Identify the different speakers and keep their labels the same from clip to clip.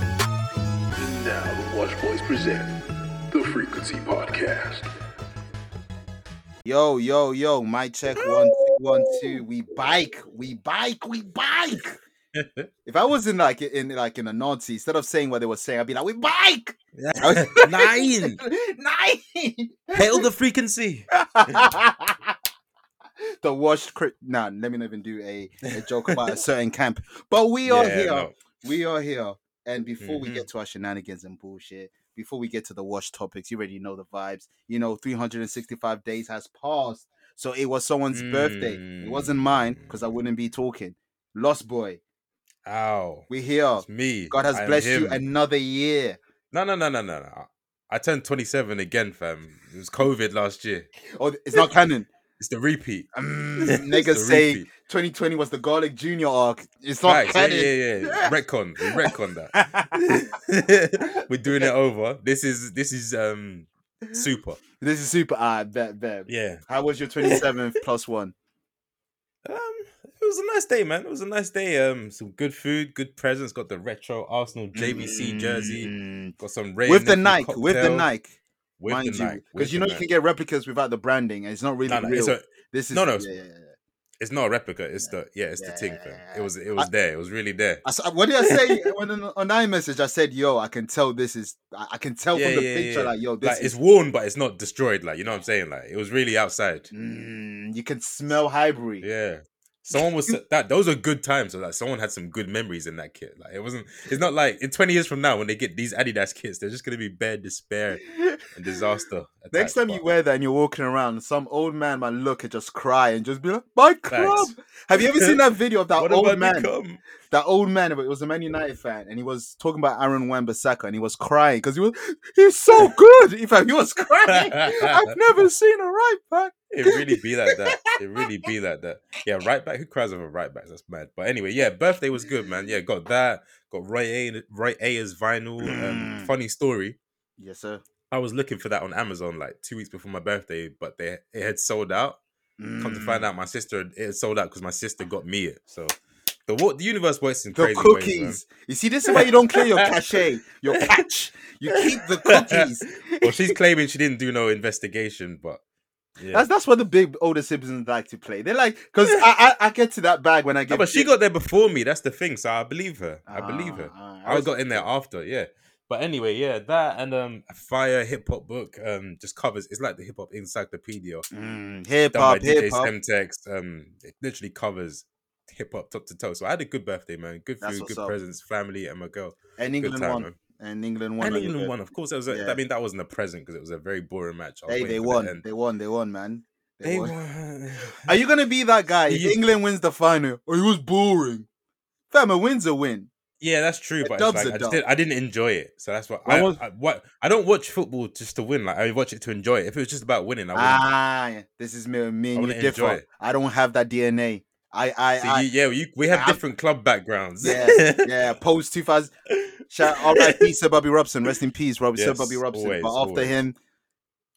Speaker 1: And now the Watch Boys present the Frequency Podcast.
Speaker 2: Yo, yo, yo, my check one, two, one, two. We bike, we bike, we bike. if I was in like in like in a Nazi, instead of saying what they were saying, I'd be like, we bike.
Speaker 3: Nine!
Speaker 2: Nine.
Speaker 3: Hail the frequency!
Speaker 2: the washed cri- nah, let me not even do a, a joke about a certain camp. But we are
Speaker 3: Yeah,
Speaker 2: here.
Speaker 3: no.
Speaker 2: We are here. And before we
Speaker 3: Mhm.
Speaker 2: get to our shenanigans and bullshit, before we get to the wash topics, you already know the vibes. You know, 365 days has passed. So it was someone's birthday. It wasn't mine because I
Speaker 3: Mm.
Speaker 2: wouldn't be talking. Lost boy,
Speaker 3: Ow.
Speaker 2: we here.
Speaker 3: It's me.
Speaker 2: God has
Speaker 3: I am
Speaker 2: blessed you
Speaker 3: him.
Speaker 2: another year.
Speaker 3: No, no, no, no, no, no. I turned 27 again, fam. It was COVID last year.
Speaker 2: Oh, it's not canon.
Speaker 3: It's the repeat.
Speaker 2: Mm,
Speaker 3: It's the
Speaker 2: niggas say
Speaker 3: repeat.
Speaker 2: 2020 was the Garlic Junior arc. It's not
Speaker 3: Facts. Yeah,
Speaker 2: canon.
Speaker 3: yeah, yeah. Retcon. We retcon that. We're doing it over. This is this is um super.
Speaker 2: This is super. I bet, bet.
Speaker 3: Yeah.
Speaker 2: How was your 27th plus one?
Speaker 3: Um, it was a nice day, man. It was a nice day. Um, some good food, good presents. Got the retro Arsenal JVC jersey.
Speaker 2: Mm.
Speaker 3: Got some Ray
Speaker 2: with the
Speaker 3: Nephew
Speaker 2: Nike, with the
Speaker 3: cocktail.
Speaker 2: Nike,
Speaker 3: with
Speaker 2: mind
Speaker 3: the
Speaker 2: you,
Speaker 3: Nike. with
Speaker 2: because you
Speaker 3: the
Speaker 2: know you
Speaker 3: Nike.
Speaker 2: can get replicas without the branding, and it's not really
Speaker 3: No, no,
Speaker 2: real.
Speaker 3: it's a,
Speaker 2: this is
Speaker 3: no, no,
Speaker 2: yeah,
Speaker 3: it's-
Speaker 2: yeah, yeah, yeah.
Speaker 3: it's not a replica. It's the yeah, it's the thing. Fam. It was it was there. It was really there.
Speaker 2: I s- what did I say when on, on iMessage? I said, "Yo, I can tell this is. I, I can tell
Speaker 3: Yeah,
Speaker 2: from the
Speaker 3: yeah,
Speaker 2: picture,
Speaker 3: yeah.
Speaker 2: like, yo, this
Speaker 3: Like
Speaker 2: is.
Speaker 3: it's worn, but it's not destroyed. Like you know what I'm saying. Like it was really outside.
Speaker 2: Mm, you can smell Highbury.
Speaker 3: Yeah. Someone was that. Those are good times. So like, someone had some good memories in that kit. Like it wasn't. It's not like in 20 years from now when they get these Adidas kits, they're just gonna be bare despair and disaster.
Speaker 2: Next
Speaker 3: attached,
Speaker 2: time
Speaker 3: but-
Speaker 2: you wear that and you're walking around, some old man might look and just cry and just be like, "My club."
Speaker 3: Thanks.
Speaker 2: Have you ever seen that video of that
Speaker 3: What
Speaker 2: old
Speaker 3: have I
Speaker 2: man?
Speaker 3: become?
Speaker 2: that old man, but it was a Man United fan, and he was talking about Aaron Wan-Bissaka, and he was crying because he was he's so good. In fact, he was crying. I've never seen a right back.
Speaker 3: It really be like that. It really be like that. Yeah, right back. Who cries over right backs? That's mad. But anyway, yeah, birthday was good, man. Yeah, got that. Got Roy A. Roy Ayers vinyl. Um,
Speaker 2: Mm.
Speaker 3: funny story.
Speaker 2: Yes, sir.
Speaker 3: I was looking for that on Amazon like two weeks before my birthday, but they it had sold out. Come to
Speaker 2: Mm.
Speaker 3: find out, my sister had- it had sold out because my sister got me it. So the what the universe works in
Speaker 2: The
Speaker 3: crazy
Speaker 2: cookies.
Speaker 3: ways.
Speaker 2: you see, this is why you don't clear your cachet, your catch. You keep the cookies.
Speaker 3: man. Well, she's claiming she didn't do no investigation, but yeah.
Speaker 2: That's that's what the big older siblings like to play. They're like, because I, I I get to that bag when I get.
Speaker 3: No, but she got there before me. That's the thing. So I believe her. I believe her.
Speaker 2: Ah,
Speaker 3: I got in there after, yeah. But anyway, yeah, that and um a fire hip hop book um just covers it's like the hip hop encyclopedia
Speaker 2: Mm, hip
Speaker 3: done by
Speaker 2: hop,
Speaker 3: DJ
Speaker 2: hip hop.
Speaker 3: Semtex. Um it literally covers hip hop top to toe. So I had a good birthday, man. Good
Speaker 2: That's
Speaker 3: food,
Speaker 2: what's
Speaker 3: good
Speaker 2: up.
Speaker 3: presents, family and my girl.
Speaker 2: And England
Speaker 3: good time,
Speaker 2: won.
Speaker 3: man.
Speaker 2: And England won.
Speaker 3: and
Speaker 2: on your
Speaker 3: England
Speaker 2: birthday.
Speaker 3: won, of course. That was a,
Speaker 2: Yeah.
Speaker 3: I mean that wasn't a present because it was a very boring match. I was
Speaker 2: Hey,
Speaker 3: waiting
Speaker 2: they
Speaker 3: for the
Speaker 2: won.
Speaker 3: end.
Speaker 2: They won. They won, man. They,
Speaker 3: They
Speaker 2: won.
Speaker 3: won.
Speaker 2: Are you gonna be that guy? If
Speaker 3: You-
Speaker 2: England wins the final. Or it was boring. Fam, a win's a win.
Speaker 3: Yeah, that's true,
Speaker 2: A
Speaker 3: but
Speaker 2: dub's
Speaker 3: it's
Speaker 2: a
Speaker 3: like, I,
Speaker 2: dub.
Speaker 3: just did, I didn't enjoy it, so that's what
Speaker 2: I
Speaker 3: I,
Speaker 2: was-
Speaker 3: I what I don't watch football just to win. Like I watch it to enjoy it. If it was just about winning, I wouldn't.
Speaker 2: Ah, yeah, this is me. Me
Speaker 3: I
Speaker 2: and you
Speaker 3: wanna enjoy
Speaker 2: differ.
Speaker 3: it.
Speaker 2: I don't have that DNA. I, I,
Speaker 3: So
Speaker 2: I
Speaker 3: you, yeah, you, we have
Speaker 2: I'm-
Speaker 3: different club backgrounds.
Speaker 2: yeah, yeah. Post two thousand. Shout out R.I.P. Sir Bobby Robson. Rest in peace, Rob, Sir
Speaker 3: Yes,
Speaker 2: Bobby Robson.
Speaker 3: always,
Speaker 2: but after
Speaker 3: always.
Speaker 2: him,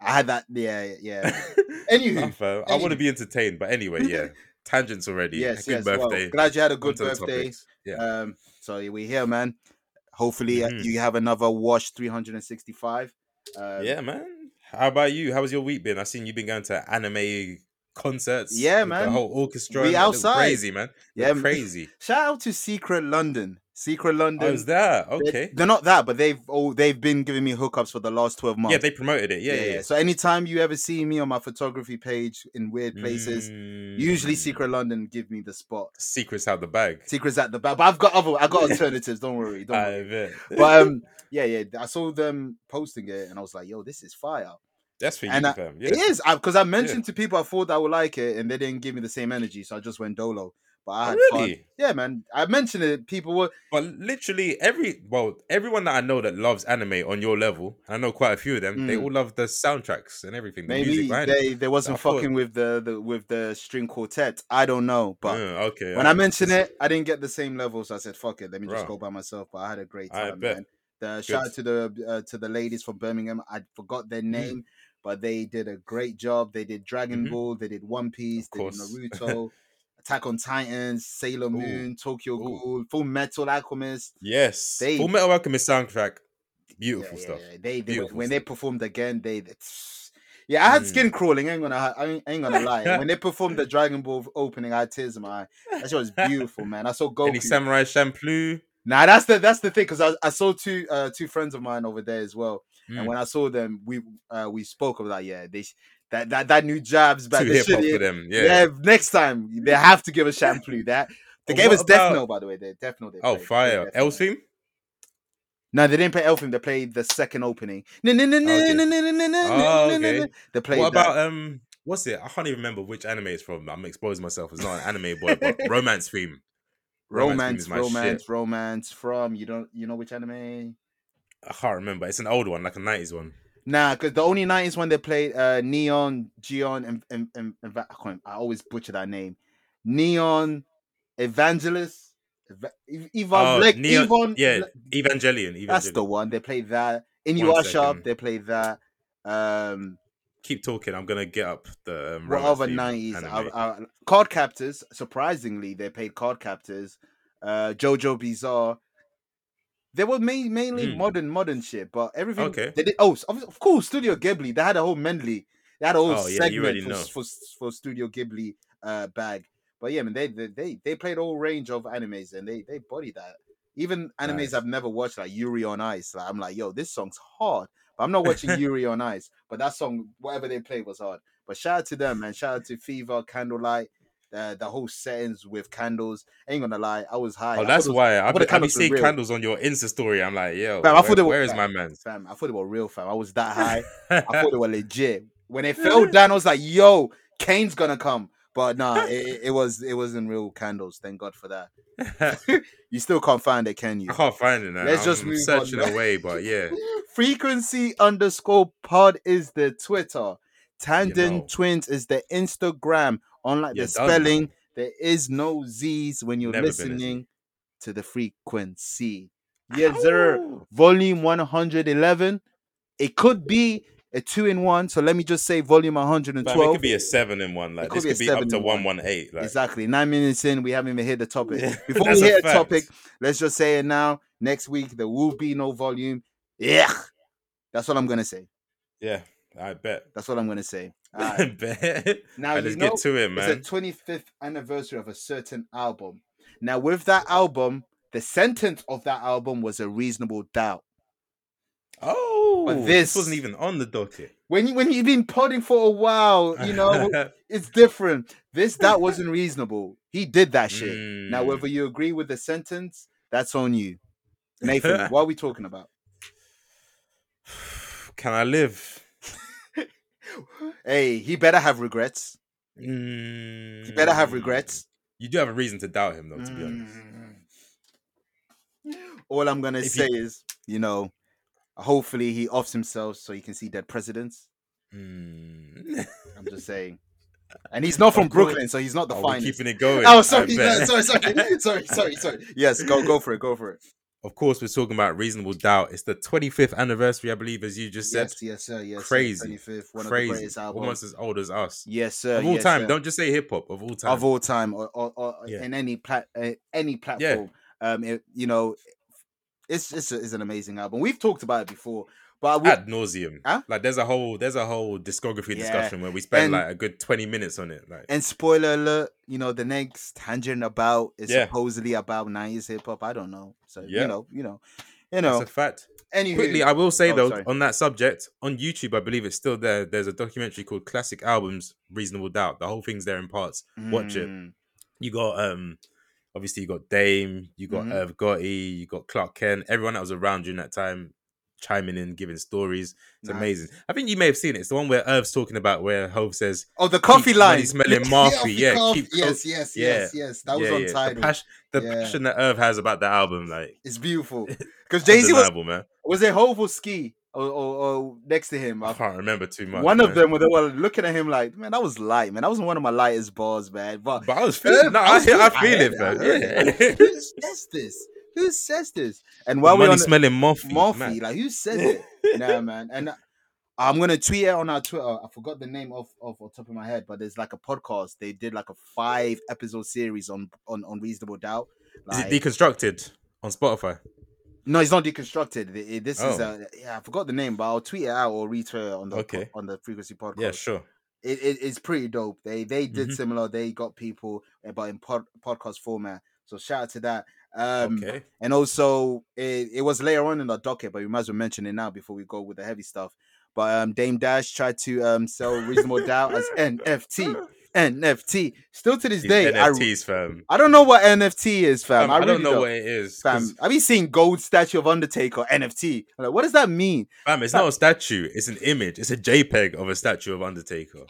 Speaker 2: I had that. Yeah, yeah. Anywho,
Speaker 3: Tough, uh, I want to
Speaker 2: Anywho.
Speaker 3: be entertained, but anyway, yeah. Tangents already.
Speaker 2: yes, yes.
Speaker 3: Good
Speaker 2: well,
Speaker 3: birthday.
Speaker 2: glad you had a
Speaker 3: On
Speaker 2: good
Speaker 3: to the
Speaker 2: birthday.
Speaker 3: topics. Yeah.
Speaker 2: Um, so we here, man. Hopefully, uh
Speaker 3: Mhm.
Speaker 2: you have another wash three hundred and sixty-five. Um,
Speaker 3: yeah, man. How about you? How was your week been? I seen you've been going to anime concerts.
Speaker 2: Yeah,
Speaker 3: with
Speaker 2: man.
Speaker 3: The whole orchestra.
Speaker 2: We
Speaker 3: and that look
Speaker 2: outside.
Speaker 3: Crazy, man.
Speaker 2: Yeah,
Speaker 3: Yeah,
Speaker 2: man.
Speaker 3: crazy.
Speaker 2: Shout out to Secret London. Secret
Speaker 3: I
Speaker 2: London.
Speaker 3: was there.
Speaker 2: They're-
Speaker 3: Oh, Okay.
Speaker 2: They're, not that, but they've oh they've been giving me hookups for the last twelve months.
Speaker 3: Yeah, they promoted it. Yeah, yeah. yeah.
Speaker 2: So anytime you ever see me on my photography page in weird places, usually
Speaker 3: Mm.
Speaker 2: Secret London give me the spot.
Speaker 3: Secrets out the bag.
Speaker 2: Secrets at the back, but I've got other I got alternatives. Don't worry, don't worry.
Speaker 3: I bet.
Speaker 2: But um, yeah, yeah, I saw them posting it, and I was like, "Yo, this is fire!"
Speaker 3: That's for you,
Speaker 2: and I-
Speaker 3: fam.
Speaker 2: It
Speaker 3: Yeah.
Speaker 2: is because I, mentioned to people I thought I would like it, and they didn't give me the same energy, so I just went dolo. But I had fun.
Speaker 3: really?
Speaker 2: Yeah, man. I mentioned it. People were
Speaker 3: But literally every well, everyone that I know that loves anime on your level, and I know quite a few of them, they
Speaker 2: Mm.
Speaker 3: all love the soundtracks and everything, the music
Speaker 2: maybe
Speaker 3: behind it.
Speaker 2: they, they wasn't
Speaker 3: I thought-
Speaker 2: fucking with the, the with the string quartet. I don't know, but
Speaker 3: Yeah, okay.
Speaker 2: when I
Speaker 3: alright.
Speaker 2: mentioned it, I didn't get the same level, so I said, "Fuck it, let me just
Speaker 3: Bruh.
Speaker 2: go by myself." But I had a great
Speaker 3: I
Speaker 2: time,
Speaker 3: bet.
Speaker 2: man. The shout out to
Speaker 3: Good.
Speaker 2: the uh, to the ladies from Birmingham. I forgot
Speaker 3: Mm-hmm.
Speaker 2: their name, but they did a great job. They did Dragon
Speaker 3: Mhm.
Speaker 2: Ball, they did One Piece, they did
Speaker 3: course.
Speaker 2: Naruto, Attack on Titan, Sailor Moon, Tokyo
Speaker 3: Ooh.
Speaker 2: Ghoul, Full Metal Alchemist.
Speaker 3: Yes.
Speaker 2: They-
Speaker 3: Full Metal Alchemist soundtrack.
Speaker 2: Yeah,
Speaker 3: Beautiful
Speaker 2: yeah,
Speaker 3: stuff.
Speaker 2: yeah. They, they
Speaker 3: Beautiful
Speaker 2: when they
Speaker 3: stuff.
Speaker 2: performed again, they. they- yeah, I had
Speaker 3: Mm.
Speaker 2: skin crawling. I ain't gonna, I ain't, I ain't gonna lie. When they performed the Dragon Ball opening, I had tears in my eye. That shit was beautiful, man. I saw Goku.
Speaker 3: Any Samurai Champloo?
Speaker 2: Nah, that's the that's the thing because I, I saw two uh, two friends of mine over there as well, and
Speaker 3: Mm.
Speaker 2: when I saw them, we uh, we spoke about like, yeah, they sh- that that that new jabs, but
Speaker 3: Too
Speaker 2: they
Speaker 3: hip
Speaker 2: should,
Speaker 3: hop for
Speaker 2: yeah,
Speaker 3: them. Yeah.
Speaker 2: next time they have to give a shampoo that. They
Speaker 3: But
Speaker 2: gave
Speaker 3: what
Speaker 2: us Death
Speaker 3: about-
Speaker 2: Note, by the way. They Death Note. They
Speaker 3: Oh,
Speaker 2: played. They
Speaker 3: fire.
Speaker 2: played Death Note.
Speaker 3: Elfim?
Speaker 2: No, they didn't play Elfin. They played the second opening. No, no, no, no,
Speaker 3: Okay.
Speaker 2: no, no, no, no,
Speaker 3: Oh,
Speaker 2: no, no,
Speaker 3: okay.
Speaker 2: no. They played
Speaker 3: what
Speaker 2: that.
Speaker 3: about um what's it? I can't even remember which anime it's from. I'm exposing myself. It's not an anime boy, but romance theme.
Speaker 2: romance,
Speaker 3: my
Speaker 2: romance, romance from you don't you know which anime?
Speaker 3: I can't remember. It's an old one, like a nineties one.
Speaker 2: Nah, because the only nineties one they played uh Neon, Geon, and, and, and, and Va- I, can't, I always butcher that name. Neon Evangelist. Eva, Eva,
Speaker 3: Oh,
Speaker 2: Black,
Speaker 3: Neon-
Speaker 2: Evon,
Speaker 3: Yeah,
Speaker 2: Bla-
Speaker 3: Evangelion. Evangelion.
Speaker 2: Mm, that's the one. They played that. In
Speaker 3: One
Speaker 2: You Are Sharp,
Speaker 3: second.
Speaker 2: they played that. Um
Speaker 3: Keep talking. I'm gonna get up the um,
Speaker 2: what
Speaker 3: romance
Speaker 2: other
Speaker 3: theme
Speaker 2: nineties?
Speaker 3: anime.
Speaker 2: Card captors. Surprisingly, they played card captors. Uh, Jojo Bizarre. They were main, mainly
Speaker 3: Mm.
Speaker 2: modern, modern shit, but everything.
Speaker 3: Okay.
Speaker 2: They did. Oh, s- of, of course, Studio Ghibli. They had a whole Mendeley. They had a whole
Speaker 3: Oh, yeah, you
Speaker 2: segment
Speaker 3: already
Speaker 2: for, s-
Speaker 3: know.
Speaker 2: for s- for Studio Ghibli uh, bag. But yeah, man, they they they, they played all range of animes and they they bodied that. Even animes
Speaker 3: Nice.
Speaker 2: I've never watched, like Yuri on Ice. Like, I'm like, yo, this song's hard. But I'm not watching Yuri on Ice. But that song, whatever they played, was hard. But shout out to them, man. Shout out to Fever, Candlelight, the the whole settings with candles. ain't gonna lie, I was high.
Speaker 3: Oh,
Speaker 2: I
Speaker 3: that's
Speaker 2: thought it was-
Speaker 3: why I
Speaker 2: thought the
Speaker 3: be, I be
Speaker 2: candles were
Speaker 3: seeing
Speaker 2: real.
Speaker 3: candles on your Insta story. I'm like, yo,
Speaker 2: Fam, I thought
Speaker 3: where-
Speaker 2: they were-
Speaker 3: where is
Speaker 2: fam.
Speaker 3: my man's?
Speaker 2: fam. I thought they were real, fam. I was that high. I
Speaker 3: I
Speaker 2: thought they were legit. When it fell down, I was like, yo, Kane's gonna come. But nah, it- it, it was it wasn't real candles. Thank God for that. You still can't find it, can you?
Speaker 3: can't find it now.
Speaker 2: Let's just
Speaker 3: I'm
Speaker 2: move on,
Speaker 3: searching
Speaker 2: man.
Speaker 3: away, but yeah.
Speaker 2: Frequency underscore pod is the Twitter. Tandem
Speaker 3: know.
Speaker 2: Twins is the Instagram. Unlike the
Speaker 3: You're done, man.
Speaker 2: spelling, there is no Z's when you're
Speaker 3: Never been a Z.
Speaker 2: listening to the frequency. Yes, sir. Volume 111. It could be a two in one. So let me just say volume
Speaker 3: Fam, it
Speaker 2: 112.
Speaker 3: could be a seven in one. Like
Speaker 2: could
Speaker 3: this
Speaker 2: be a
Speaker 3: could be up
Speaker 2: seven
Speaker 3: to
Speaker 2: in one.
Speaker 3: one one eight. Like
Speaker 2: Exactly. Nine minutes in, we haven't even hit the topic.
Speaker 3: Yeah,
Speaker 2: Before we
Speaker 3: that's a
Speaker 2: hit a
Speaker 3: fact.
Speaker 2: topic, let's just say it now. Next week, there will be no volume. Yeah. That's all I'm going to say.
Speaker 3: yeah, I bet.
Speaker 2: That's all I'm going to say. All
Speaker 3: I
Speaker 2: right.
Speaker 3: bet.
Speaker 2: Now,
Speaker 3: Alright,
Speaker 2: you
Speaker 3: let's
Speaker 2: know,
Speaker 3: get to it, man.
Speaker 2: it's the 25th anniversary of a certain album. Now, with that album, the sentence of that album was a reasonable doubt.
Speaker 3: Oh,
Speaker 2: this-
Speaker 3: wasn't even on the docket.
Speaker 2: When you, when you've been podding for a while, you know it's different. This that wasn't reasonable. He did that shit. Now,
Speaker 3: Mm.
Speaker 2: whether you agree with the sentence, that's on you. Nathan, what are we talking about?
Speaker 3: Can I live?
Speaker 2: Hey, he better have regrets. He better have
Speaker 3: Mm.
Speaker 2: regrets.
Speaker 3: You do have a reason to doubt him, though. To be honest,
Speaker 2: All I'm gonna
Speaker 3: Mm-hmm. If he-
Speaker 2: say is, you know, hopefully he offs himself so he can see dead presidents.
Speaker 3: Mm.
Speaker 2: I'm just saying. And he's not from
Speaker 3: Of course.
Speaker 2: Brooklyn, so he's not the
Speaker 3: Are we
Speaker 2: finest.
Speaker 3: keeping it going?
Speaker 2: Oh,
Speaker 3: I
Speaker 2: sorry, yeah,
Speaker 3: bet.
Speaker 2: sorry, sorry, sorry, sorry, sorry. Yes, go, go for it, go for it.
Speaker 3: Of course, we're talking about reasonable doubt. It's the 25th anniversary, I believe, as you just said.
Speaker 2: Yes, yes, sir. Yes, sir,
Speaker 3: Crazy,
Speaker 2: 25th, one of the
Speaker 3: Crazy,
Speaker 2: greatest albums.
Speaker 3: almost as old as us.
Speaker 2: Yes, sir.
Speaker 3: of all
Speaker 2: yes,
Speaker 3: time.
Speaker 2: sir.
Speaker 3: Don't just say hip hop. Of all time.
Speaker 2: of all time or, or, or
Speaker 3: Yeah.
Speaker 2: in any plat uh, any platform. Um, it, you know, it's it's, a, it's an amazing album. We've talked about it before, but we,
Speaker 3: ad nauseum.
Speaker 2: Huh?
Speaker 3: Like there's a whole there's a whole discography
Speaker 2: Yeah,
Speaker 3: discussion where we spend
Speaker 2: and-
Speaker 3: like a good twenty minutes on it. Like
Speaker 2: and spoiler alert, you know, the next tangent about is
Speaker 3: Yeah.
Speaker 2: supposedly about nineties hip hop. I don't know, so
Speaker 3: Yeah.
Speaker 2: you know, you know, you
Speaker 3: that's
Speaker 2: know.
Speaker 3: a fact.
Speaker 2: Anywho,
Speaker 3: Quickly, I will say
Speaker 2: Oh,
Speaker 3: though
Speaker 2: sorry.
Speaker 3: on that subject on YouTube, I believe it's still there. There's a documentary called Classic Albums: Reasonable Doubt. The whole thing's there in parts. watch it.
Speaker 2: Mm,
Speaker 3: You got um, obviously you got Dame, you got
Speaker 2: Mhm.
Speaker 3: Irv Gotti, you got Clark Kent, everyone that was around during that time. chiming in, giving stories. It's
Speaker 2: Nice.
Speaker 3: amazing. I think you may have seen it. It's the one where Irv's talking about where Hove says,
Speaker 2: Oh, the coffee
Speaker 3: Keep
Speaker 2: line.
Speaker 3: bloody smelling
Speaker 2: Yeah,
Speaker 3: Marfrey,
Speaker 2: off the
Speaker 3: yeah,
Speaker 2: cuff.
Speaker 3: keep
Speaker 2: yes, yes,
Speaker 3: yeah.
Speaker 2: yes, yes. That was
Speaker 3: yeah,
Speaker 2: on
Speaker 3: yeah,
Speaker 2: title.
Speaker 3: The, pas- the
Speaker 2: Yeah.
Speaker 3: passion that Irv has about that album, like
Speaker 2: it's beautiful. Because Jay Z was
Speaker 3: undeniable, man.
Speaker 2: was it Hove or Ski or, or, or next to him?
Speaker 3: I
Speaker 2: I-
Speaker 3: can't remember too much.
Speaker 2: one of
Speaker 3: man.
Speaker 2: them where they were looking at him like, man, that was light, man. That was one of my lightest bars, man. But
Speaker 3: But I was feeling. No, I,
Speaker 2: was
Speaker 3: feel, I
Speaker 2: feeling-
Speaker 3: feel it,
Speaker 2: heard
Speaker 3: man.
Speaker 2: it.
Speaker 3: Yeah.
Speaker 2: Who says this? Who says this? And while
Speaker 3: Money
Speaker 2: we're on the-
Speaker 3: smelling Murphy.
Speaker 2: Murphy,
Speaker 3: man.
Speaker 2: like who says it? nah, man. And uh, I'm gonna tweet it on our Twitter. I forgot the name off off the top of my head, but there's like a podcast. They did like a five episode series on on on reasonable doubt.
Speaker 3: Is
Speaker 2: Like,
Speaker 3: it deconstructed on Spotify?
Speaker 2: no, it's not deconstructed. Th- it- This is
Speaker 3: Oh.
Speaker 2: a yeah. I forgot the name, but I'll tweet it out or retweet it on the
Speaker 3: Okay.
Speaker 2: on the frequency podcast.
Speaker 3: Yeah, sure.
Speaker 2: it, it- it's pretty dope. They they did
Speaker 3: Mhm.
Speaker 2: similar. They got people, uh, but in pod, podcast format. So shout out to that. Um,
Speaker 3: okay.
Speaker 2: and also, it, it was later on in the docket, but we might as well mention it now before we go with the heavy stuff. But um, Dame Dash tried to um, sell Reasonable Doubt as NFT. NFT. Still to this
Speaker 3: These
Speaker 2: day, I,
Speaker 3: NFTs, fam.
Speaker 2: I don't know what NFT is, fam.
Speaker 3: Fam,
Speaker 2: I,
Speaker 3: Um, I,
Speaker 2: really
Speaker 3: don't know what it is. 'cause,
Speaker 2: Fam, I've been seeing gold statue of Undertaker NFT. I'm like, what does that mean?
Speaker 3: Fam, it's not a statue. It's an image. It's a JPEG of a statue of Undertaker.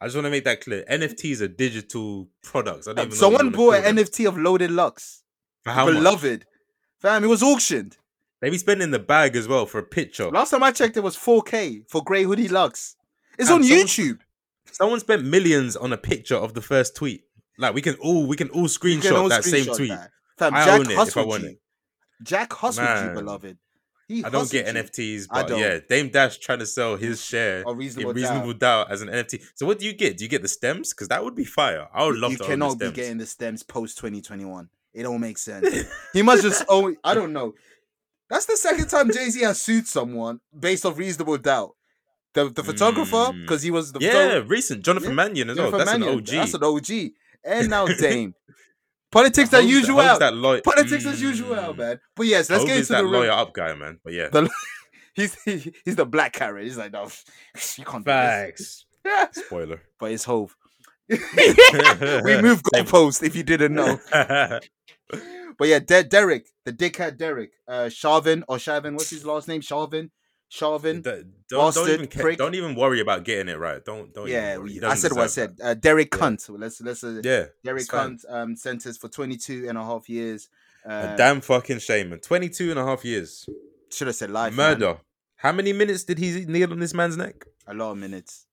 Speaker 3: I just want to make that clear. NFTs are digital products. I don't even know what
Speaker 2: Someone
Speaker 3: you wanna
Speaker 2: bought
Speaker 3: call
Speaker 2: an
Speaker 3: them.
Speaker 2: NFT of Loaded Lux,
Speaker 3: For how much?
Speaker 2: beloved. Fam, it was auctioned.
Speaker 3: They be spending the bag as well for a picture.
Speaker 2: Last time I checked, it was 4K for Grey Hoodie Lux. It's
Speaker 3: Fam,
Speaker 2: on
Speaker 3: someone-
Speaker 2: YouTube.
Speaker 3: Someone spent millions on a picture of the first tweet. Like we can all we can all
Speaker 2: You can
Speaker 3: screenshot
Speaker 2: all
Speaker 3: that same
Speaker 2: screenshot
Speaker 3: tweet.
Speaker 2: that. Fam,
Speaker 3: I
Speaker 2: Jack
Speaker 3: own it if I
Speaker 2: hustled
Speaker 3: want
Speaker 2: you.
Speaker 3: it.
Speaker 2: Jack hustled you,
Speaker 3: Man.
Speaker 2: beloved. He
Speaker 3: I don't get
Speaker 2: hustled you.
Speaker 3: NFTs,
Speaker 2: I
Speaker 3: but
Speaker 2: don't.
Speaker 3: yeah, Dame Dash trying to sell his share
Speaker 2: A reasonable
Speaker 3: in reasonable doubt. as an NFT. So what do you get? Do you get the stems? Because that would be fire. I would love
Speaker 2: you
Speaker 3: to
Speaker 2: cannot
Speaker 3: own the
Speaker 2: be
Speaker 3: stems.
Speaker 2: getting the stems post 2021. It don't make sense. he must just own. I don't know. That's the second time Jay Z has sued someone based off reasonable doubt. The the photographer
Speaker 3: Mm.
Speaker 2: because he was the
Speaker 3: yeah,
Speaker 2: photo-
Speaker 3: recent Jonathan
Speaker 2: Yeah,
Speaker 3: Mannion as well.
Speaker 2: Jennifer
Speaker 3: That's
Speaker 2: Mannion.
Speaker 3: an OG.
Speaker 2: That's an OG. And now Dame. Politics as
Speaker 3: Hope's-
Speaker 2: usual.
Speaker 3: Hope's that lawyer-
Speaker 2: Politics as usual,
Speaker 3: Mm.
Speaker 2: man. But yes, let's
Speaker 3: Hope
Speaker 2: get
Speaker 3: is
Speaker 2: into
Speaker 3: that
Speaker 2: the real-
Speaker 3: lawyer up guy, man. But yeah,
Speaker 2: The- He's he, he's the black carrot. He's like, no, you can't. do this."
Speaker 3: facts. Spoiler.
Speaker 2: But it's Hove. we
Speaker 3: we
Speaker 2: moved goalposts if you didn't know. But yeah, De- Derek, the dickhead Derek, uh, Sharvin or Shavin, what's his last name? Sharvin, Sharvin.
Speaker 3: don't,
Speaker 2: Bastard,
Speaker 3: don't even care-
Speaker 2: prick.
Speaker 3: don't even worry about getting it right. Don't don't. even
Speaker 2: yeah,
Speaker 3: worry. He
Speaker 2: we, I
Speaker 3: doesn't
Speaker 2: said what I
Speaker 3: deserve
Speaker 2: said. Uh, Derek
Speaker 3: Yeah.
Speaker 2: Cunt. So Let's let's uh,
Speaker 3: that. Yeah,
Speaker 2: Derek
Speaker 3: it's fine.
Speaker 2: Cunt um, sentenced for 22 and a half years.
Speaker 3: a
Speaker 2: Uh,
Speaker 3: damn fucking shame. man. 22 and a half years.
Speaker 2: should have said life. man.
Speaker 3: Murder. How many minutes did he kneel on this man's neck?
Speaker 2: A lot of minutes.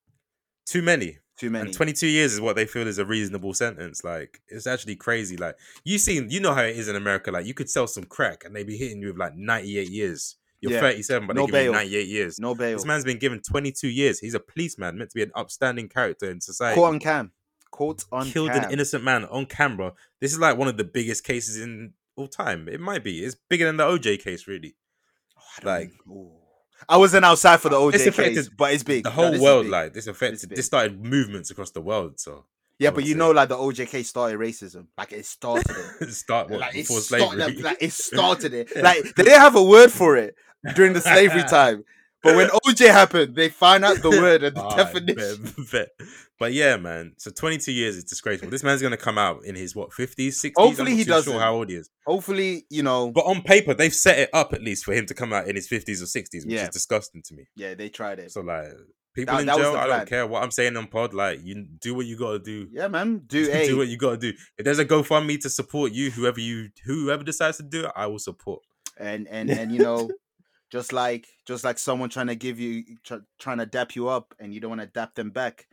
Speaker 3: Too many.
Speaker 2: Too many.
Speaker 3: And 22 years is what they feel is a reasonable sentence. Like, it's actually crazy. Like, you seen, you know how it is in America. Like, you could sell some crack and they be hitting you with like 98 years. You're
Speaker 2: Yeah.
Speaker 3: 37, but
Speaker 2: No
Speaker 3: they give
Speaker 2: bail.
Speaker 3: you 98 years.
Speaker 2: no bail.
Speaker 3: This man's been given 22 years. He's a policeman, meant to be an upstanding character in society.
Speaker 2: Caught on cam. Caught on
Speaker 3: Killed
Speaker 2: cam.
Speaker 3: an innocent man on camera. This is like one of the biggest cases in all time. It might be. It's bigger than the OJ case, really.
Speaker 2: Oh, I don't
Speaker 3: Like,
Speaker 2: think- ooh. I wasn't outside for the OJ
Speaker 3: It's affected
Speaker 2: case, but it's big.
Speaker 3: the
Speaker 2: No,
Speaker 3: whole
Speaker 2: this is
Speaker 3: world
Speaker 2: big.
Speaker 3: like this
Speaker 2: This is
Speaker 3: affected
Speaker 2: big.
Speaker 3: this started movements across the world so
Speaker 2: Yeah,
Speaker 3: I
Speaker 2: but
Speaker 3: would
Speaker 2: you
Speaker 3: say.
Speaker 2: know, like the OJ case started racism. Like it started it.
Speaker 3: start what
Speaker 2: like, it
Speaker 3: before
Speaker 2: start-
Speaker 3: slavery
Speaker 2: like, like, it started it.
Speaker 3: Yeah.
Speaker 2: Like they didn't have a word for it during the slavery time, but when OJ happened, they found out the word and the
Speaker 3: Ah,
Speaker 2: definition.
Speaker 3: bet, bet. but yeah man so 22 years is disgraceful this man's gonna come out in his what 50s 60s
Speaker 2: Hopefully
Speaker 3: I'm not
Speaker 2: he
Speaker 3: too sure
Speaker 2: doesn't.
Speaker 3: how old he is
Speaker 2: Hopefully, you know.
Speaker 3: but on paper they've set it up at least for him to come out in his 50s or 60s which
Speaker 2: Yeah.
Speaker 3: is disgusting to me
Speaker 2: yeah, they tried it.
Speaker 3: so like people
Speaker 2: That-
Speaker 3: in
Speaker 2: that was
Speaker 3: jail
Speaker 2: the
Speaker 3: i
Speaker 2: plan.
Speaker 3: don't care what i'm saying on pod like you do what you gotta do
Speaker 2: yeah, man. Do a.
Speaker 3: do what you gotta do if there's a gofundme to support you whoever you whoever decides to do it i will support
Speaker 2: and and and you know just like just like someone trying to give you tr- trying to dap you up and you don't want to dap them back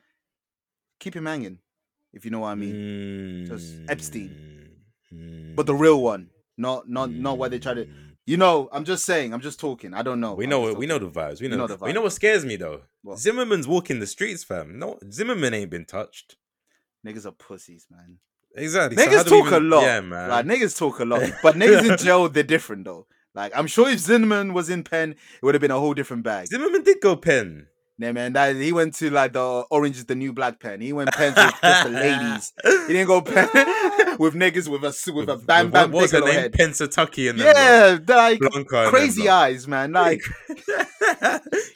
Speaker 2: keep him hanging if you know what i mean just Epstein.
Speaker 3: Hmm.
Speaker 2: but the
Speaker 3: Mm.
Speaker 2: real one not not not what they try to you know i'm just saying i'm just talking i don't know
Speaker 3: We
Speaker 2: I'm
Speaker 3: know
Speaker 2: just
Speaker 3: it. We know
Speaker 2: talking.
Speaker 3: the vibes. We
Speaker 2: We
Speaker 3: know.
Speaker 2: know
Speaker 3: We
Speaker 2: the
Speaker 3: know,
Speaker 2: vibe.
Speaker 3: what scares me though.
Speaker 2: What?
Speaker 3: Zimmerman's walking the streets, fam. No, Zimmerman ain't been touched.
Speaker 2: niggas are pussies man
Speaker 3: Exactly. so how
Speaker 2: niggas
Speaker 3: do we
Speaker 2: talk
Speaker 3: even-
Speaker 2: a lot
Speaker 3: Yeah, man.
Speaker 2: like niggas talk a lot but niggas in jail they're different though like i'm sure if zinman was in pen it would have been a whole different bag
Speaker 3: Zimmerman did go pen.
Speaker 2: Nah, man that he went uh, to like the orange is the new black pen he went pen to just the ladies He didn't go pen. with niggas with a with a bam bam
Speaker 3: what, what's her
Speaker 2: bigelow
Speaker 3: name?
Speaker 2: head.
Speaker 3: Pensatucky and them, like,
Speaker 2: Yeah, they're like
Speaker 3: Blanca and them,
Speaker 2: crazy
Speaker 3: like.
Speaker 2: eyes, man. Like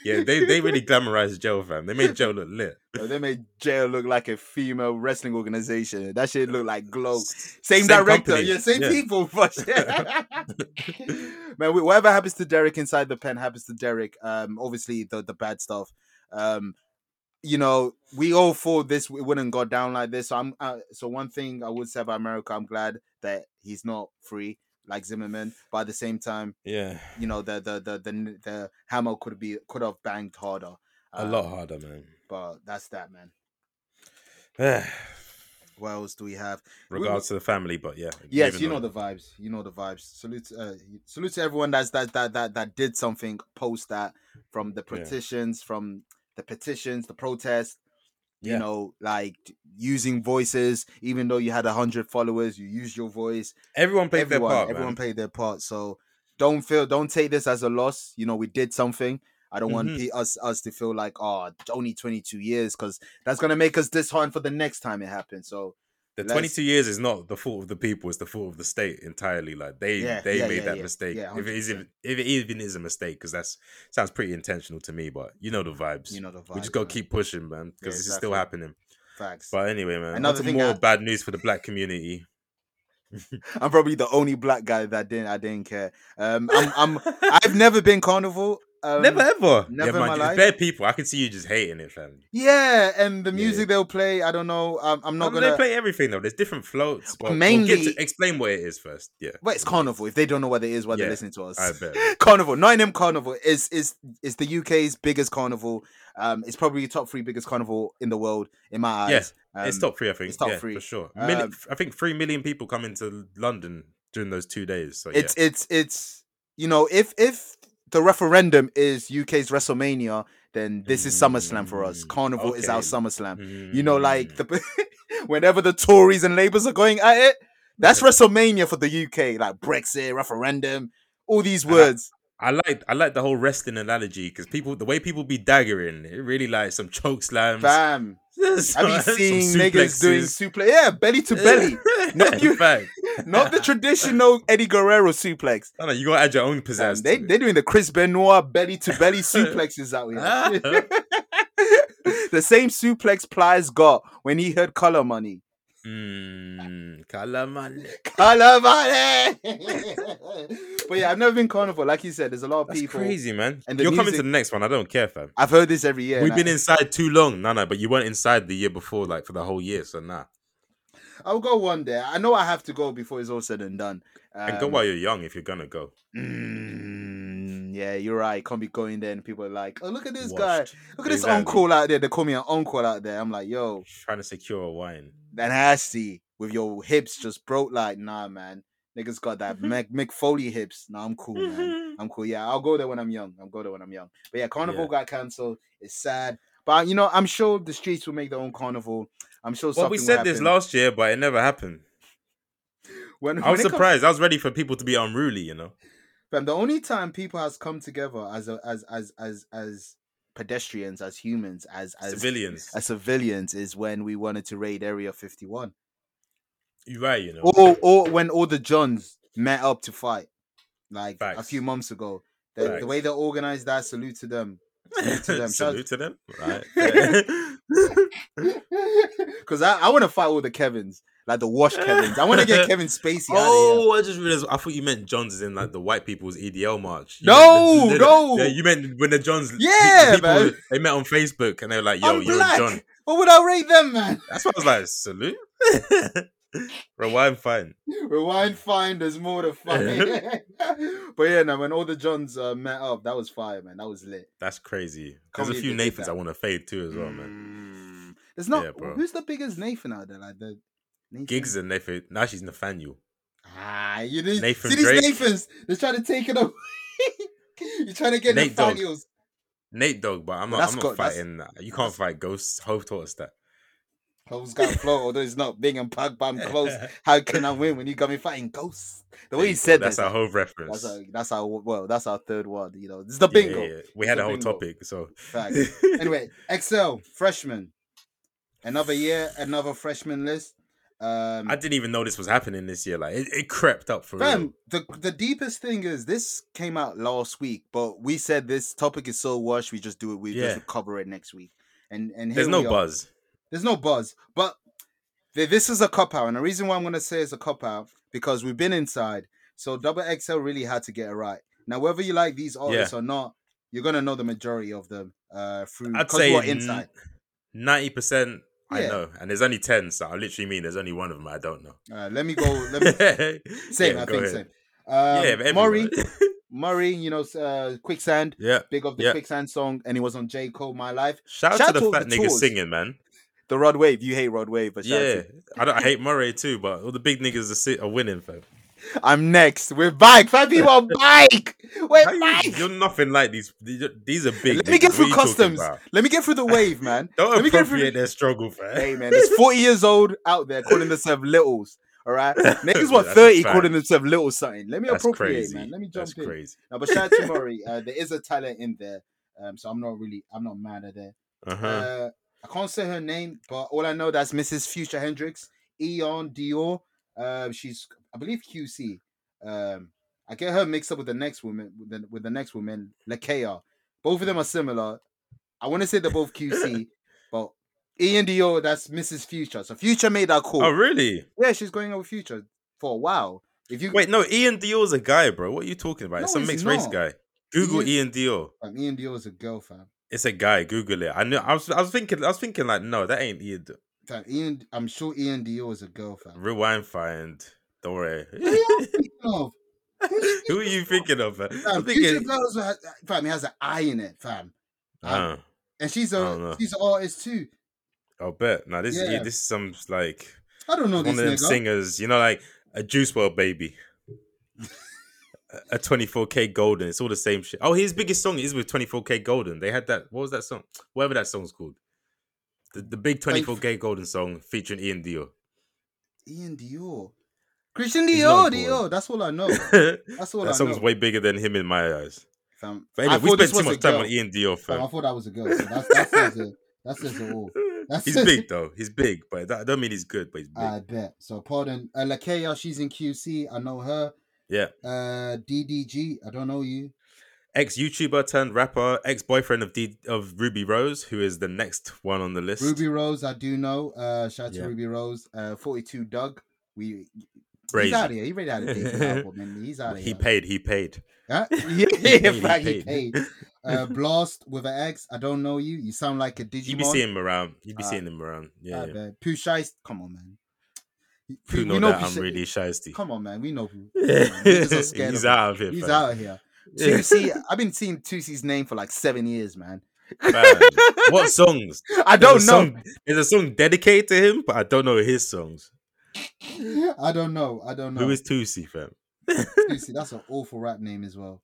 Speaker 3: yeah, they, they really glamorized Joe, fam. They made Joe look lit.
Speaker 2: Yo, they made jail look like a female wrestling organization. That shit look like glow.
Speaker 3: S-
Speaker 2: Same, director,
Speaker 3: company.
Speaker 2: yeah, same people. But man, wh- whatever happens to Derek inside the pen happens to Derek. Um, obviously the the bad stuff. Um, you know, we all thought this it wouldn't go down like this. So I'm uh, so one thing I would say about America, I'm glad that he's not free like Zimmerman. But at the same time,
Speaker 3: Yeah,
Speaker 2: you know, the the the the, the hammer could be could have banged harder.
Speaker 3: a
Speaker 2: Um,
Speaker 3: lot harder, man.
Speaker 2: but that's that, man.
Speaker 3: Eh,
Speaker 2: What else do we have?
Speaker 3: Regards to the family, but yeah.
Speaker 2: Yes,
Speaker 3: moving
Speaker 2: you know
Speaker 3: on.
Speaker 2: the vibes. You know the vibes. Salute, uh, salute to everyone that's that that that that did something post that from the
Speaker 3: Yeah.
Speaker 2: petitions, from the petitions, the protest.
Speaker 3: Yeah.
Speaker 2: You know, like using voices. Even though you had a hundred followers, you used your voice.
Speaker 3: everyone played
Speaker 2: everyone,
Speaker 3: their part.
Speaker 2: everyone
Speaker 3: man.
Speaker 2: played their part. So don't feel, don't take this as a loss. You know, we did something. I don't want
Speaker 3: Mhm.
Speaker 2: pe- us us to feel like oh, only twenty two years because that's gonna make us disheartened for the next time it happens. So
Speaker 3: The
Speaker 2: Let's-
Speaker 3: 22 years is not the fault of the people; it's the fault of the state entirely. Like they
Speaker 2: Yeah,
Speaker 3: they
Speaker 2: yeah,
Speaker 3: made
Speaker 2: yeah,
Speaker 3: that
Speaker 2: yeah.
Speaker 3: mistake.
Speaker 2: Yeah,
Speaker 3: if it is if
Speaker 2: 100%.
Speaker 3: it even is a mistake, because that's sounds pretty intentional to me. But you know the vibes.
Speaker 2: you know the vibes.
Speaker 3: we just gotta
Speaker 2: man.
Speaker 3: keep pushing, man, because
Speaker 2: Yeah,
Speaker 3: this is still
Speaker 2: exactly.
Speaker 3: happening.
Speaker 2: facts.
Speaker 3: But anyway, man,
Speaker 2: Another
Speaker 3: another
Speaker 2: thing
Speaker 3: more
Speaker 2: I-
Speaker 3: bad news for the black community.
Speaker 2: I'm probably the only black guy that didn't I didn't care. Um, I'm, I'm I've never been carnival. Um,
Speaker 3: never ever.
Speaker 2: never in
Speaker 3: yeah,
Speaker 2: my
Speaker 3: man,
Speaker 2: life.
Speaker 3: it's bare people. I can see you just hating it, fam.
Speaker 2: Yeah, and the
Speaker 3: Yeah.
Speaker 2: music they'll play, I don't know. I'm, I'm not
Speaker 3: I mean,
Speaker 2: gonna.
Speaker 3: They play everything though. There's different floats. But mainly,
Speaker 2: mainly-
Speaker 3: explain what it is first. Yeah,
Speaker 2: But it's carnival. If they don't know what it is, why they're
Speaker 3: Yeah,
Speaker 2: listening to us.
Speaker 3: I bet.
Speaker 2: Carnival, Nottingham Carnival is is is the UK's biggest carnival. Um, it's probably top three biggest carnival in the world in my
Speaker 3: Yeah,
Speaker 2: eyes. Um,
Speaker 3: it's top three, I think.
Speaker 2: it's top
Speaker 3: yeah,
Speaker 2: three.
Speaker 3: for sure.
Speaker 2: Um,
Speaker 3: Million, I think three million people come into London during those two days. So
Speaker 2: It's it's it's you know if if the referendum is UK's WrestleMania, then this is SummerSlam for us.
Speaker 3: Mm,
Speaker 2: Carnival is our
Speaker 3: okay.
Speaker 2: SummerSlam.
Speaker 3: yeah.
Speaker 2: um, You know,
Speaker 3: Mm.
Speaker 2: like the whenever the Tories and Labours are going at it, that's WrestleMania for the UK. Like Brexit, referendum, all these
Speaker 3: And I-
Speaker 2: words.
Speaker 3: I like I like the whole wrestling analogy because people the way people be daggering it really like some choke slams.
Speaker 2: Bam. Have you
Speaker 3: some
Speaker 2: seen niggas doing
Speaker 3: suplexes.
Speaker 2: suplex? Yeah, belly to belly. No,
Speaker 3: In
Speaker 2: you-
Speaker 3: fact,
Speaker 2: Not the traditional Eddie Guerrero suplex.
Speaker 3: I don't know, you gotta add your own
Speaker 2: Damn,
Speaker 3: pizzazz.
Speaker 2: they,
Speaker 3: to it.
Speaker 2: they're doing the Chris Benoit belly to belly suplexes out here. the same suplex Plies got when he heard color money.
Speaker 3: Mm, Kalaman.
Speaker 2: Color money! but yeah, I've never been carnival. Like you said, there's a lot of
Speaker 3: That's
Speaker 2: people.
Speaker 3: crazy, man.
Speaker 2: and the
Speaker 3: You're coming
Speaker 2: music-
Speaker 3: to the next one. I don't care, fam.
Speaker 2: I've heard this every year. and
Speaker 3: We've
Speaker 2: I-
Speaker 3: been inside too long. No, no, but you weren't inside the year before, like for the whole year. So nah.
Speaker 2: I'll go one day. I know I have to go before it's all said and done. Um,
Speaker 3: and go while you're young if you're gonna go.
Speaker 2: mm, yeah, you're right. Can't be going there and people are like, oh, look at this guy.
Speaker 3: Washed.
Speaker 2: Look at this
Speaker 3: Exactly.
Speaker 2: uncle out there. They call me an uncle out there. I'm like, yo,
Speaker 3: Trying to secure a wine.
Speaker 2: that nasty with your hips just broke. Like, nah, man. Niggas got that
Speaker 3: Mm-hmm.
Speaker 2: Mick, Mick Foley hips. Nah, I'm cool, man. I'm cool. Yeah, I'll go there when I'm young. I'll go there when I'm young. But yeah, Carnival
Speaker 3: Yeah.
Speaker 2: got cancelled. It's sad. But, you know, I'm sure the streets will make their own carnival. I'm sure
Speaker 3: Well,
Speaker 2: something
Speaker 3: we
Speaker 2: will
Speaker 3: said this
Speaker 2: happen.
Speaker 3: last year, but it never happened.
Speaker 2: When-
Speaker 3: I was
Speaker 2: when it comes-
Speaker 3: surprised. I was ready for people to be unruly, you know.
Speaker 2: Fam, the only time people has come together as a, as as as as pedestrians, as humans, as as
Speaker 3: Civilians.
Speaker 2: as civilians is when we wanted to raid Area Fifty One,
Speaker 3: You're right, you know.
Speaker 2: or or when all the Johns met up to fight, like a
Speaker 3: Facts.
Speaker 2: few months ago. The, the way they organized that, salute to them, salute to them.
Speaker 3: Salute to them. Right.
Speaker 2: because I, I want to fight all the Kevin's, like the Wash Kevin's. I want to get Kevin Spacey out of here.
Speaker 3: oh, I just realized. I thought you meant Johns is in like the white people's EDL march. You meant
Speaker 2: No,
Speaker 3: the- the-
Speaker 2: no.
Speaker 3: yeah, you meant when the Johns. the
Speaker 2: Yeah, man.
Speaker 3: They met on Facebook and they were like, "Yo,
Speaker 2: I'm
Speaker 3: you're
Speaker 2: black.
Speaker 3: a John."
Speaker 2: What would I rate them, man?
Speaker 3: That's why I was like, "Salute." Rewind, fine.
Speaker 2: Rewind, find there's more to find. but yeah, no, when all the Johns uh, met up, that was fire, man. That was lit.
Speaker 3: That's crazy.
Speaker 2: Can't
Speaker 3: There's a
Speaker 2: believe
Speaker 3: few
Speaker 2: they did
Speaker 3: Nathans
Speaker 2: that.
Speaker 3: I want to fade too as well, man.
Speaker 2: Mm. There's not
Speaker 3: Yeah, bro.
Speaker 2: who's the biggest Nathan out there, like the Nathan?
Speaker 3: Gigs and Nathan. Now she's Nathaniel.
Speaker 2: Ah, you didn't
Speaker 3: Nathan
Speaker 2: see these
Speaker 3: Drake.
Speaker 2: Nathans. They're trying to take it away. You're trying to get
Speaker 3: Nate Dogg.
Speaker 2: Nathaniels.
Speaker 3: Nate Dog, but I'm
Speaker 2: But
Speaker 3: not.
Speaker 2: that's
Speaker 3: I'm not
Speaker 2: got- that's-
Speaker 3: fighting. that. You can't fight ghosts. Hope taught us that.
Speaker 2: Close got flow, although it's not big and pug, but I'm close. How can I win when you got me fighting ghosts? The way
Speaker 3: There
Speaker 2: he
Speaker 3: you go.
Speaker 2: said
Speaker 3: that's
Speaker 2: that,
Speaker 3: our whole reference.
Speaker 2: that's our that's our well, that's our third one. You know, this is the
Speaker 3: Yeah,
Speaker 2: bingo.
Speaker 3: yeah, yeah. We had
Speaker 2: The
Speaker 3: a whole
Speaker 2: bingo.
Speaker 3: topic, so
Speaker 2: Facts. anyway, XL freshman, another year, another freshman list. Um,
Speaker 3: I didn't even know this was happening this year. Like it, it crept up for real.
Speaker 2: Fam, the the deepest thing is this came out last week, but we said this topic is so washed, we just do it. We
Speaker 3: Yeah.
Speaker 2: just cover it next week. And and
Speaker 3: There's
Speaker 2: here
Speaker 3: no
Speaker 2: we are.
Speaker 3: buzz.
Speaker 2: There's no buzz, but th- this is a cop out, and the reason why I'm gonna say it's a cop out because we've been inside, so Double XL really had to get it right. Now, whether you like these artists or not, you're gonna know the majority of them uh through
Speaker 3: I'd
Speaker 2: because
Speaker 3: say
Speaker 2: we're inside.
Speaker 3: ninety percent. I
Speaker 2: Yeah.
Speaker 3: know, and there's only ten, so I literally mean there's only one of them I don't know.
Speaker 2: Uh, let me go. Let me
Speaker 3: same,
Speaker 2: same. I think same. Um,
Speaker 3: yeah, but
Speaker 2: Murray,
Speaker 3: everyone.
Speaker 2: Murray, you know, s- uh, quicksand.
Speaker 3: yeah.
Speaker 2: Big of the
Speaker 3: Yeah.
Speaker 2: Quicksand song, and it was on J. Cole, My Life.
Speaker 3: Shout,
Speaker 2: Shout
Speaker 3: out to
Speaker 2: to
Speaker 3: the
Speaker 2: all
Speaker 3: fat
Speaker 2: the
Speaker 3: niggas
Speaker 2: tours.
Speaker 3: singing, man.
Speaker 2: The Rod Wave, you hate Rod Wave, but shout
Speaker 3: Yeah,
Speaker 2: out
Speaker 3: I don't I hate Murray too, but all the big niggas are, si- are winning, fam.
Speaker 2: to- I'm next. We're back. Five people on bike.
Speaker 3: How
Speaker 2: We're
Speaker 3: you-
Speaker 2: back.
Speaker 3: You're nothing like these. These are- these are big.
Speaker 2: Let me get
Speaker 3: niggas. What
Speaker 2: through
Speaker 3: you talking
Speaker 2: customs.
Speaker 3: about?
Speaker 2: Let me get through the wave, man.
Speaker 3: Don't
Speaker 2: Let me get through-
Speaker 3: appropriate their struggle, fam.
Speaker 2: hey, man, there's 40 years old out there calling themselves littles. All right, niggas what
Speaker 3: That's a
Speaker 2: 30
Speaker 3: fact.
Speaker 2: calling themselves little something. Let me
Speaker 3: That's
Speaker 2: appropriate,
Speaker 3: crazy.
Speaker 2: man. Let me jump
Speaker 3: That's
Speaker 2: in.
Speaker 3: crazy.
Speaker 2: No, but shout out to Murray. Uh, there is a talent in there, um, so I'm not really, I'm not mad at that.
Speaker 3: Uh-huh.
Speaker 2: Uh, I can't say her name, but all I know that's Mrs. Future Hendrix, Eon Dior. Uh, she's, I believe, QC. Um, I get her mixed up with the next woman, with the, with the next woman, Lakea. Both of them are similar. I want to say they're both QC, but Eon Dior, that's Mrs. Future. So Future made that call.
Speaker 3: Oh really?
Speaker 2: Yeah, she's going out with Future for a while. If you
Speaker 3: Wait, no. Ian Dior's a guy, bro. What are you talking about? It's
Speaker 2: No,
Speaker 3: some
Speaker 2: he's
Speaker 3: mixed race
Speaker 2: not.
Speaker 3: guy. Google
Speaker 2: He
Speaker 3: Ian Dior.
Speaker 2: Fam, Ian Dior is a girl, fam.
Speaker 3: It's a guy. Google it. I knew. I was. I was thinking. I was thinking like, no, that ain't Ian. Dior.
Speaker 2: Fam, Ian, I'm sure Ian Dior is a girl, fam.
Speaker 3: Rewind. Find. Don't worry.
Speaker 2: Who you thinking of?
Speaker 3: Who are you thinking of? Man? I'm
Speaker 2: Fam, Future
Speaker 3: thinking.
Speaker 2: Girls has, fam, it has an eye in it, fam. Um,
Speaker 3: Uh,
Speaker 2: And she's
Speaker 3: I don't
Speaker 2: a
Speaker 3: know.
Speaker 2: she's an artist too.
Speaker 3: I'll bet. Now this
Speaker 2: Yeah.
Speaker 3: is this is some like
Speaker 2: I don't know
Speaker 3: one of them
Speaker 2: this nigga.
Speaker 3: singers. You know, like a Juice World baby. A- A 24k golden, it's all the same shit. Oh, his biggest song is with 24k golden. They had that. What was that song? Whatever that song's called, the, the big 24k golden song featuring Ian Dior.
Speaker 2: Ian Dior, Christian
Speaker 3: He's not
Speaker 2: Dior,
Speaker 3: important.
Speaker 2: Dior. That's all I know.
Speaker 3: that
Speaker 2: That's all I know.
Speaker 3: song's way bigger than him in my eyes.
Speaker 2: fam.
Speaker 3: But
Speaker 2: I
Speaker 3: anyway, we
Speaker 2: thought this
Speaker 3: spent too
Speaker 2: was a
Speaker 3: much time
Speaker 2: girl.
Speaker 3: on Ian Dior.
Speaker 2: Fam, I
Speaker 3: Fam.
Speaker 2: thought that was a girl. So that's, that says it. That says it all. Oh, That's Uh,
Speaker 3: he's big though. He's big, but that I don't mean he's good. But he's big.
Speaker 2: I bet. So pardon, uh, Lakea. She's in QC. I know her.
Speaker 3: yeah.
Speaker 2: Uh, DDG. I don't know you.
Speaker 3: ex YouTuber turned rapper, ex boyfriend of D- of Ruby Rose, who is the next one on the list.
Speaker 2: Ruby Rose. I do know. Uh, shout out
Speaker 3: Yeah.
Speaker 2: to Ruby Rose. Uh, Forty Two. Doug. We.
Speaker 3: Brazy.
Speaker 2: He's out of here. He ready out of here. man. He's out of
Speaker 3: He
Speaker 2: here.
Speaker 3: paid. He paid.
Speaker 2: Huh?
Speaker 3: He
Speaker 2: Yeah,
Speaker 3: paid,
Speaker 2: in
Speaker 3: he
Speaker 2: fact, he
Speaker 3: paid.
Speaker 2: paid. Uh, blast with an X. I don't know you. You sound like a Digimon.
Speaker 3: You be seeing him around. You be
Speaker 2: Ah.
Speaker 3: seeing him around. Yeah.
Speaker 2: Ah,
Speaker 3: yeah.
Speaker 2: bad. Pooh Shiesty- Come on, man. You-
Speaker 3: Who
Speaker 2: we
Speaker 3: know
Speaker 2: know
Speaker 3: that I'm
Speaker 2: Pooh Shi-
Speaker 3: really shiesty.
Speaker 2: Come on, man. We know Pooh. Niggas are scared of
Speaker 3: He's
Speaker 2: him.
Speaker 3: out of here.
Speaker 2: He's
Speaker 3: fam.
Speaker 2: out of here.
Speaker 3: Yeah.
Speaker 2: Tusi, I've been seeing Tusi's name for like seven years, man.
Speaker 3: Fam. What songs?
Speaker 2: I don't
Speaker 3: There's a
Speaker 2: know.
Speaker 3: song- there's a song dedicated to him, but I don't know his songs.
Speaker 2: I don't know. I don't know.
Speaker 3: Who is Tusi, fam?
Speaker 2: Tusi? That's an awful rap name as well.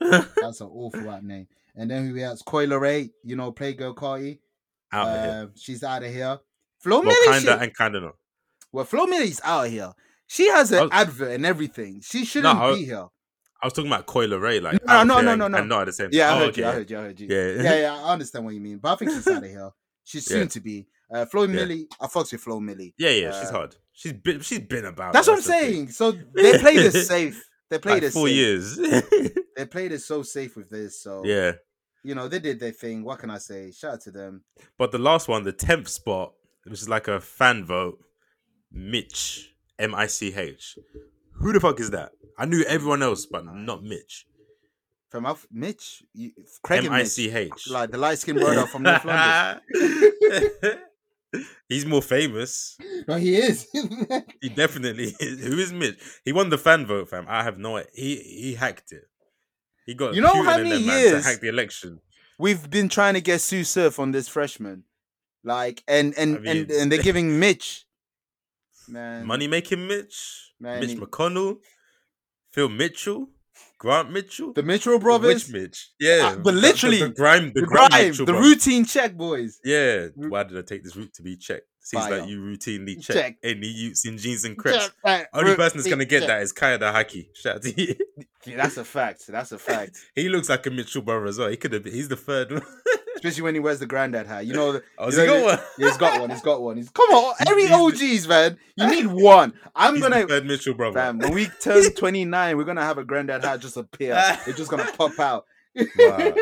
Speaker 2: That's an awful rap name. And then who else? Coiler Ray, you know, Playgirl Carti.
Speaker 3: Out of here.
Speaker 2: Uh, she's out of here. Flo
Speaker 3: Well,
Speaker 2: Milli shit.
Speaker 3: kinda and kinda not.
Speaker 2: Well, Flo Milli's out here. She has an
Speaker 3: I was-
Speaker 2: advert and everything. She shouldn't
Speaker 3: Oh. I-
Speaker 2: be here.
Speaker 3: I was talking about Coil Ray, like
Speaker 2: No,
Speaker 3: out
Speaker 2: no,
Speaker 3: here
Speaker 2: no,
Speaker 3: and-
Speaker 2: no, no.
Speaker 3: and not at the same.
Speaker 2: Yeah, I
Speaker 3: Oh,
Speaker 2: heard
Speaker 3: okay,
Speaker 2: you. I heard you. I heard you.
Speaker 3: Yeah.
Speaker 2: yeah, yeah. I understand what you mean, but I think she's out of here. She's
Speaker 3: Yeah.
Speaker 2: soon to be. Uh, Flo
Speaker 3: Yeah.
Speaker 2: Milli, I fucks with Flo Milli.
Speaker 3: Yeah, yeah, she's
Speaker 2: Uh,
Speaker 3: hard. She's been, she's been about.
Speaker 2: That's
Speaker 3: it,
Speaker 2: what I'm
Speaker 3: the thing.
Speaker 2: saying. So they play this safe. They played
Speaker 3: Like
Speaker 2: this
Speaker 3: four
Speaker 2: safe.
Speaker 3: years.
Speaker 2: They played it so safe with this. So
Speaker 3: yeah,
Speaker 2: you know they did their thing. What can I say? Shout out to them.
Speaker 3: but the last one, the tenth spot, which is like a fan vote, Mitch M I C H. Who the fuck is that? I knew everyone else, but not Mitch.
Speaker 2: From Alf- Mitch, you, Craig
Speaker 3: M
Speaker 2: and
Speaker 3: I
Speaker 2: Mitch,
Speaker 3: C H.
Speaker 2: like the light skinned brother from North London.
Speaker 3: He's more famous.
Speaker 2: No, he is.
Speaker 3: He definitely is. Who is Mitch? He won the fan vote, fam. I have no. He he hacked it. He got
Speaker 2: You know
Speaker 3: Putin
Speaker 2: how
Speaker 3: and
Speaker 2: many
Speaker 3: them man
Speaker 2: years-
Speaker 3: to hack the election.
Speaker 2: We've been trying to get Sue Surf on this freshman. Like and and
Speaker 3: I
Speaker 2: and,
Speaker 3: mean-
Speaker 2: and they're giving Mitch man
Speaker 3: Money making Mitch, Mitch
Speaker 2: Manny.
Speaker 3: McConnell, Phil Mitchell, Grant Mitchell,
Speaker 2: The Mitchell
Speaker 3: Which
Speaker 2: brothers,
Speaker 3: Mitch, yeah,
Speaker 2: but
Speaker 3: the- the-
Speaker 2: literally,
Speaker 3: the, grime, the,
Speaker 2: the
Speaker 3: grime,
Speaker 2: grime,
Speaker 3: Mitchell,
Speaker 2: the
Speaker 3: bro.
Speaker 2: routine check boys.
Speaker 3: Yeah,
Speaker 2: Ru-
Speaker 3: why did I take this route to be checked? Seems
Speaker 2: Fire.
Speaker 3: like you routinely check,
Speaker 2: Check.
Speaker 3: any youths in jeans and crepes.
Speaker 2: Check, right,
Speaker 3: Only
Speaker 2: routine
Speaker 3: person that's gonna get
Speaker 2: check.
Speaker 3: that is Kaya the Haki. Shout out to you.
Speaker 2: Yeah, that's a fact. That's a fact.
Speaker 3: He looks like a Mitchell brother as well. He could have. been- He's the third one.
Speaker 2: especially when he wears the granddad hat. You know, the-
Speaker 3: Oh,
Speaker 2: you
Speaker 3: has
Speaker 2: know
Speaker 3: he got
Speaker 2: the-
Speaker 3: one?
Speaker 2: Yeah, he's got one. He's got one. He's come on, every
Speaker 3: he's the-
Speaker 2: OGs, man. You need one. I'm
Speaker 3: He's
Speaker 2: gonna
Speaker 3: the Fred Mitchell brother.
Speaker 2: fam, when we turn 29, we're gonna have a granddad hat just appear. it's just gonna pop out.
Speaker 3: Wow.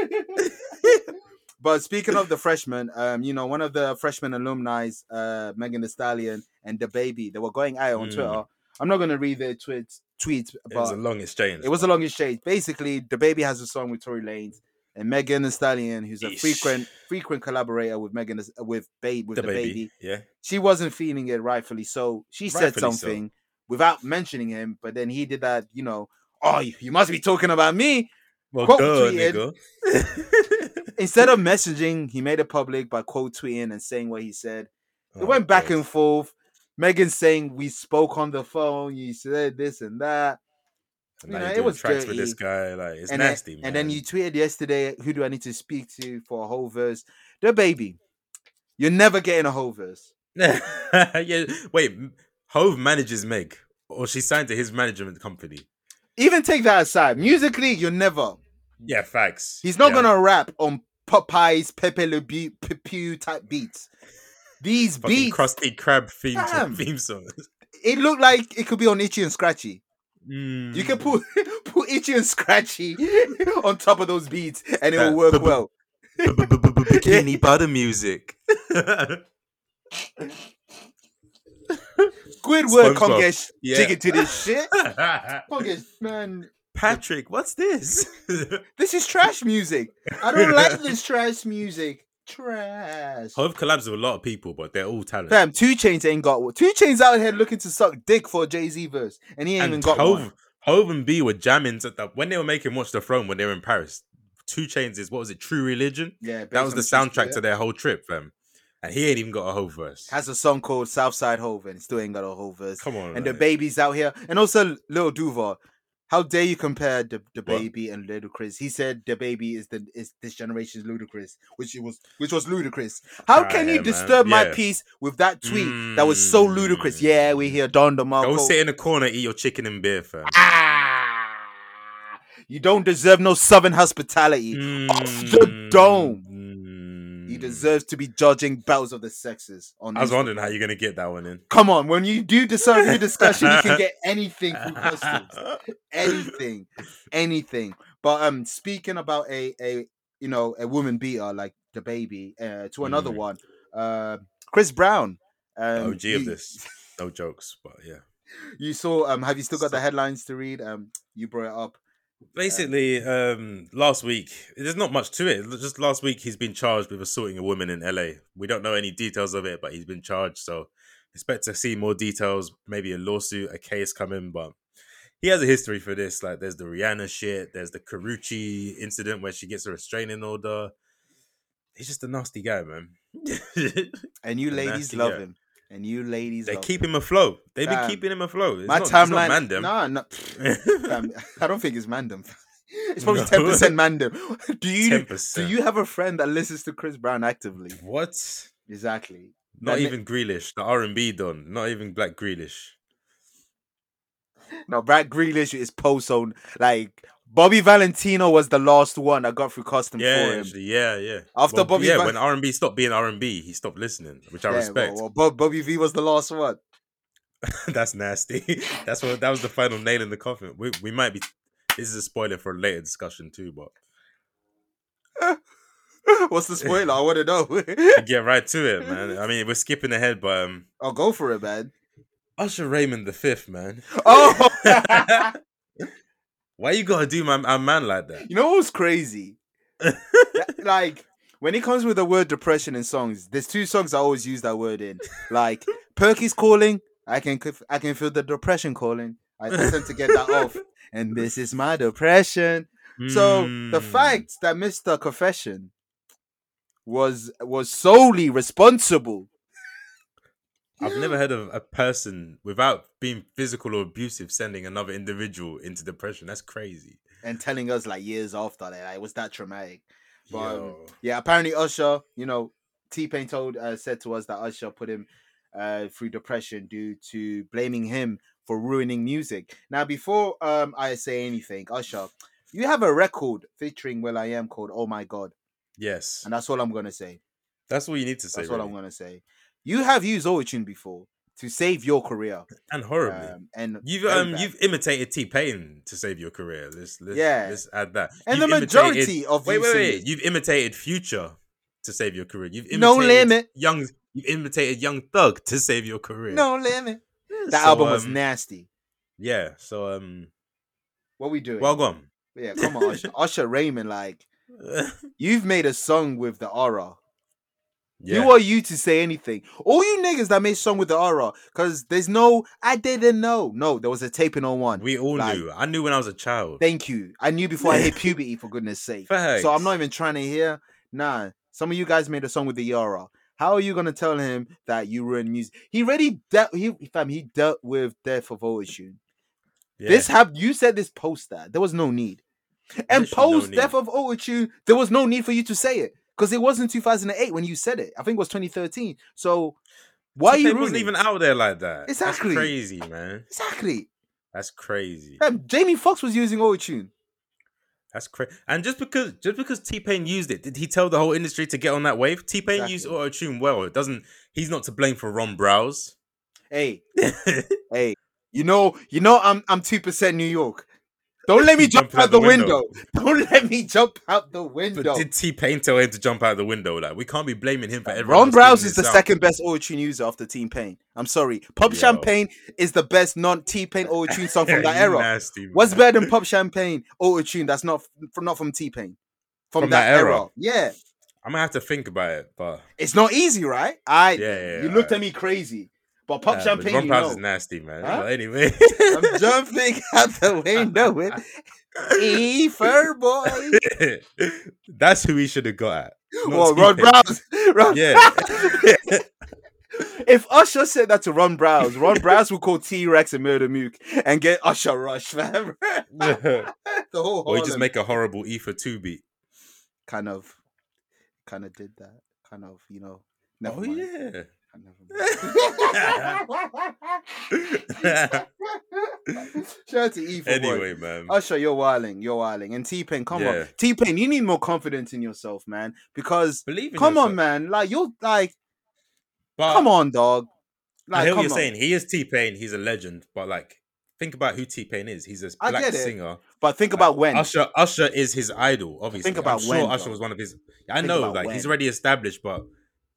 Speaker 2: But speaking of the freshmen, um, you know, one of the freshman alumni's, uh, Megan Thee Stallion and the baby, they were going out on
Speaker 3: Mm.
Speaker 2: Twitter. I'm not gonna read their tweets, tweets,
Speaker 3: It was
Speaker 2: but
Speaker 3: a long exchange.
Speaker 2: it was along his shades. Basically, the baby has a song with Tory Lanez and Megan Thee Stallion, who's a
Speaker 3: Eesh.
Speaker 2: frequent frequent collaborator with Megan Thee- with babe with
Speaker 3: the, baby. Yeah.
Speaker 2: She wasn't feeling it rightfully, so she said
Speaker 3: Rightfully so.
Speaker 2: something without mentioning him. But then he did that, you know. Oh, you you must be talking about me.
Speaker 3: Well,
Speaker 2: Quote
Speaker 3: duh,
Speaker 2: tweeted.
Speaker 3: nigga.
Speaker 2: Instead of messaging, he made it public by quote tweeting and saying what he said. It
Speaker 3: Oh,
Speaker 2: went back
Speaker 3: God.
Speaker 2: and forth. Megan saying we spoke on the phone. You said this and that.
Speaker 3: And
Speaker 2: you know,
Speaker 3: now you're
Speaker 2: it
Speaker 3: doing
Speaker 2: was
Speaker 3: tracks with this
Speaker 2: dirty.
Speaker 3: guy. Like it's
Speaker 2: then-
Speaker 3: nasty, man.
Speaker 2: And then you tweeted yesterday, "Who do I need to speak to for a whole verse?" The baby, you're never getting a whole verse.
Speaker 3: yeah. Wait, M- Hove manages Meg, or she signed to his management company.
Speaker 2: Even take that aside, musically, you're never.
Speaker 3: Yeah, facts.
Speaker 2: He's not
Speaker 3: Yeah.
Speaker 2: gonna rap on Popeye's Pepe Le Pew, Pew type beats. These
Speaker 3: Fucking
Speaker 2: beats,
Speaker 3: crusty crab theme
Speaker 2: Fam.
Speaker 3: song, theme song.
Speaker 2: it looked like it could be on Itchy and Scratchy. You can
Speaker 3: Mm.
Speaker 2: put put Itchy and Scratchy on top of those beats, and it will
Speaker 3: Uh,
Speaker 2: work
Speaker 3: but- but-
Speaker 2: well.
Speaker 3: B- b- b- b- bikini butter music.
Speaker 2: Squidward can't
Speaker 3: SpongeBob.
Speaker 2: get sh-
Speaker 3: Yeah.
Speaker 2: jiggy to this shit. Can't get man.
Speaker 3: Patrick, what's this?
Speaker 2: This is trash music. I don't like this trash music. Trash.
Speaker 3: Hove collabs with a lot of people, but they're all talented.
Speaker 2: Fam, Two Chains ain't got one. Two Chains out here looking to suck dick for Jay Z verse, and he ain't even
Speaker 3: and
Speaker 2: got
Speaker 3: Hove,
Speaker 2: one.
Speaker 3: Hove and B were jamming to the, when they were making Watch the Throne when they were in Paris. Two Chains is what was it? True Religion.
Speaker 2: Yeah,
Speaker 3: That was the soundtrack to their whole trip, fam. And he ain't even got a Hove verse.
Speaker 2: Has a song called Southside Hove, and it still ain't got a whole verse.
Speaker 3: Come on,
Speaker 2: and the
Speaker 3: man.
Speaker 2: baby's out here, and also Lil Duval. How dare you compare the, the
Speaker 3: What?
Speaker 2: baby and Ludacris? He said the baby is the is this generation's Ludacris, which it was which was ludicrous. How
Speaker 3: Ah,
Speaker 2: can
Speaker 3: yeah,
Speaker 2: you
Speaker 3: man.
Speaker 2: disturb my
Speaker 3: Yeah. Mm.
Speaker 2: peace with that tweet that was so ludicrous? Yeah, we hear Don DeMarco.
Speaker 3: Go sit in the corner, eat your chicken and beer, fam.
Speaker 2: Ah, you don't deserve no southern hospitality. off the dome.
Speaker 3: Mm.
Speaker 2: He deserves to be judging battles of the sexes. On
Speaker 3: I was
Speaker 2: Insta.
Speaker 3: wondering how you're gonna get that one in.
Speaker 2: come on, when you do decide your discussion, you can get anything from customs, anything, anything. But um, speaking about a a you know a woman beater like the baby, uh, to another
Speaker 3: Mm.
Speaker 2: one, uh, Chris Brown. Um,
Speaker 3: OG of
Speaker 2: you-
Speaker 3: this. No jokes, but yeah.
Speaker 2: You saw. Um, have you still got the
Speaker 3: So-
Speaker 2: headlines to read? Um, you brought it up.
Speaker 3: Basically, um, last week there's not much to it. Just last week he's been charged with assaulting a woman in LA. We don't know any details of it, but he's been charged, so expect to see more details. Maybe a lawsuit, a case coming, but he has a history for this. Like there's the Rihanna shit, there's the Carucci incident where she gets a restraining order. He's just a nasty guy, man.
Speaker 2: And you
Speaker 3: The
Speaker 2: ladies
Speaker 3: nasty
Speaker 2: love
Speaker 3: guy.
Speaker 2: him. And you ladies
Speaker 3: they
Speaker 2: love
Speaker 3: keep him afloat. They've been
Speaker 2: Fam,
Speaker 3: keeping him afloat. It's
Speaker 2: My
Speaker 3: not,
Speaker 2: timeline.
Speaker 3: it's not
Speaker 2: Nah, no,
Speaker 3: Mandem.
Speaker 2: fam, I don't think it's Mandem. It's probably
Speaker 3: No.
Speaker 2: ten percent Mandem. Do you
Speaker 3: Ten percent.
Speaker 2: do you have a friend that listens to Chris Brown actively?
Speaker 3: what?
Speaker 2: Exactly.
Speaker 3: Not
Speaker 2: Then-
Speaker 3: even Grealish, the R and B don. Not even Black Grealish.
Speaker 2: No, Brad Grealish is post on like Bobby Valentino was the last one that got through custom
Speaker 3: Yeah,
Speaker 2: for him.
Speaker 3: actually, yeah, yeah.
Speaker 2: After
Speaker 3: Well,
Speaker 2: Bobby
Speaker 3: yeah,
Speaker 2: Van-
Speaker 3: when R and B stopped being R and B, he stopped listening, which I
Speaker 2: Yeah,
Speaker 3: respect.
Speaker 2: Well, well, Bob, Bobby V was the last one.
Speaker 3: That's nasty. That's what that was the final nail in the coffin. We we might be. This is a spoiler for a later discussion too, but
Speaker 2: What's the spoiler? I want to know.
Speaker 3: we get right to it, man. I mean, we're skipping ahead, but um,
Speaker 2: oh, go for it, man.
Speaker 3: Usher Raymond the fifth, man.
Speaker 2: Oh,
Speaker 3: Why you gotta do my, my man like that?
Speaker 2: you know what was crazy? That- like when it comes with the word depression in songs, there's two songs I always use that word in. Like Perky's calling, I can c- I can feel the depression calling. I tend to get that off, and this is my depression. So the
Speaker 3: Mm.
Speaker 2: fact that Mr. Confession was was solely responsible.
Speaker 3: I've never heard of a person without being physical or abusive sending another individual into depression. That's crazy.
Speaker 2: and telling us like years after that, like, it was that traumatic. But, um,
Speaker 3: Yo.
Speaker 2: Yeah, apparently Usher, you know, T Pain told uh, said to us that Usher put him uh, through depression due to blaming him for ruining music. Now, before um, I say anything, Usher, you have a record featuring Will I Am called "Oh My God."
Speaker 3: Yes.
Speaker 2: And that's all I'm gonna say.
Speaker 3: That's all you need to say.
Speaker 2: That's all
Speaker 3: really.
Speaker 2: I'm gonna say. You have used Auto-Tune before to save your career.
Speaker 3: And horribly.
Speaker 2: Um, and
Speaker 3: You've
Speaker 2: very
Speaker 3: um
Speaker 2: bad.
Speaker 3: you've imitated T Pain to save your career. Let's let's,
Speaker 2: Yeah.
Speaker 3: let's add that.
Speaker 2: And
Speaker 3: You've
Speaker 2: the majority
Speaker 3: imitated-
Speaker 2: of
Speaker 3: wait
Speaker 2: you
Speaker 3: wait wait.
Speaker 2: singers-
Speaker 3: You've imitated Future to save your career. You've imitated
Speaker 2: No Limit.
Speaker 3: Young. You've imitated Young Thug to save your career.
Speaker 2: no limit. That
Speaker 3: So,
Speaker 2: album was
Speaker 3: um,
Speaker 2: nasty.
Speaker 3: yeah. So um,
Speaker 2: What we doing?
Speaker 3: well gone.
Speaker 2: yeah, come on, Usher, Usher Raymond. Like you've made a song with the aura.
Speaker 3: yeah.
Speaker 2: Who are you to say anything? All you niggas that made song with the aura, because there's no I didn't know. No, there was a taping on one.
Speaker 3: we all
Speaker 2: like-
Speaker 3: knew. I knew when I was a child.
Speaker 2: Thank you. I knew before I hit puberty, for goodness sake.
Speaker 3: Facts.
Speaker 2: So I'm not even trying to hear. Nah, some of you guys made a song with the Yara. How are you gonna tell him that you ruined music? He already dealt. He fam. He dealt with death of Oishun.
Speaker 3: Yeah.
Speaker 2: This happened. You said this post that there was no need, and
Speaker 3: Literally no
Speaker 2: post death of Oishun, there was no need for you to say it because it wasn't 2008 when you said it. I think it was 2013. So why
Speaker 3: T-Pain
Speaker 2: are you
Speaker 3: wasn't
Speaker 2: ruining?
Speaker 3: even out there like that.
Speaker 2: Exactly.
Speaker 3: That's crazy, man.
Speaker 2: exactly.
Speaker 3: That's crazy.
Speaker 2: Fam, Jamie Foxx was using Oishun.
Speaker 3: That's crazy. And just because just because T Pain used it, did he tell the whole industry to get on that wave? T Pain used
Speaker 2: Exactly.
Speaker 3: auto tune well. It doesn't. He's not to blame for Ron Browse.
Speaker 2: Hey, hey, you know, you know, I'm I'm two percent New York. Don't let me jump, out, the window. Don't let me jump out the
Speaker 3: But
Speaker 2: window.
Speaker 3: did T Pain tell him to jump out the window? Like we can't be blaming him for everyone.
Speaker 2: Ron
Speaker 3: that's
Speaker 2: Browse
Speaker 3: doing
Speaker 2: is the
Speaker 3: this out.
Speaker 2: second best auto-tune user after Team Pain. I'm sorry. Pop
Speaker 3: Yo.
Speaker 2: Champagne is the best non-T-Pain auto-tune song from that era.
Speaker 3: Nasty, man.
Speaker 2: What's better than Pop Champagne auto-tune that's not from, not from T-Pain? From,
Speaker 3: From
Speaker 2: that,
Speaker 3: that
Speaker 2: era.
Speaker 3: era.
Speaker 2: Yeah.
Speaker 3: I'm gonna have to think about it. But
Speaker 2: It's not easy, right? I
Speaker 3: Yeah, yeah,
Speaker 2: you
Speaker 3: yeah,
Speaker 2: looked
Speaker 3: I-
Speaker 2: at me crazy. But Pop
Speaker 3: Yeah, but
Speaker 2: Champagne,
Speaker 3: Ron
Speaker 2: you
Speaker 3: Browse
Speaker 2: know.
Speaker 3: is nasty, man.
Speaker 2: Huh?
Speaker 3: But anyway,
Speaker 2: I'm jumping out the window with E fur boy.
Speaker 3: that's who he should have got at. not
Speaker 2: Well, Ron
Speaker 3: T-Pain.
Speaker 2: Browse. Ron-
Speaker 3: Yeah.
Speaker 2: If Usher said that to Ron Browse, Ron Browse would call T Rex and Murder Mook and get Usher Rush, fam.
Speaker 3: or
Speaker 2: the whole
Speaker 3: you just
Speaker 2: Harlem.
Speaker 3: make a horrible E for two beat.
Speaker 2: kind of, kind of did that. Kind of, you know. Never
Speaker 3: oh
Speaker 2: mind.
Speaker 3: yeah.
Speaker 2: Never mind. Shout out to E for boy.
Speaker 3: anyway, man.
Speaker 2: Usher, you're wilding, you're wilding, and T Pain, come on,
Speaker 3: Yeah.
Speaker 2: T Pain, you need more confidence in yourself, man. Because
Speaker 3: Believe in
Speaker 2: come
Speaker 3: yourself.
Speaker 2: on, man, like you're like,
Speaker 3: But
Speaker 2: come on, dog.
Speaker 3: I
Speaker 2: Like,
Speaker 3: hear
Speaker 2: come
Speaker 3: what you're
Speaker 2: on.
Speaker 3: saying. He is T Pain. He's a legend. But like, think about who T Pain is. He's a
Speaker 2: I
Speaker 3: black
Speaker 2: get it.
Speaker 3: singer.
Speaker 2: But think about when.
Speaker 3: Usher. Usher is his idol. Obviously,
Speaker 2: Think about
Speaker 3: I'm sure
Speaker 2: when,
Speaker 3: Usher
Speaker 2: though.
Speaker 3: was one of his. I
Speaker 2: Think
Speaker 3: know,
Speaker 2: about
Speaker 3: like he's
Speaker 2: when.
Speaker 3: already established, but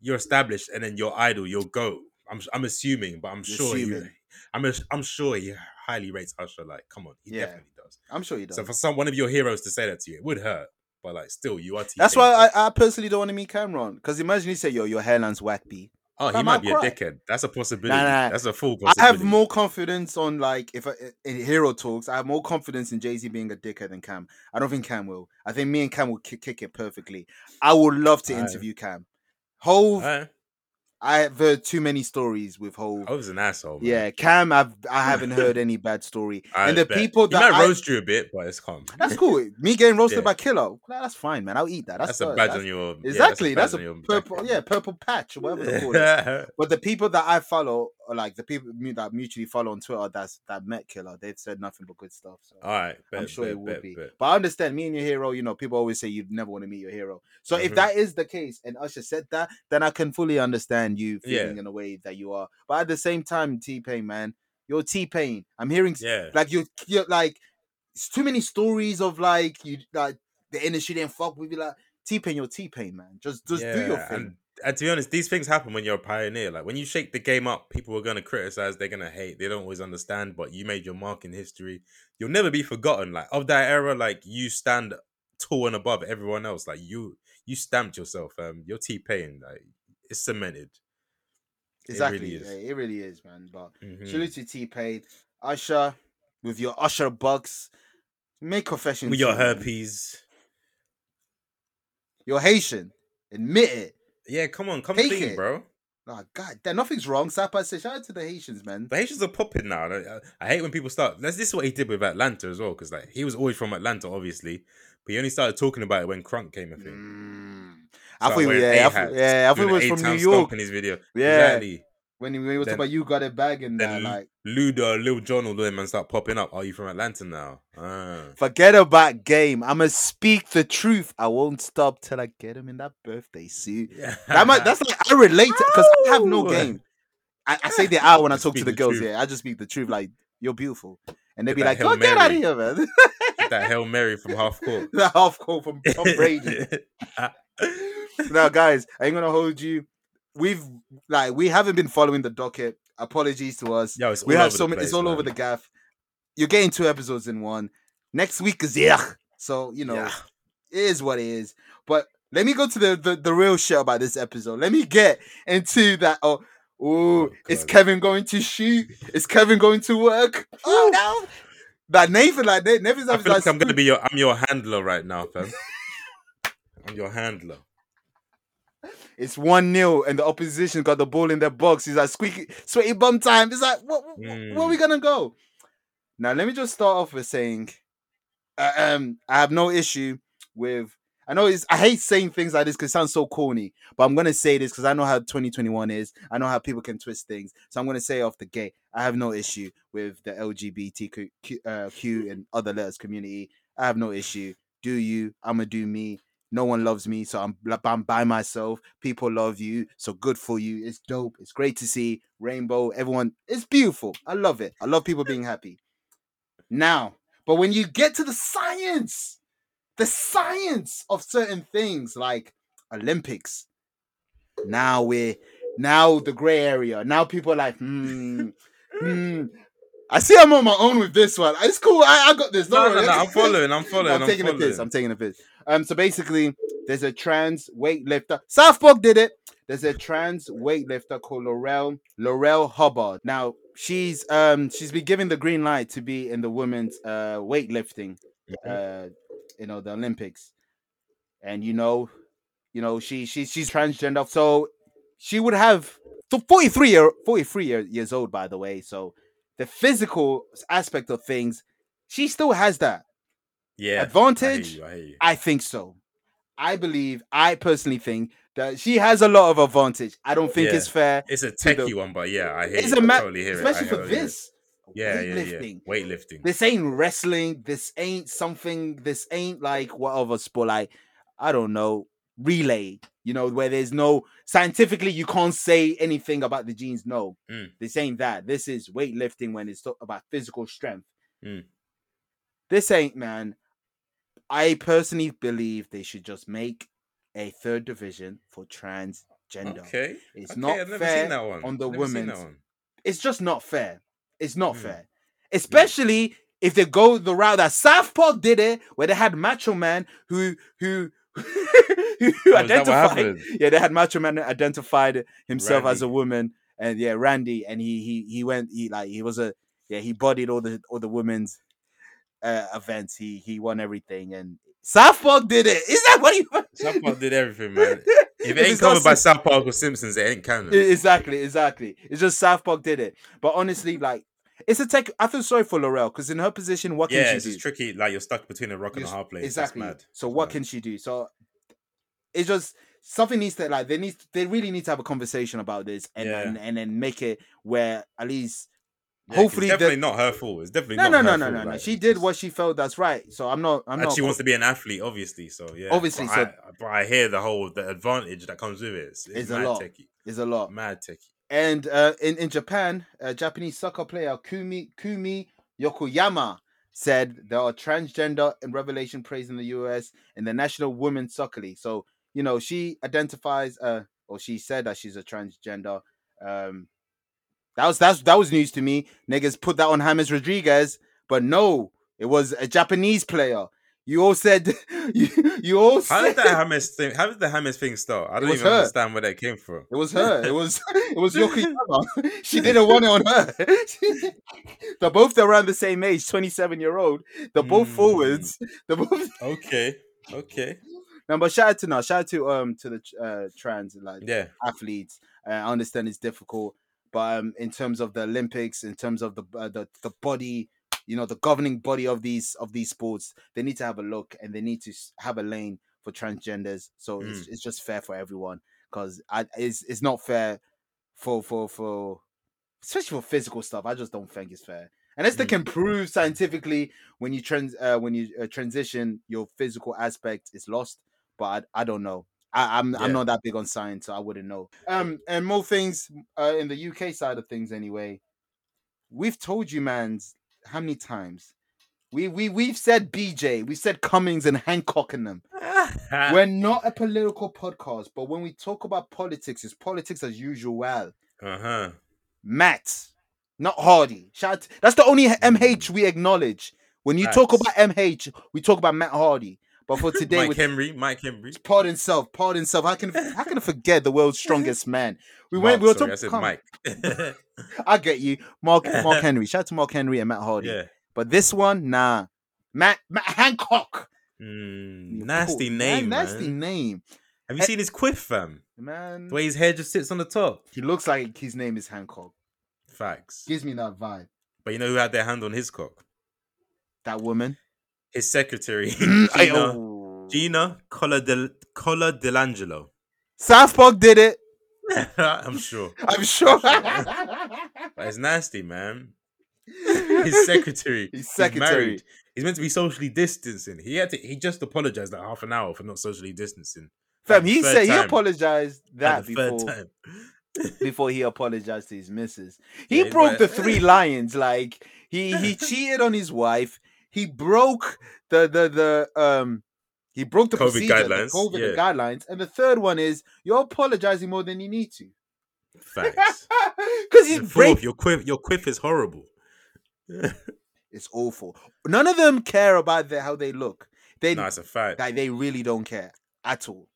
Speaker 3: you're established, and then your idol, your goat. I'm I'm assuming, but I'm
Speaker 2: You're
Speaker 3: sure you.
Speaker 2: assuming.
Speaker 3: I'm ass- I'm sure he highly rates Usher. Like, come on, he
Speaker 2: Yeah.
Speaker 3: definitely does.
Speaker 2: I'm sure you don't.
Speaker 3: So for some one of your heroes to say that to you, it would hurt. But like, still, you are. T-Pain.
Speaker 2: That's why I, I personally don't want to meet Cameron. Because imagine he said, "Yo, your hairline's whack, B."
Speaker 3: Oh, he
Speaker 2: Fam, I'll
Speaker 3: might be a
Speaker 2: cry.
Speaker 3: dickhead. That's a possibility.
Speaker 2: nah.
Speaker 3: That's a full
Speaker 2: I
Speaker 3: possibility.
Speaker 2: have more confidence on like if I, in hero talks, I have more confidence in Jay Z being a dickhead than Cam. I don't think Cam will. I think me and Cam will kick, kick it perfectly. I would love to
Speaker 3: Aye.
Speaker 2: interview Cam. Hove,
Speaker 3: Alright.
Speaker 2: I've heard too many stories with Hove.
Speaker 3: I was an asshole. Oh, Man.
Speaker 2: yeah, Cam, I've I haven't heard any bad story.
Speaker 3: I
Speaker 2: and the
Speaker 3: bet.
Speaker 2: people that
Speaker 3: he
Speaker 2: I-
Speaker 3: might roast you a bit, but it's calm.
Speaker 2: that's cool. Me getting roasted
Speaker 3: Yeah.
Speaker 2: by Killer, nah, that's fine, man. I'll eat that. That's,
Speaker 3: That's, a
Speaker 2: uh,
Speaker 3: badge
Speaker 2: that's-
Speaker 3: on your yeah,
Speaker 2: Exactly,
Speaker 3: badge
Speaker 2: that's a,
Speaker 3: on your
Speaker 2: purple,
Speaker 3: jacket.
Speaker 2: yeah, purple patch or whatever they call it. But the people that I follow, or like the people mu- that mutually follow on Twitter, that's that Met Killer, they've said nothing but good stuff. So
Speaker 3: All right, Oh, bet,
Speaker 2: I'm sure
Speaker 3: bet,
Speaker 2: it would
Speaker 3: bet,
Speaker 2: be.
Speaker 3: bet.
Speaker 2: But I understand, me and your hero, you know, people always say you'd never want to meet your hero. So if
Speaker 3: Mhm.
Speaker 2: that is the case and Usher said that, then I can fully understand you
Speaker 3: Yeah.
Speaker 2: feeling in a way that you are. But at the same time, T Pain, man, you're T Pain. I'm hearing s-
Speaker 3: Yeah,
Speaker 2: like you, you're like, it's too many stories of like you, like the industry didn't fuck with you. Like T Pain, you're T Pain, man. Just, just do your
Speaker 3: yeah,
Speaker 2: thing.
Speaker 3: And, and to be honest, these things happen when you're a pioneer. Like when you shake the game up, people are going to criticize, they're going to hate, they don't always understand. But you made your mark in history. You'll never be forgotten. Like of that era, like you stand tall and above everyone else. Like you, you stamped yourself. Um, your T Pain, like it's cemented. It really
Speaker 2: Exactly.
Speaker 3: is.
Speaker 2: yeah, It really is, man. But
Speaker 3: Mhm.
Speaker 2: salute to T Pain. Usher, with your Usher bucks, make confession.
Speaker 3: With
Speaker 2: to
Speaker 3: your
Speaker 2: it, man.
Speaker 3: herpes.
Speaker 2: You're Haitian. Admit it.
Speaker 3: Yeah, come on, come
Speaker 2: Take
Speaker 3: clean,
Speaker 2: it.
Speaker 3: bro.
Speaker 2: Oh, God, damn, nothing's wrong. Sapa said, shout out to the Haitians, man.
Speaker 3: The Haitians are popping now. I, I hate when people start. That's this is what he did with Atlanta as well, because like he was always from Atlanta, obviously, but he only started talking about it when Crunk came. I think.
Speaker 2: Mm. I
Speaker 3: Started
Speaker 2: thought, we-
Speaker 3: wearing
Speaker 2: yeah, I thought,
Speaker 3: A-hats,
Speaker 2: yeah, I thought it
Speaker 3: doing
Speaker 2: was
Speaker 3: an
Speaker 2: from New
Speaker 3: A-Town
Speaker 2: York.
Speaker 3: Stomp in his video.
Speaker 2: Yeah.
Speaker 3: Exactly.
Speaker 2: When you when you talk
Speaker 3: Then-
Speaker 2: about you got a bag and that,
Speaker 3: then Lu-
Speaker 2: like
Speaker 3: Luda, Lil Jon, all them man start popping up. Are you from Atlanta now? Ah.
Speaker 2: forget about game. I'ma speak the truth. I won't stop till I get him in that birthday suit. That might, that's like I relate to because I have no
Speaker 3: Ow!
Speaker 2: game. I, I say the I when I
Speaker 3: Just
Speaker 2: talk to
Speaker 3: speak
Speaker 2: the
Speaker 3: the
Speaker 2: girls.
Speaker 3: truth.
Speaker 2: Yeah, I just speak the truth. Like you're beautiful, and they
Speaker 3: Get
Speaker 2: be
Speaker 3: that
Speaker 2: like,
Speaker 3: Hail
Speaker 2: "Go get out of
Speaker 3: Mary.
Speaker 2: here, man!"
Speaker 3: that Hail Mary from half court.
Speaker 2: that half call from Tom Brady. now, guys, I ain't gonna hold you. We've like we haven't been following the docket. Apologies to us.
Speaker 3: Yo, it's
Speaker 2: we
Speaker 3: all
Speaker 2: have
Speaker 3: over
Speaker 2: so
Speaker 3: the
Speaker 2: many. It's
Speaker 3: place,
Speaker 2: all over the
Speaker 3: man.
Speaker 2: gaff. You're getting two episodes in one. Next week is yeah. So you know
Speaker 3: Yeah.
Speaker 2: it is what it is. But let me go to the the, the real shit about this episode. Let me get into that. Oh, ooh,
Speaker 3: Oh,
Speaker 2: is
Speaker 3: God.
Speaker 2: Kevin going to shoot? Is Kevin going to work? Oh no. Like Nathan, like Na- Nathan's
Speaker 3: I
Speaker 2: like,
Speaker 3: feel like I'm gonna be your I'm your handler right now, fam. I'm your handler.
Speaker 2: It's one 0 and the opposition got the ball in their box. He's like squeaky, sweaty bum time. It's like, what, what- where are we gonna go? Now let me just start off with saying, uh, um, I have no issue with. I know it's. I hate saying things like this because it sounds so corny, but I'm gonna say this because I know how 2021 is. I know how people can twist things, so I'm gonna say off the gate, I have no issue with the LGBTQ Q- uh, Q and other letters community. I have no issue. Do you? I'm gonna do me no one loves me, so I'm bl- I'm by myself. People love you, so good for you. It's dope. It's great to see rainbow. Everyone, it's beautiful. I love it. I love people being happy. Now, but when you get to the science, the science of certain things like Olympics, now we're now the gray area. Now people are like, hmm, hmm. I see I'm on my own with this one. It's cool. I, I got this.
Speaker 3: No,
Speaker 2: Don't
Speaker 3: no,
Speaker 2: worry.
Speaker 3: no, I'm following, I'm following,
Speaker 2: I'm,
Speaker 3: I'm
Speaker 2: taking a piss.
Speaker 3: following.
Speaker 2: I'm taking a piss. Um, so basically, there's a trans weightlifter. South Park did it. There's a trans weightlifter called Laurel Laurel Hubbard. Now she's um she's been given the green light to be in the women's uh weightlifting, uh you know the Olympics, and you know, you know she she she's transgender, so she would have so 43 year 43 year, years old by the way. So the physical aspect of things, she still has that
Speaker 3: Yeah.
Speaker 2: advantage.
Speaker 3: I hear you.
Speaker 2: I think so. I believe, I personally think that she has a lot of advantage. I don't think
Speaker 3: Yeah.
Speaker 2: it's fair.
Speaker 3: It's a
Speaker 2: the-
Speaker 3: techie one, but yeah, I hear
Speaker 2: It's
Speaker 3: you.
Speaker 2: a
Speaker 3: I
Speaker 2: ma-
Speaker 3: totally hear it. I
Speaker 2: especially for
Speaker 3: hear it.
Speaker 2: this.
Speaker 3: Yeah, yeah, yeah.
Speaker 2: weightlifting.
Speaker 3: Weightlifting.
Speaker 2: This ain't wrestling. This ain't something. This ain't like whatever sport. Like I don't know relay. You know where there's no scientifically you can't say anything about the genes. No,
Speaker 3: Mm.
Speaker 2: this ain't that. This is weightlifting when it's talk about physical strength.
Speaker 3: Mm.
Speaker 2: This ain't man. I personally believe they should just make a third division for transgender.
Speaker 3: Okay.
Speaker 2: It's
Speaker 3: okay,
Speaker 2: not
Speaker 3: I've never
Speaker 2: fair
Speaker 3: seen that one.
Speaker 2: on the
Speaker 3: Never seen that
Speaker 2: women's.
Speaker 3: one.
Speaker 2: It's just not fair. It's not
Speaker 3: Mm.
Speaker 2: fair. Especially if they go the route that Southpaw did it, where they had Macho Man who who who
Speaker 3: what
Speaker 2: identified.
Speaker 3: happened?
Speaker 2: Yeah, they had Macho Man identified himself as a
Speaker 3: Randy.
Speaker 2: woman, and yeah, Randy, and he he he went he like he was a yeah he bodied all the all the women's uh, events. He he won everything, and Southpaw did it. Is that what you?
Speaker 3: South Park did everything, man. If it ain't
Speaker 2: it's not
Speaker 3: covered by
Speaker 2: South-
Speaker 3: South Park or Simpsons, it ain't canon.
Speaker 2: I- Exactly, exactly. It's just South Park did it. But honestly, like it's a tech. I feel sorry for Laurel because in her position, what can
Speaker 3: yeah,
Speaker 2: she
Speaker 3: it's
Speaker 2: do?
Speaker 3: just tricky. Like you're stuck between a rock and
Speaker 2: You're
Speaker 3: a
Speaker 2: s-
Speaker 3: hard place.
Speaker 2: Exactly.
Speaker 3: That's mad.
Speaker 2: So what
Speaker 3: Mad.
Speaker 2: can she do? So it's just something needs to like they need they really need to have a conversation about this and
Speaker 3: Yeah.
Speaker 2: and, and then make it where at least
Speaker 3: Yeah, 'cause
Speaker 2: hopefully
Speaker 3: it's
Speaker 2: the-
Speaker 3: definitely not her fault. It's definitely
Speaker 2: no
Speaker 3: not
Speaker 2: no
Speaker 3: her
Speaker 2: no no
Speaker 3: fault,
Speaker 2: no no
Speaker 3: like,
Speaker 2: she did
Speaker 3: it's-
Speaker 2: what she felt that's right. So I'm not I'm
Speaker 3: and
Speaker 2: not
Speaker 3: she wants to be an athlete, obviously. So yeah,
Speaker 2: Obviously,
Speaker 3: But
Speaker 2: so-
Speaker 3: I, but I hear the whole the advantage that comes with it. It's, it's
Speaker 2: It's a
Speaker 3: mad
Speaker 2: lot.
Speaker 3: techie,
Speaker 2: is a lot.
Speaker 3: mad techie.
Speaker 2: And uh, in in Japan, a Japanese soccer player Kumi Kumi Yokoyama said there are transgender and revelation praise in the U.S. in the National Women's Soccer League. So you know she identifies, uh, or she said that she's a transgender. Um, that was that's that was news to me. Niggas put that on James Rodriguez, but no, it was a Japanese player. You all said you, you all
Speaker 3: How
Speaker 2: said
Speaker 3: did that Hammers thing? How did the Hammers thing start? I don't
Speaker 2: was
Speaker 3: even
Speaker 2: her.
Speaker 3: understand where that came from.
Speaker 2: It was her. It was it was Yokoyama. she didn't want it on her. they're both around the same age, 27 year old. They're both
Speaker 3: Mm.
Speaker 2: forwards. They're both
Speaker 3: Okay, okay,
Speaker 2: now, but shout out to now, shout out to um to the uh trans like
Speaker 3: yeah,
Speaker 2: athletes. Uh, I understand it's difficult, but um in terms of the Olympics, in terms of the uh, the the body, you know, the governing body of these of these sports, they need to have a look and they need to s- have a lane for transgenders. So it's it's just fair for everyone because it's it's not fair for for for especially for physical stuff. I just don't think it's fair unless they can prove scientifically when you trans uh, when you uh, transition your physical aspect is lost. But I, I don't know. I, I'm
Speaker 3: Yeah.
Speaker 2: I'm not that big on science, so I wouldn't know. Um, and more things uh, in the UK side of things anyway. We've told you, man's how many times. We, we, we've said BJ, we've said Cummings and Hancock in them.
Speaker 3: Ah.
Speaker 2: We're not a political podcast, but when we talk about politics, it's politics as usual.
Speaker 3: Uh huh.
Speaker 2: Matt, not Hardy. Shout, that's the only
Speaker 3: Mm.
Speaker 2: MH we acknowledge. When you talk about
Speaker 3: Facts.
Speaker 2: MH, we talk about Matt Hardy. But for today,
Speaker 3: Mike
Speaker 2: with
Speaker 3: Henry. Mike Henry.
Speaker 2: pardon self, pardon self. How can how can I forget the world's strongest man? We went.
Speaker 3: Mark,
Speaker 2: we were
Speaker 3: sorry, I
Speaker 2: talking.
Speaker 3: said
Speaker 2: come,
Speaker 3: Mike.
Speaker 2: I get you, Mark. Mark Henry. Shout out to Mark Henry and Matt Hardy.
Speaker 3: yeah.
Speaker 2: But this one, nah. Matt, Matt Hancock.
Speaker 3: Mm,
Speaker 2: You
Speaker 3: nasty
Speaker 2: cool.
Speaker 3: name.
Speaker 2: Na- Nasty
Speaker 3: man.
Speaker 2: name,
Speaker 3: Have you seen his quiff, fam?
Speaker 2: man.
Speaker 3: The way his hair just sits on the top.
Speaker 2: He looks like his name is Hancock.
Speaker 3: Facts.
Speaker 2: Gives me that vibe.
Speaker 3: But you know who had their hand on his cock?
Speaker 2: That woman.
Speaker 3: His secretary,
Speaker 2: Ay,
Speaker 3: Gina,
Speaker 2: oh.
Speaker 3: Gina Cola, Del, Cola Delangelo.
Speaker 2: South Park did it.
Speaker 3: I'm sure.
Speaker 2: I'm sure.
Speaker 3: But it's nasty, man. His secretary.
Speaker 2: His
Speaker 3: he's
Speaker 2: secretary.
Speaker 3: married. He's meant to be socially distancing. He had to. He just apologized like half an hour for not socially distancing.
Speaker 2: Fam,
Speaker 3: the
Speaker 2: he
Speaker 3: third
Speaker 2: said he
Speaker 3: time.
Speaker 2: apologized
Speaker 3: At
Speaker 2: that
Speaker 3: the third
Speaker 2: before
Speaker 3: time.
Speaker 2: before he apologized to his missus.
Speaker 3: Yeah,
Speaker 2: He
Speaker 3: he's
Speaker 2: broke
Speaker 3: like-
Speaker 2: the three lions. Like he he cheated on his wife. He broke the the the um he broke the
Speaker 3: COVID
Speaker 2: procedure,
Speaker 3: guidelines,
Speaker 2: the COVID
Speaker 3: yeah.
Speaker 2: guidelines. And the third one is you're apologizing more than you need to.
Speaker 3: Facts.
Speaker 2: Because
Speaker 3: The
Speaker 2: he's
Speaker 3: fourth,
Speaker 2: breaking
Speaker 3: your quiff, your quiff is horrible.
Speaker 2: it's awful. None of them care about their, how they look. They
Speaker 3: No, it's a fact.
Speaker 2: like they really don't care at all.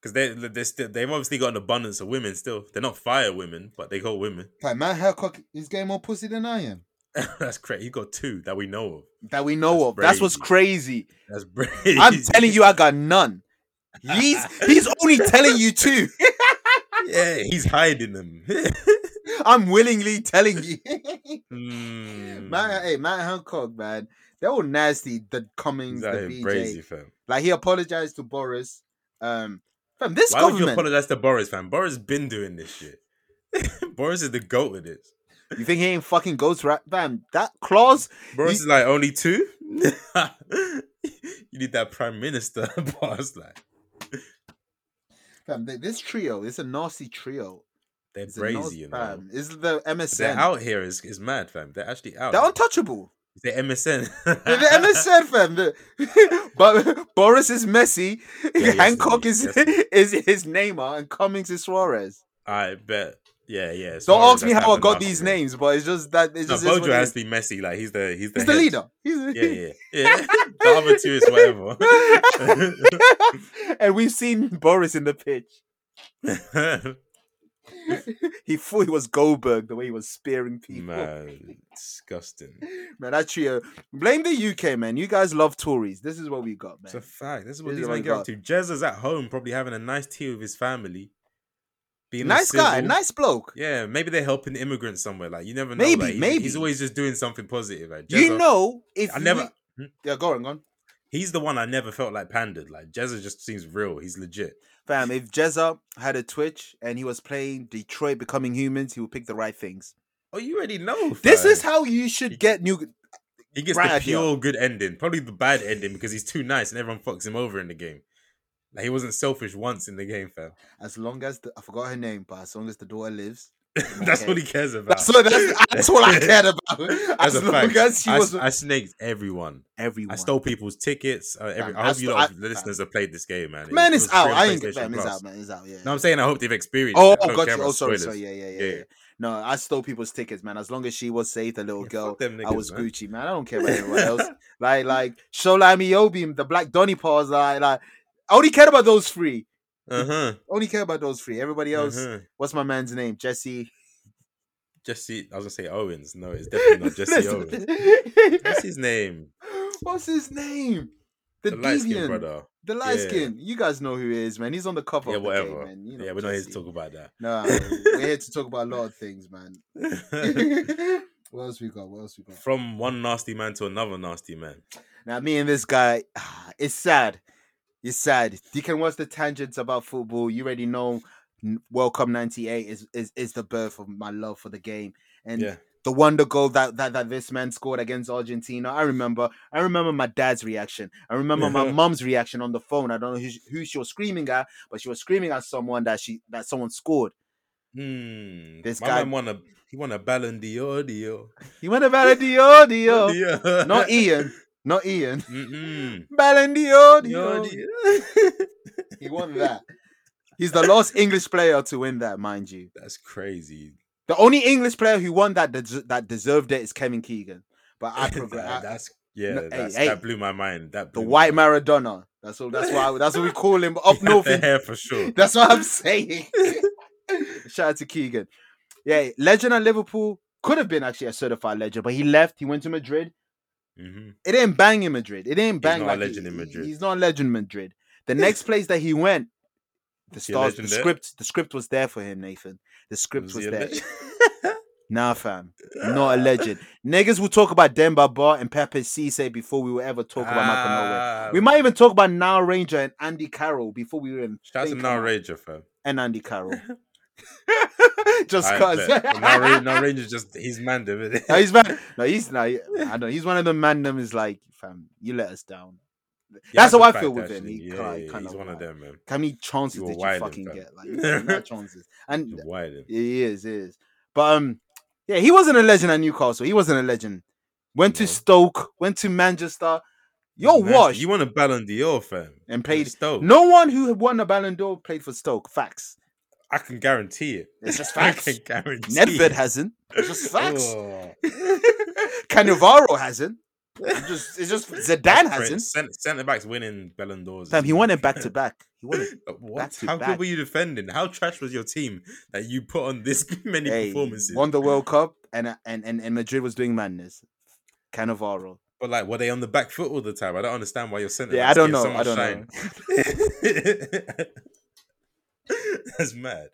Speaker 3: Because they they still they've obviously got an abundance of women. Still, they're not fire women, but they got women.
Speaker 2: Like Matt Hancock is getting more pussy than I am.
Speaker 3: That's crazy. He got two that we know of.
Speaker 2: That we know
Speaker 3: That's
Speaker 2: of. That's what's crazy.
Speaker 3: That's brave.
Speaker 2: I'm telling you, I got none. He's he's only telling you two.
Speaker 3: yeah, he's hiding them.
Speaker 2: I'm willingly telling you.
Speaker 3: Mm.
Speaker 2: Matt, hey, Matt Hancock, man. They're all nasty. The Cummings,
Speaker 3: That
Speaker 2: the
Speaker 3: is
Speaker 2: BJ.
Speaker 3: crazy, fam.
Speaker 2: Like he apologized to Boris. Um fam, this
Speaker 3: Why would you
Speaker 2: government. You,
Speaker 3: apologize to Boris, fam? Boris been doing this shit. Boris is the goat with this.
Speaker 2: think he ain't fucking ghost right? Fam, that clause
Speaker 3: Boris
Speaker 2: He-
Speaker 3: is like only two. you need that prime minister. Boris like
Speaker 2: fam, th- this trio, it's a nasty trio.
Speaker 3: they're
Speaker 2: It's a
Speaker 3: crazy,
Speaker 2: nasty,
Speaker 3: you know.
Speaker 2: fam. It's the
Speaker 3: They're
Speaker 2: MSN.
Speaker 3: out here is is mad, fam. They're actually out.
Speaker 2: They're untouchable.
Speaker 3: They're MSN.
Speaker 2: The, the MSN fam. The, but Boris is Messi.
Speaker 3: yes,
Speaker 2: Hancock
Speaker 3: indeed,
Speaker 2: is,
Speaker 3: yes,
Speaker 2: is is Neymar, and Cummings is Suarez.
Speaker 3: I bet. Yeah, yeah. it's
Speaker 2: Don't
Speaker 3: horrible.
Speaker 2: ask me
Speaker 3: That's
Speaker 2: how I
Speaker 3: happened
Speaker 2: got
Speaker 3: last
Speaker 2: these
Speaker 3: year.
Speaker 2: names, but it's just that it's
Speaker 3: No,
Speaker 2: just is
Speaker 3: Bojo
Speaker 2: what it
Speaker 3: has
Speaker 2: is.
Speaker 3: to be messy. Like he's the he's the,
Speaker 2: He's the
Speaker 3: head.
Speaker 2: leader. He's-
Speaker 3: Yeah, yeah, yeah. the other two is whatever.
Speaker 2: and we've seen Boris in the pitch. He thought he was Goldberg the way he was spearing people. Man,
Speaker 3: Man, disgusting.
Speaker 2: that trio. Blame the UK, man. You guys love Tories. This is what we got, man.
Speaker 3: It's a fact. This is what
Speaker 2: This is
Speaker 3: these
Speaker 2: what
Speaker 3: men
Speaker 2: we
Speaker 3: get
Speaker 2: got.
Speaker 3: up to. Jez is at home, probably having a nice tea with his family. Being a
Speaker 2: nice guy,
Speaker 3: civil.
Speaker 2: nice bloke.
Speaker 3: Yeah, maybe they're helping immigrants somewhere. Like you never know.
Speaker 2: Maybe,
Speaker 3: like, he's-
Speaker 2: maybe.
Speaker 3: he's always just doing something positive. Like,
Speaker 2: you
Speaker 3: Jezza-
Speaker 2: know, if
Speaker 3: I never. hmm?
Speaker 2: we- yeah, go on, go on.
Speaker 3: He's the one I never felt like pandered. Like Jezza just seems real. He's legit.
Speaker 2: Fam, if Jezza had a Twitch and he was playing Detroit Becoming Humans, he would pick the right things.
Speaker 3: Oh, you already know.
Speaker 2: This
Speaker 3: fam.
Speaker 2: is how you should get new.
Speaker 3: He gets
Speaker 2: Right
Speaker 3: the
Speaker 2: idea.
Speaker 3: pure good ending, probably the bad ending because he's too nice and everyone fucks him over in the game. Like he wasn't selfish once in the game, fam.
Speaker 2: As long as the, I forgot her name, but as long as the daughter lives,
Speaker 3: that's what
Speaker 2: Okay.
Speaker 3: he cares about.
Speaker 2: that's all, that's, that's all I cared about.
Speaker 3: That's
Speaker 2: As
Speaker 3: a
Speaker 2: long
Speaker 3: fact.
Speaker 2: as she
Speaker 3: I,
Speaker 2: was
Speaker 3: I snaked everyone.
Speaker 2: everyone.
Speaker 3: I stole people's tickets. Uh, every,
Speaker 2: Fam,
Speaker 3: I
Speaker 2: I
Speaker 3: hope you
Speaker 2: stole-
Speaker 3: lot
Speaker 2: I-
Speaker 3: of listeners have played this game, man. It-
Speaker 2: man,
Speaker 3: it
Speaker 2: it's
Speaker 3: was free
Speaker 2: out.
Speaker 3: on
Speaker 2: I ain't
Speaker 3: PlayStation
Speaker 2: man, it's
Speaker 3: Plus.
Speaker 2: out, man, it's out. Yeah.
Speaker 3: No, I'm saying I hope they've experienced.
Speaker 2: Oh,
Speaker 3: it. I don't
Speaker 2: got
Speaker 3: care
Speaker 2: you.
Speaker 3: about
Speaker 2: Oh, sorry,
Speaker 3: spoilers.
Speaker 2: sorry. Yeah, yeah, yeah,
Speaker 3: Yeah.
Speaker 2: yeah. No, I stole people's tickets, man. As long as she was safe, the little
Speaker 3: Yeah,
Speaker 2: girl,
Speaker 3: fuck them
Speaker 2: I
Speaker 3: niggas,
Speaker 2: was
Speaker 3: man.
Speaker 2: Gucci, man. I don't care about everyone else. Like, like Shola Miyobi, the Black Donny Paws. Like, like, I only care about those three.
Speaker 3: Uh huh.
Speaker 2: Only care about those three. Everybody else,
Speaker 3: Uh-huh.
Speaker 2: what's my man's name? Jesse.
Speaker 3: Jesse, I was gonna say Owens. No, it's definitely not Jesse Owens. What's his name?
Speaker 2: what's his name? The,
Speaker 3: The, light
Speaker 2: deviant,
Speaker 3: skinned brother.
Speaker 2: the light
Speaker 3: Yeah.
Speaker 2: skin. You guys know who he is, man. He's on the cover.
Speaker 3: Yeah,
Speaker 2: of the game,
Speaker 3: whatever.
Speaker 2: man. You know
Speaker 3: yeah, we're not here to
Speaker 2: Jesse.
Speaker 3: talk about that.
Speaker 2: No, we're here to talk about a lot of things, man. what else we got? What else we got?
Speaker 3: From one nasty man to another nasty man.
Speaker 2: Now, me and this guy, it's sad. It's sad. You can watch the tangents about football. You already know N- World Cup '98 is, is is the birth of my love for the game, and
Speaker 3: yeah.
Speaker 2: the wonder goal that, that that this man scored against Argentina. I remember. I remember my dad's reaction. I remember my mom's reaction on the phone. I don't know who, sh- who she was screaming at, but she was screaming at someone that she that someone scored.
Speaker 3: Hmm.
Speaker 2: This
Speaker 3: My
Speaker 2: guy-
Speaker 3: man won a he won a Ballon d'Or. d'Or.
Speaker 2: He went about a Dio Dio,
Speaker 3: D'Or.
Speaker 2: oh." not Ian, not Ian.
Speaker 3: Mm-mm.
Speaker 2: Ballon d'Or, oh, Dio.
Speaker 3: D'Or, d'Or.
Speaker 2: He won that. He's the last English player to win that, mind you.
Speaker 3: That's crazy.
Speaker 2: The only English player who won that des- that deserved it is Kevin Keegan. But I
Speaker 3: Nah,
Speaker 2: progress.
Speaker 3: that's yeah.
Speaker 2: No, hey,
Speaker 3: that's,
Speaker 2: hey.
Speaker 3: That blew my mind. That
Speaker 2: the
Speaker 3: blew my
Speaker 2: white
Speaker 3: mind.
Speaker 2: Maradona. That's all. That's why. That's what we call him up
Speaker 3: He had
Speaker 2: north.
Speaker 3: the
Speaker 2: in-
Speaker 3: hair for sure.
Speaker 2: That's what I'm saying. Shout out to Keegan. Yeah, legend at Liverpool could have been actually a certified legend, but he left. He went to Madrid.
Speaker 3: hmm
Speaker 2: It didn't bang in Madrid. It didn't bang
Speaker 3: not a
Speaker 2: like he-
Speaker 3: legend in
Speaker 2: he-
Speaker 3: Madrid.
Speaker 2: He's not a legend in Madrid. The next place that he went, the
Speaker 3: Is he a
Speaker 2: stars, the
Speaker 3: legend there?
Speaker 2: script, the script was there for him, Nathan. The script was,
Speaker 3: Was he a
Speaker 2: there.
Speaker 3: legend?
Speaker 2: Nah, fam. Not a legend. Niggas will talk about Demba Bar and Pepe Cisse before we will ever talk about Michael Nolan.
Speaker 3: Ah,
Speaker 2: We might even talk about Now Ranger and Andy Carroll before we even
Speaker 3: Shout out to
Speaker 2: think
Speaker 3: Now
Speaker 2: about-
Speaker 3: Ranger, fam.
Speaker 2: and Andy Carroll. Just
Speaker 3: I
Speaker 2: cause.
Speaker 3: bet. But Now Ra- Now Ranger's just he's manned him.
Speaker 2: no, he's man. No, he's not. I know he's one of the man. Them is like, fam, you let us down. That's how I feel with him. He
Speaker 3: yeah,
Speaker 2: kind-
Speaker 3: yeah,
Speaker 2: kind
Speaker 3: he's
Speaker 2: of
Speaker 3: one of
Speaker 2: like-
Speaker 3: them, man.
Speaker 2: How many chances
Speaker 3: You were
Speaker 2: did you
Speaker 3: wilding,
Speaker 2: fucking
Speaker 3: fam.
Speaker 2: get? Like, you got chances. And
Speaker 3: He's wilding.
Speaker 2: He is, he is. But um, yeah, he wasn't a legend at Newcastle. He wasn't a legend. Went to
Speaker 3: No.
Speaker 2: Stoke, went to Manchester. You're
Speaker 3: He's nasty.
Speaker 2: washed.
Speaker 3: You want a Ballon d'Or, fam?
Speaker 2: And played-
Speaker 3: Stoke.
Speaker 2: no one who had won the Ballon d'Or played for Stoke. Facts.
Speaker 3: I can guarantee it.
Speaker 2: It's just
Speaker 3: I
Speaker 2: facts.
Speaker 3: can guarantee.
Speaker 2: Nedved
Speaker 3: it.
Speaker 2: hasn't. It's just facts.
Speaker 3: Oh.
Speaker 2: Cannavaro hasn't. It's just, it's just Zidane hasn't.
Speaker 3: Cent- Centre backs winning Ballon d'Ors.
Speaker 2: Fam, he won it back to back. He won it.
Speaker 3: Uh, What?
Speaker 2: back to
Speaker 3: How
Speaker 2: back.
Speaker 3: good were you defending? How trash was your team that you put on this many
Speaker 2: Hey,
Speaker 3: performances?
Speaker 2: won the World Cup, and and and, and Madrid was doing madness. Cannavaro.
Speaker 3: But like, were they on the back foot all the time? I don't understand why you're centre.
Speaker 2: Yeah, I
Speaker 3: backs
Speaker 2: don't
Speaker 3: get
Speaker 2: know.
Speaker 3: so
Speaker 2: I
Speaker 3: much
Speaker 2: don't
Speaker 3: shine.
Speaker 2: know.
Speaker 3: That's mad.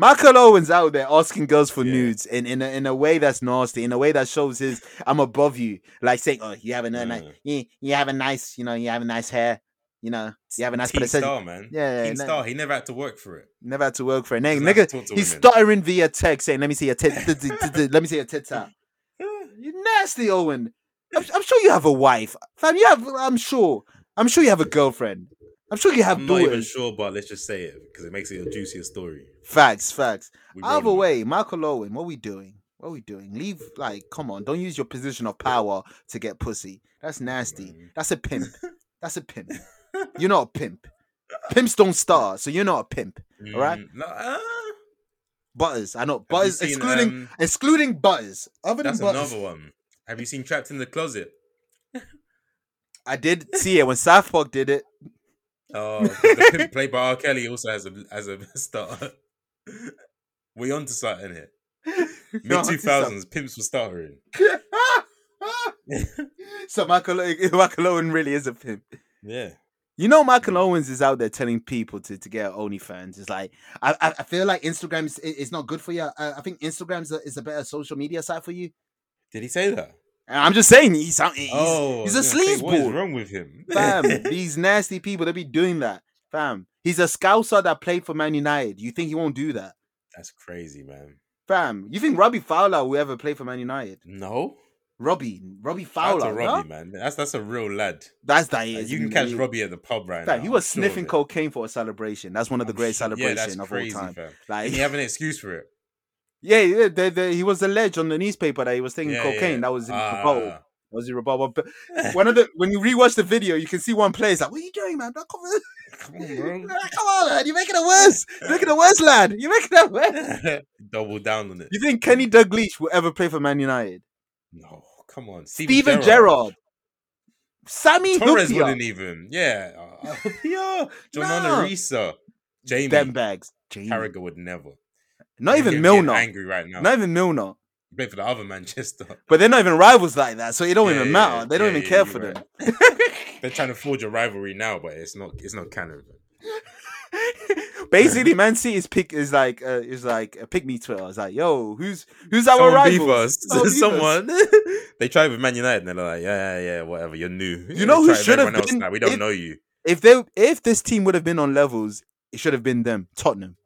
Speaker 2: Michael Owen's out there asking girls for
Speaker 3: Yeah.
Speaker 2: nudes in in a, in a way that's nasty, in a way that shows his I'm above you, like saying, "Oh, you have a nice,
Speaker 3: Yeah.
Speaker 2: you, you have a nice, you know, you have a nice hair, you know, you have a nice
Speaker 3: Teen
Speaker 2: person."
Speaker 3: star, man.
Speaker 2: Yeah, yeah,
Speaker 3: Teen
Speaker 2: no.
Speaker 3: star. He never had to work for it.
Speaker 2: Never had to work for a nigga.
Speaker 3: Doesn't have to
Speaker 2: Nigga,
Speaker 3: talk to
Speaker 2: he's
Speaker 3: women.
Speaker 2: stuttering via text saying, "Let me see your tits, t- t- t- t- let me see your tits out." You nasty, Owen. I'm, I'm sure you have a wife, fam. You have, I'm sure, I'm sure you have a girlfriend. I'm sure you have
Speaker 3: I'm not even
Speaker 2: daughters.
Speaker 3: sure, but let's just say it because it makes it a juicier story.
Speaker 2: Facts, facts.
Speaker 3: We
Speaker 2: Either
Speaker 3: rolling with
Speaker 2: way, Michael Owen, what we doing? What we doing? Leave, like, come on! Don't use your position of power to get pussy. That's nasty.
Speaker 3: man.
Speaker 2: That's a pimp. That's a pimp. You're not a pimp. Pimps don't star, so you're not a pimp.
Speaker 3: it.
Speaker 2: alright?
Speaker 3: Mm, No, ah.
Speaker 2: Butters, I know. Butters,
Speaker 3: seen,
Speaker 2: excluding
Speaker 3: um,
Speaker 2: excluding Butters. Other than
Speaker 3: That's
Speaker 2: Butters,
Speaker 3: another one. Have you seen Trapped in the Closet?
Speaker 2: I did see it when South Park did it.
Speaker 3: Oh, the pimp played by R. Kelly also has a as a starter. We onto something here. Mid two thousands, pimps were starting.
Speaker 2: so Michael, Michael Owen really is a pimp.
Speaker 3: Yeah,
Speaker 2: You know, Michael Owens is out there telling people to, to get OnlyFans. It's like I, I I feel like Instagram is i- is not good for you. I, I think Instagram is a, is a better social media site for you.
Speaker 3: did he say that?
Speaker 2: And I'm just saying, he's out- he's,
Speaker 3: oh,
Speaker 2: he's
Speaker 3: I
Speaker 2: a
Speaker 3: was gonna say, What is
Speaker 2: sleazeball.
Speaker 3: wrong with him?
Speaker 2: fam. These nasty people they be doing that, fam. He's a scouser that played for Man United. You think he won't do that,
Speaker 3: That's crazy, man.
Speaker 2: fam? You think Robbie Fowler will ever play for Man United?
Speaker 3: No,
Speaker 2: Robbie, Robbie
Speaker 3: Shout out to
Speaker 2: Fowler, no?
Speaker 3: Robbie, man. That's that's a real lad.
Speaker 2: that's that.
Speaker 3: Like,
Speaker 2: is
Speaker 3: you can
Speaker 2: me.
Speaker 3: catch Robbie at the pub right
Speaker 2: Fam,
Speaker 3: now.
Speaker 2: he was
Speaker 3: I'm sure of
Speaker 2: sniffing
Speaker 3: it.
Speaker 2: cocaine for a celebration. That's one of the
Speaker 3: I'm
Speaker 2: greatest
Speaker 3: sure- yeah,
Speaker 2: celebrations
Speaker 3: that's
Speaker 2: of
Speaker 3: crazy,
Speaker 2: all time.
Speaker 3: fam.
Speaker 2: Like
Speaker 3: And you have an excuse for it.
Speaker 2: Yeah, yeah they, they, he was alleged on the newspaper that he was taking
Speaker 3: Yeah,
Speaker 2: cocaine.
Speaker 3: yeah.
Speaker 2: That was in rebuttal. That
Speaker 3: Ah.
Speaker 2: was in rebuttal. But one of the when you rewatch the video, you can see one player is like, "What are you doing, man? Don't come,
Speaker 3: Come on, bro.
Speaker 2: come on, man! You're making it worse. You're making it worse, lad. You're making it worse."
Speaker 3: Double down on it.
Speaker 2: You think Kenny Dalglish will ever play for Man United?
Speaker 3: No, come on.
Speaker 2: Steven Gerrard, Sammy
Speaker 3: Torres
Speaker 2: Hupia,
Speaker 3: wouldn't even. Yeah. Uh, yeah. John
Speaker 2: No.
Speaker 3: Onorisa. Jamie.
Speaker 2: them bags. Jamie.
Speaker 3: Carragher would never.
Speaker 2: Not
Speaker 3: You're
Speaker 2: even
Speaker 3: getting me
Speaker 2: Milner.
Speaker 3: Angry right now.
Speaker 2: Not even Milner.
Speaker 3: He played for the other Manchester.
Speaker 2: But they're not even rivals like that, so it don't
Speaker 3: Yeah,
Speaker 2: even
Speaker 3: yeah,
Speaker 2: matter.
Speaker 3: yeah.
Speaker 2: They don't
Speaker 3: Yeah,
Speaker 2: even
Speaker 3: yeah,
Speaker 2: care
Speaker 3: you're
Speaker 2: for
Speaker 3: right.
Speaker 2: them.
Speaker 3: They're trying to forge a rivalry now, but it's not. It's not canon.
Speaker 2: Basically, Man City is pick is like uh, is like a pick me Twitter. It's like, yo, who's who's our
Speaker 3: Someone beef
Speaker 2: rival?
Speaker 3: us.
Speaker 2: Someone beef us.
Speaker 3: Someone. they tried with Man United, and they're like, yeah, yeah, yeah, whatever. You're new.
Speaker 2: You know who
Speaker 3: Try with
Speaker 2: should have
Speaker 3: everyone else
Speaker 2: been-
Speaker 3: now. We don't
Speaker 2: if-
Speaker 3: know you.
Speaker 2: If they if this team would have been on levels, It should have been them, Tottenham.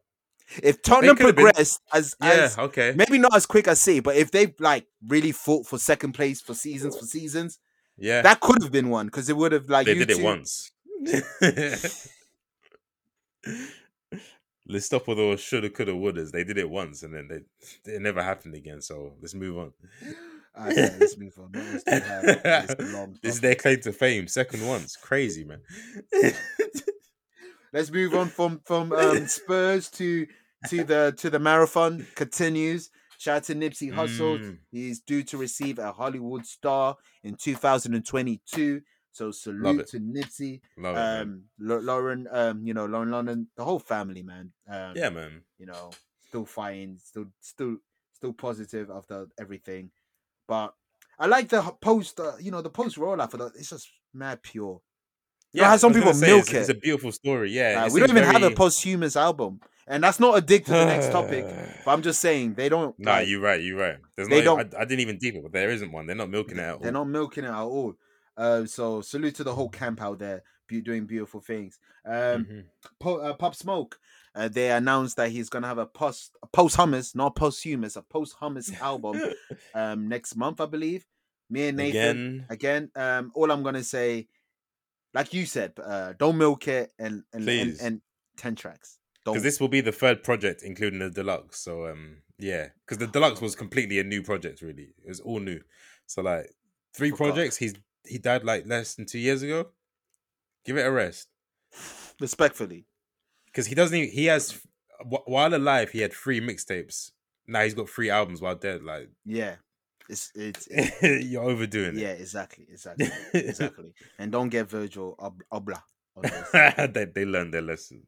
Speaker 2: If Tottenham
Speaker 3: could have been-
Speaker 2: progressed as,
Speaker 3: Yeah,
Speaker 2: as
Speaker 3: okay.
Speaker 2: maybe not as quick as City, but if they like really fought for second place for seasons for seasons,
Speaker 3: Yeah.
Speaker 2: that could have been one because it would have like
Speaker 3: they
Speaker 2: you
Speaker 3: did it
Speaker 2: two-
Speaker 3: once. let's stop with all shoulda, coulda, wouldas. They did it once, and then they it never happened again. So let's move on.
Speaker 2: Alright, yeah, let's move on. That was too hard. It's a long
Speaker 3: this
Speaker 2: topic.
Speaker 3: is their claim to fame. Second once, crazy man.
Speaker 2: Let's move on from from um, Spurs to to the to the marathon continues. Shout out to Nipsey Hussle.
Speaker 3: Mm.
Speaker 2: He is due to receive a Hollywood star in 2022. So
Speaker 3: it.
Speaker 2: salute to Nipsey,
Speaker 3: Love it, man.
Speaker 2: um, Lau- Lauren, um, you know Lauren London, the whole family, man. Um,
Speaker 3: Yeah, man.
Speaker 2: you know, still fighting, still, still, still positive after everything. But I like the h- post, uh, you know, the post rollout for the. It's just mad pure. know
Speaker 3: Yeah,
Speaker 2: how some
Speaker 3: I was gonna
Speaker 2: people
Speaker 3: say,
Speaker 2: milk
Speaker 3: it's, It's
Speaker 2: it.
Speaker 3: a beautiful story. Yeah,
Speaker 2: Uh,
Speaker 3: it
Speaker 2: we don't
Speaker 3: seems
Speaker 2: even have a
Speaker 3: very-
Speaker 2: posthumous album, and that's not a dig to the next topic. But I'm just saying they don't.
Speaker 3: Nah,
Speaker 2: like,
Speaker 3: you're right. You're right. There's
Speaker 2: They
Speaker 3: no. I, I didn't even deep it, but there isn't one. They're not milking it at all.
Speaker 2: They're not milking it at all. Uh, so salute to the whole camp out there, be doing beautiful things. Um,
Speaker 3: Mhm.
Speaker 2: po- uh, Pop Smoke, uh, they announced that he's gonna have a post a posthumous, not posthumous, a posthumous album um next month, I believe. Me and Nathan
Speaker 3: Again,
Speaker 2: again. um, all I'm gonna say, like you said, uh, don't milk it and and and,
Speaker 3: Please.
Speaker 2: and ten tracks. Don't.
Speaker 3: because this will be the third project, including the deluxe. So um, yeah, because the deluxe was completely a new project. Really, it was all new. So like three
Speaker 2: Forgot.
Speaker 3: projects. He's he died like less than two years ago. Give it a rest,
Speaker 2: respectfully,
Speaker 3: because he doesn't. Even, he has wh- while alive, he had three mixtapes. Now he's got three albums while dead. Like
Speaker 2: yeah, it's it's. it's
Speaker 3: you're overdoing
Speaker 2: yeah, exactly, exactly,
Speaker 3: it.
Speaker 2: exactly, and don't get Virgil Ob- Obla. on this.
Speaker 3: they they learned their lesson.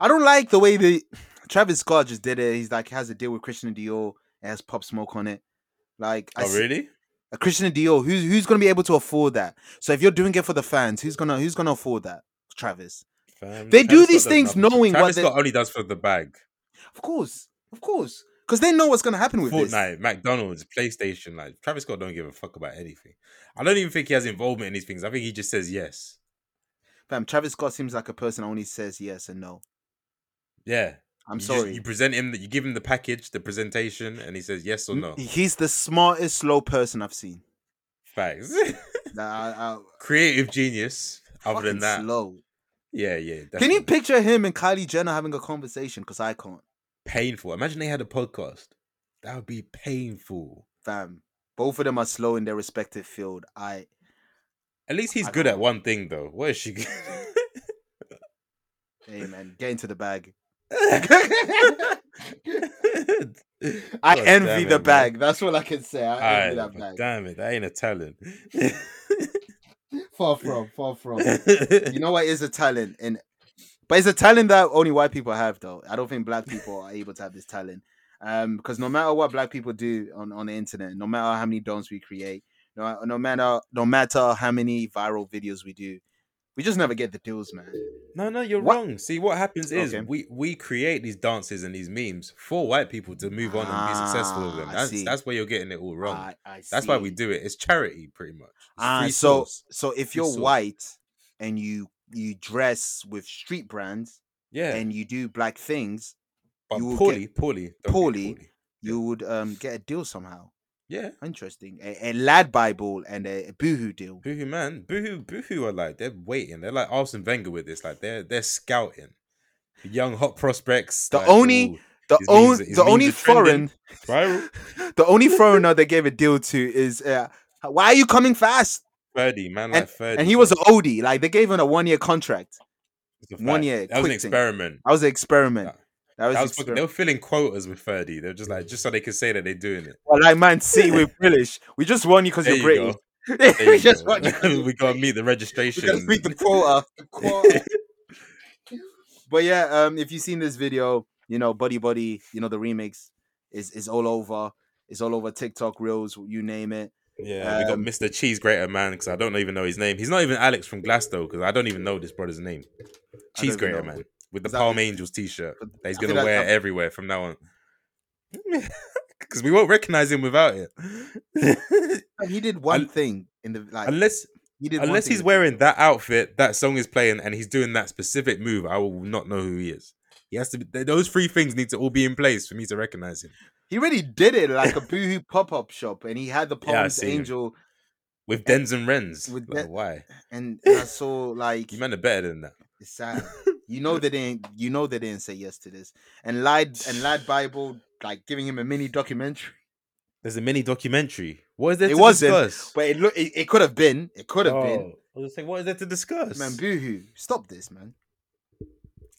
Speaker 2: I don't like the way the Travis Scott just did it. He's like has a deal with Christian Dior. It has Pop Smoke on it. Like I
Speaker 3: oh
Speaker 2: see-
Speaker 3: really?
Speaker 2: a Christian Dior. Who's who's gonna be able to afford that? So if you're doing it for the fans, who's gonna who's gonna afford that? Travis,
Speaker 3: Fam,
Speaker 2: They do
Speaker 3: Travis Scott
Speaker 2: these
Speaker 3: does
Speaker 2: things
Speaker 3: nothing.
Speaker 2: knowing what
Speaker 3: Travis
Speaker 2: they-
Speaker 3: Scott only does for the bag.
Speaker 2: of course, of course, because they know what's gonna happen with
Speaker 3: Fortnite,
Speaker 2: this.
Speaker 3: McDonald's, PlayStation. Like Travis Scott don't give a fuck about anything. I don't even think he has involvement in these things. I think he just says yes.
Speaker 2: Fam, Travis Scott seems like a person that only says yes and no.
Speaker 3: Yeah.
Speaker 2: I'm
Speaker 3: You just-
Speaker 2: sorry.
Speaker 3: you present him, you give him the package, the presentation, and he says yes
Speaker 2: Mm,
Speaker 3: or no.
Speaker 2: He's the smartest, slow person I've seen.
Speaker 3: Facts.
Speaker 2: Nah, I- I-
Speaker 3: Creative genius. Other
Speaker 2: fucking
Speaker 3: than that,
Speaker 2: slow.
Speaker 3: yeah, yeah.
Speaker 2: Can you
Speaker 3: definitely.
Speaker 2: picture him and Kylie Jenner having a conversation? Because I can't.
Speaker 3: painful? Imagine they had a podcast. That would be painful.
Speaker 2: fam. Both of them are slow in their respective field. I
Speaker 3: At least he's
Speaker 2: I
Speaker 3: good
Speaker 2: don't
Speaker 3: at one thing, though. What is she? good-
Speaker 2: hey man, get into the bag. I
Speaker 3: I
Speaker 2: envy the bag. That's what I can say. I envy that bag.
Speaker 3: damn it, that ain't a talent.
Speaker 2: Far from, far from. you know what is a talent, and but it's a talent that only white people have though. I don't think black people are able to have this talent. Um, because no matter what black people do on, on the internet, no matter how many dons we create, no, no matter no matter how many viral videos we do, we just never get the deals, man.
Speaker 3: no, no, you're
Speaker 2: What?
Speaker 3: wrong. See, what happens is
Speaker 2: Okay.
Speaker 3: we we create these dances and these memes for white people to move on and be successful with
Speaker 2: Ah,
Speaker 3: them.
Speaker 2: I
Speaker 3: That's
Speaker 2: see. Ah,
Speaker 3: that's where you're getting it all wrong.
Speaker 2: I, I
Speaker 3: that's why we
Speaker 2: see.
Speaker 3: do it. It's charity, pretty much. It's
Speaker 2: Ah,
Speaker 3: free
Speaker 2: so
Speaker 3: source.
Speaker 2: so if
Speaker 3: Free
Speaker 2: you're
Speaker 3: source.
Speaker 2: white and you you dress with street brands
Speaker 3: yeah,
Speaker 2: and you do black things,
Speaker 3: but
Speaker 2: you will get-
Speaker 3: poorly, poorly, don't get
Speaker 2: poorly.
Speaker 3: poorly. Yeah.
Speaker 2: you would um get a deal somehow.
Speaker 3: Yeah, Boohoo
Speaker 2: Interesting, a, a lad Bible and a, a boohoo deal.
Speaker 3: man, boohoo, boohoo are like they're waiting. They're like Arsene Wenger with this. Like they're they're scouting the young hot prospects.
Speaker 2: The
Speaker 3: like,
Speaker 2: only-
Speaker 3: ooh,
Speaker 2: The
Speaker 3: His memes-
Speaker 2: only
Speaker 3: his
Speaker 2: the
Speaker 3: memes
Speaker 2: only
Speaker 3: are
Speaker 2: foreign
Speaker 3: trending. viral.
Speaker 2: the only foreigner they gave a deal to is uh, why are you coming fast?
Speaker 3: Thirty man, like thirty.
Speaker 2: And he was an oldie. Like they gave him a one year contract.
Speaker 3: It's a
Speaker 2: one
Speaker 3: fact.
Speaker 2: year,
Speaker 3: That was an
Speaker 2: quick thing.
Speaker 3: experiment.
Speaker 2: That was an experiment. That was,
Speaker 3: That was fucking,
Speaker 2: experiment.
Speaker 3: they were filling quotas with thirty. They were just like, just so they could say that they're doing it.
Speaker 2: Well, like man, see, we're British. We just won you because
Speaker 3: There
Speaker 2: you're
Speaker 3: you
Speaker 2: British.
Speaker 3: go. There
Speaker 2: we
Speaker 3: you
Speaker 2: just
Speaker 3: go.
Speaker 2: won you 'cause you're
Speaker 3: we gotta
Speaker 2: British.
Speaker 3: meet the
Speaker 2: We gotta
Speaker 3: registration.
Speaker 2: beat the quota. The quota. but yeah, um, if you've seen this video, you know, Buddy Buddy, you know, the remix is is all over. It's all over TikTok reels, you name it.
Speaker 3: yeah, we got
Speaker 2: Um,
Speaker 3: Mr. Cheese Grater man because I don't even know his name. He's not even Alex from Glasgow because I don't even know this brother's name. Cheese
Speaker 2: even
Speaker 3: Grater
Speaker 2: know.
Speaker 3: man with the
Speaker 2: Is that-
Speaker 3: Palm Angels T-shirt that he's
Speaker 2: I
Speaker 3: gonna
Speaker 2: think that-
Speaker 3: wear
Speaker 2: I-
Speaker 3: everywhere from now on. Because we won't recognize him without it.
Speaker 2: He did one
Speaker 3: Un-
Speaker 2: thing in the like.
Speaker 3: unless
Speaker 2: He did one
Speaker 3: Unless
Speaker 2: thing
Speaker 3: he's
Speaker 2: that-
Speaker 3: wearing that outfit, that song is playing, and he's doing that specific move, I will not know who he is. He has to. Be, th- those three things need to all be in place for me to recognize him.
Speaker 2: He really did it like a boohoo pop up shop, and he had the
Speaker 3: Yeah, I
Speaker 2: Palms
Speaker 3: see him.
Speaker 2: Angel,
Speaker 3: With Dens and Rens,
Speaker 2: With
Speaker 3: like,
Speaker 2: that-
Speaker 3: why?
Speaker 2: and, and I saw like
Speaker 3: You men are better than that.
Speaker 2: it's sad. You know they didn't. You know they didn't say yes to this, and lied and lied Bible like giving him a mini documentary.
Speaker 3: There's a mini documentary. What is there
Speaker 2: It
Speaker 3: to
Speaker 2: wasn't,
Speaker 3: discuss?
Speaker 2: But it look it, it could have been. It could have been.
Speaker 3: Oh, I was just saying, what is there to discuss?
Speaker 2: Man, boohoo! Stop this, man.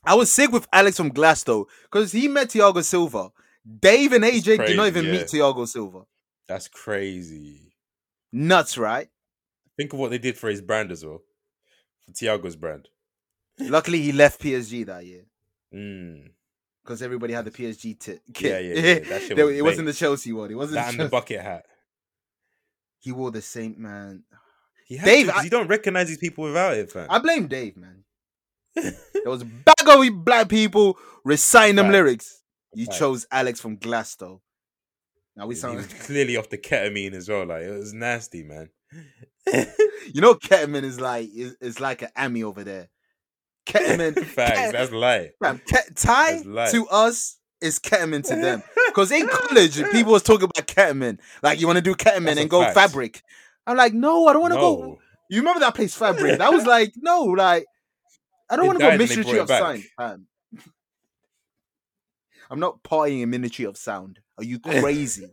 Speaker 2: I was sick with Alex from Glass though, because he met Thiago Silva. Dave and
Speaker 3: It's
Speaker 2: AJ did not
Speaker 3: crazy,
Speaker 2: even meet Thiago Silva.
Speaker 3: That's crazy.
Speaker 2: Nuts, right?
Speaker 3: Think of what they did for his brand as well, for Tiago's brand.
Speaker 2: Luckily, he left PSG that year
Speaker 3: Mm.
Speaker 2: because everybody had the PSG tit.
Speaker 3: Yeah,
Speaker 2: kit.
Speaker 3: yeah, yeah. That shit
Speaker 2: There-
Speaker 3: was
Speaker 2: it wasn't
Speaker 3: bait.
Speaker 2: the Chelsea one. It wasn't.
Speaker 3: That
Speaker 2: The
Speaker 3: and the
Speaker 2: Chelsea.
Speaker 3: bucket hat.
Speaker 2: He wore the same man.
Speaker 3: He had
Speaker 2: Dave,
Speaker 3: to, 'cause
Speaker 2: I-
Speaker 3: you don't recognize these people without it, fam.
Speaker 2: I blame Dave, man. there was a bag of black people reciting them
Speaker 3: Facts.
Speaker 2: lyrics. You
Speaker 3: Facts.
Speaker 2: chose Alex from Glasgow. Now we
Speaker 3: And he
Speaker 2: sound.
Speaker 3: was clearly off the ketamine as well. Like it was nasty, man.
Speaker 2: You know, Ketamine is like is, is like an Ami over there. Ketamine,
Speaker 3: Facts.
Speaker 2: Ket-
Speaker 3: That's light.
Speaker 2: fam, Ket- Thai
Speaker 3: that's light.
Speaker 2: to us is ketamine to them. Because in college, people was talking about ketamine. Like, you want to do ketamine
Speaker 3: That's a
Speaker 2: and go
Speaker 3: fact.
Speaker 2: fabric. I'm like, no, I don't want to go.
Speaker 3: no,
Speaker 2: You remember that place, fabric? That was like, no, like, I don't
Speaker 3: It
Speaker 2: want to
Speaker 3: died
Speaker 2: go
Speaker 3: and they brought
Speaker 2: ministry
Speaker 3: it
Speaker 2: of
Speaker 3: back.
Speaker 2: sound. fam. I'm not partying in ministry of sound. Are you crazy?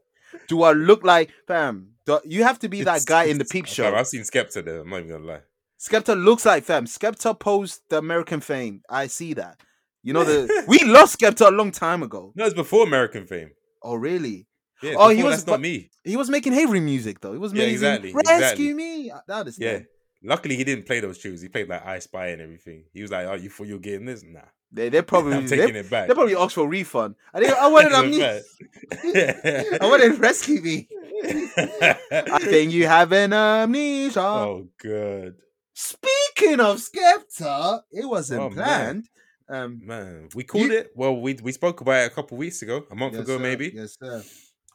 Speaker 2: do I look like, fam? Do, you have to be that guy in the peep
Speaker 3: Fam,
Speaker 2: show.
Speaker 3: I've seen Skepta there. I'm not even gonna lie.
Speaker 2: Skepta looks like fam. Skepta posed the American fame. I see that. You know the we lost Skepta a long time ago.
Speaker 3: No, it's before American Fame.
Speaker 2: Oh really?
Speaker 3: Yeah,
Speaker 2: Oh,
Speaker 3: oh,
Speaker 2: he
Speaker 3: he
Speaker 2: was
Speaker 3: That's not
Speaker 2: bu-
Speaker 3: me.
Speaker 2: He was making Havery music though. He was
Speaker 3: Yeah,
Speaker 2: making
Speaker 3: exactly,
Speaker 2: rescue
Speaker 3: exactly.
Speaker 2: me. That is
Speaker 3: Yeah.
Speaker 2: yeah.
Speaker 3: Luckily, he didn't play those tunes. He played like I Spy and everything. He was like, "Oh, you thought you were getting this? Nah,
Speaker 2: They they probably
Speaker 3: I'm
Speaker 2: Mm, they,
Speaker 3: taking it back."
Speaker 2: they probably asked for a refund. I think I wanted
Speaker 3: That's
Speaker 2: a
Speaker 3: a
Speaker 2: music.
Speaker 3: fact.
Speaker 2: I wanted rescue me. I think you have an amnesia.
Speaker 3: Oh god,
Speaker 2: Speaking of Skepta, it wasn't
Speaker 3: Oh, man.
Speaker 2: planned. Um,
Speaker 3: man, we called
Speaker 2: You-
Speaker 3: it. Well, we we spoke about it a couple weeks ago, a month
Speaker 2: yes,
Speaker 3: ago
Speaker 2: sir.
Speaker 3: maybe.
Speaker 2: Yes, sir. What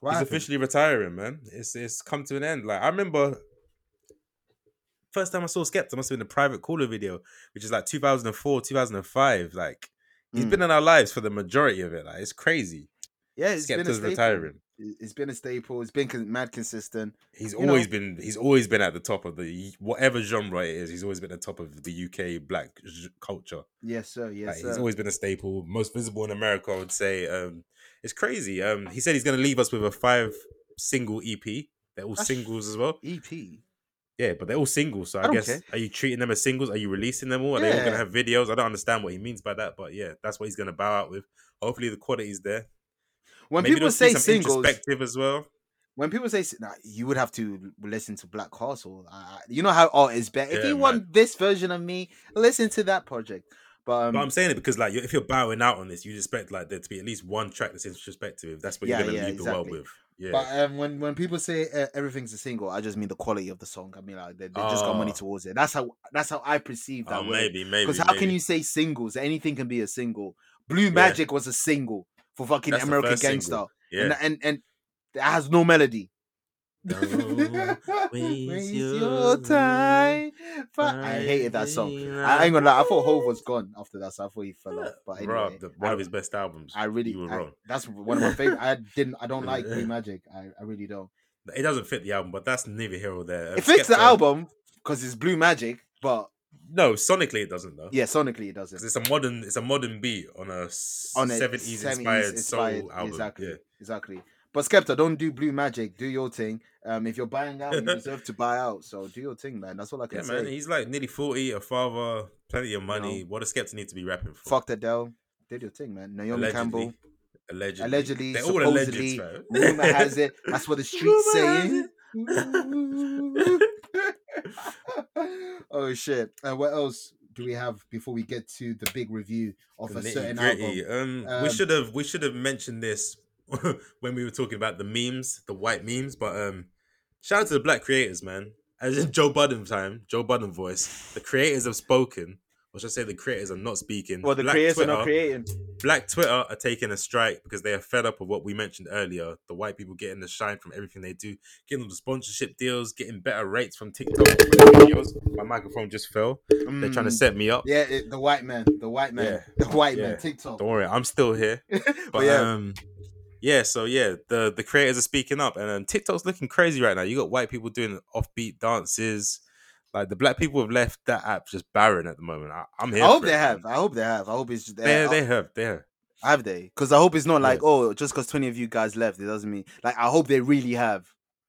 Speaker 3: He's
Speaker 2: happened?
Speaker 3: officially retiring, man. It's it's come to an end. Like I remember first time I saw Skepta must have been the private caller video, which is like 2004, 2005. Like he's
Speaker 2: Mm.
Speaker 3: been in our lives for the majority of it. Like it's crazy.
Speaker 2: Yeah, it's been a
Speaker 3: Skepta's
Speaker 2: staple.
Speaker 3: retiring.
Speaker 2: It- It's been a staple. It's been con- mad consistent.
Speaker 3: He's
Speaker 2: You know-
Speaker 3: always been he's always been at the top of the whatever genre it is. He's always been at the top of the UK black j- culture.
Speaker 2: Yes, sir. Yes,
Speaker 3: Like,
Speaker 2: sir.
Speaker 3: he's always been a staple, most visible in America, I would say. Um, it's crazy. Um, he said he's going to leave us with a five single EP. They're all
Speaker 2: That's-
Speaker 3: singles as well.
Speaker 2: EP.
Speaker 3: Yeah, but they're all singles. So
Speaker 2: I
Speaker 3: I,
Speaker 2: don't
Speaker 3: guess
Speaker 2: care.
Speaker 3: are you treating them as singles? Are you releasing them all? Are they all
Speaker 2: Yeah.
Speaker 3: gonna have videos? I don't understand what he means by that, but yeah, that's what he's gonna bow out with. Hopefully the quality's there.
Speaker 2: When
Speaker 3: Maybe
Speaker 2: people
Speaker 3: there'll
Speaker 2: say
Speaker 3: be some
Speaker 2: singles,
Speaker 3: introspective as well.
Speaker 2: when people say si- nah, you would have to listen to Black Castle. I, I- you know how art is better. if
Speaker 3: Yeah,
Speaker 2: you want this version of me, listen to that project. But, um,
Speaker 3: but I'm saying it because like you- if you're bowing out on this, you expect like there to be at least one track that's introspective. That's what
Speaker 2: Yeah,
Speaker 3: you're gonna
Speaker 2: yeah,
Speaker 3: leave the world
Speaker 2: exactly.
Speaker 3: with. Yeah,
Speaker 2: but um, when when people say uh, everything's a single, I just mean the quality of the song. I mean like they, they just got money
Speaker 3: Oh.
Speaker 2: towards it. That's how that's how I perceive that.
Speaker 3: oh,
Speaker 2: word.
Speaker 3: maybe, maybe.
Speaker 2: Because how
Speaker 3: maybe.
Speaker 2: can you say singles? Anything can be a single. Blue Magic was a single for fucking
Speaker 3: That's the
Speaker 2: American
Speaker 3: first
Speaker 2: Gangster, and,
Speaker 3: single. Yeah.
Speaker 2: and and that has no melody.
Speaker 3: Don't waste your
Speaker 2: Fi- I hated that song. I ain't gonna lie. I thought Hove was gone after that, so I thought he fell off. But anyway,
Speaker 3: Rob, the, one
Speaker 2: I,
Speaker 3: of his best albums.
Speaker 2: I really,
Speaker 3: you were
Speaker 2: I-
Speaker 3: wrong.
Speaker 2: that's one of my favorite. I didn't, I don't like Blue Magic. I, I really don't.
Speaker 3: It doesn't fit the album, but that's neither here or there. Um,
Speaker 2: It fits the
Speaker 3: Skepta-
Speaker 2: album because it's Blue Magic, but
Speaker 3: No, sonically it doesn't though.
Speaker 2: yeah, sonically it doesn't.
Speaker 3: 'Cause it's a modern, it's a modern beat on a
Speaker 2: on it.
Speaker 3: seventies
Speaker 2: 70s
Speaker 3: inspired, soul album.
Speaker 2: Exactly,
Speaker 3: Yeah.
Speaker 2: exactly. But Skepta, don't do blue magic. Do your thing. Um, if you're buying out, you deserve to buy out. So do your thing, man. That's all I can
Speaker 3: Yeah,
Speaker 2: say.
Speaker 3: man, he's like nearly forty, a father, plenty of money. What does Skepta need to be rapping for?
Speaker 2: Fuck Adele. Did your thing, man. Naomi Campbell.
Speaker 3: allegedly,
Speaker 2: Allegedly,
Speaker 3: they're all
Speaker 2: supposedly,
Speaker 3: allegedly.
Speaker 2: rumor has it. That's what the streets
Speaker 3: Rumor
Speaker 2: saying. oh shit! And what else do we have before we get to the big review of a certain album?
Speaker 3: Um,
Speaker 2: Um,
Speaker 3: we should have we should have mentioned this when we were talking about the memes, the white memes. But um, shout out to the black creators, man. As in Joe Budden time, Joe Budden voice. The creators have spoken. or should I say the creators are not speaking.
Speaker 4: Well, the
Speaker 3: Black
Speaker 4: creators are
Speaker 3: Twitter-
Speaker 4: not creating.
Speaker 3: Black Twitter are taking a strike because they are fed up of what we mentioned earlier. The white people getting the shine from everything they do, getting all the sponsorship deals, getting better rates from TikTok. for their videos. My microphone just fell. They're trying
Speaker 2: Mm.
Speaker 3: to set me up.
Speaker 2: Yeah, it, the white man, the white man,
Speaker 3: Yeah.
Speaker 2: the white
Speaker 3: Yeah.
Speaker 2: man, TikTok.
Speaker 3: Don't worry, I'm still here. But
Speaker 2: yeah.
Speaker 3: um, yeah, so yeah, the the creators are speaking up, and um, TikTok's looking crazy right now. You got white people doing offbeat dances. Like the black people have left that app just barren at the moment. I, I'm here.
Speaker 2: I hope
Speaker 3: for
Speaker 2: they
Speaker 3: it,
Speaker 2: have.
Speaker 3: man.
Speaker 2: I hope they have. I hope it's
Speaker 3: They
Speaker 2: there.
Speaker 3: they have they have.
Speaker 2: have they? Because I hope it's not like
Speaker 3: Yeah.
Speaker 2: oh, just because twenty of you guys left, it doesn't mean like I hope they really have.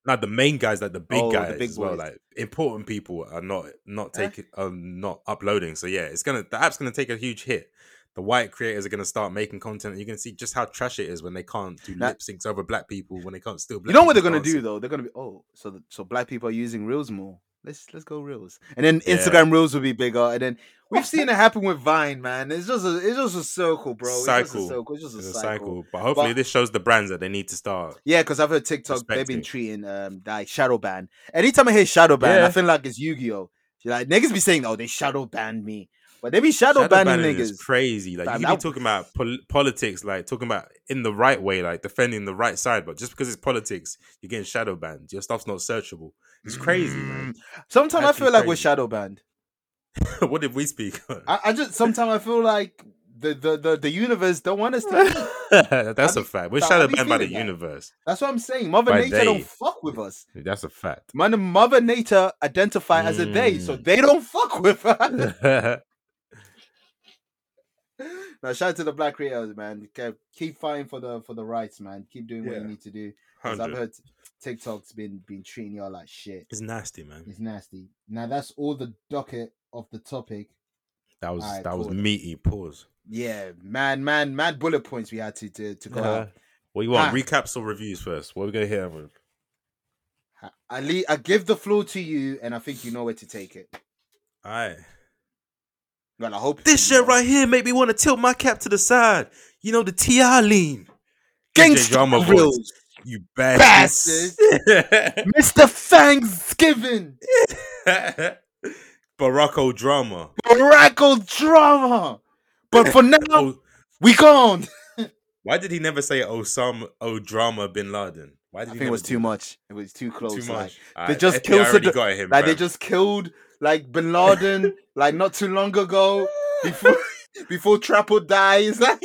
Speaker 3: Not the main guys, like the big
Speaker 2: Oh, the
Speaker 3: guys
Speaker 2: big
Speaker 3: as well.
Speaker 2: boys.
Speaker 3: Like important people are not not
Speaker 2: Yeah.
Speaker 3: taking um not uploading. So yeah, it's gonna the app's gonna take a huge hit. The white creators are gonna start making content. and You're gonna see just how trash it is when they can't do
Speaker 2: Now-
Speaker 3: lip syncs over black people when they can't still.
Speaker 2: You know what they're gonna do though? They're gonna be oh, so th- so black people are using reels more. Let's let's go reels, and then
Speaker 3: Yeah.
Speaker 2: Instagram reels will be bigger, and then we've seen it happen with Vine, man. It's just a it's just a circle, bro. It's just
Speaker 3: Cycle.
Speaker 2: a circle. It's just a,
Speaker 3: It's a
Speaker 2: cycle.
Speaker 3: cycle, but hopefully
Speaker 2: But-
Speaker 3: this shows the brands that they need to start.
Speaker 2: Yeah, because I've heard TikTok they've been
Speaker 3: Perspective.
Speaker 2: treating um like shadow ban. Anytime I hear shadow ban, I
Speaker 3: Yeah.
Speaker 2: feel like it's Yu Gi Oh. Like niggas be saying, oh, they shadow banned me, but they be shadow, banning
Speaker 3: is
Speaker 2: niggas.
Speaker 3: crazy. Like
Speaker 2: Fam,
Speaker 3: you could
Speaker 2: that-
Speaker 3: be talking about pol- politics, like talking about in the right way, like defending the right side, but just because it's politics, you're getting shadow banned. Your stuff's not searchable. It's crazy, man.
Speaker 2: Sometimes I
Speaker 3: Actually
Speaker 2: feel like we're
Speaker 3: crazy.
Speaker 2: shadow banned. Mm.
Speaker 3: what did we speak on?
Speaker 2: I, I just sometimes I feel like the the the, the universe don't want us to. eat.
Speaker 3: That's
Speaker 2: I be-
Speaker 3: a fact. We're
Speaker 2: I
Speaker 3: shadow
Speaker 2: be
Speaker 3: banned by the
Speaker 2: feeling that.
Speaker 3: universe.
Speaker 2: That's what I'm saying. Mother
Speaker 3: By
Speaker 2: Nature
Speaker 3: they.
Speaker 2: don't fuck with us.
Speaker 3: That's a fact.
Speaker 2: Mother, Mother Nature identify as a they,
Speaker 3: Mm.
Speaker 2: so they don't fuck with us. now shout out to the black creators, man. Ke- Keep fighting for the for the rights, man. Keep doing what you
Speaker 3: Yeah.
Speaker 2: need to do. 'Cause I've
Speaker 3: 100.
Speaker 2: heard TikTok's been been treating y'all like shit.
Speaker 3: It's nasty, man.
Speaker 2: It's nasty. Now that's all the docket of the topic.
Speaker 3: That was
Speaker 2: Alright,
Speaker 3: that was
Speaker 2: pause.
Speaker 3: meaty. Pause.
Speaker 2: Yeah, man, man, mad bullet points we had to to, to go out.
Speaker 3: What you want?
Speaker 2: Ah.
Speaker 3: Recaps or reviews first? What are we gonna hear with?
Speaker 2: I, I, lea- I give the floor to you, and I think you know where to take it.
Speaker 3: All right.
Speaker 2: Well, I hope
Speaker 3: This
Speaker 2: you
Speaker 3: shit
Speaker 2: know.
Speaker 3: right here made me want to tilt my cap to the side. You know the TR lean. DJ drama
Speaker 2: Gangsta
Speaker 3: voice.
Speaker 2: reels,
Speaker 3: You
Speaker 2: Bastards.
Speaker 3: bastards.
Speaker 2: Mr. Thanksgiving,
Speaker 3: Barocco drama.
Speaker 2: Morocco drama. But for now,
Speaker 3: Oh,
Speaker 2: we gone.
Speaker 3: why did he never say Osama O drama bin Laden? Why did
Speaker 2: I
Speaker 3: he
Speaker 2: think it
Speaker 3: never
Speaker 2: was
Speaker 3: do
Speaker 2: too
Speaker 3: that?
Speaker 2: much. It was too close.
Speaker 3: Too much.
Speaker 2: Like,
Speaker 3: Alright,
Speaker 2: they
Speaker 3: the
Speaker 2: just
Speaker 3: FBI
Speaker 2: killed
Speaker 3: already
Speaker 2: Saddam-
Speaker 3: got him.
Speaker 2: like they
Speaker 3: fam.
Speaker 2: just killed like Bin Laden like not too long ago before before Trapple dies. Like,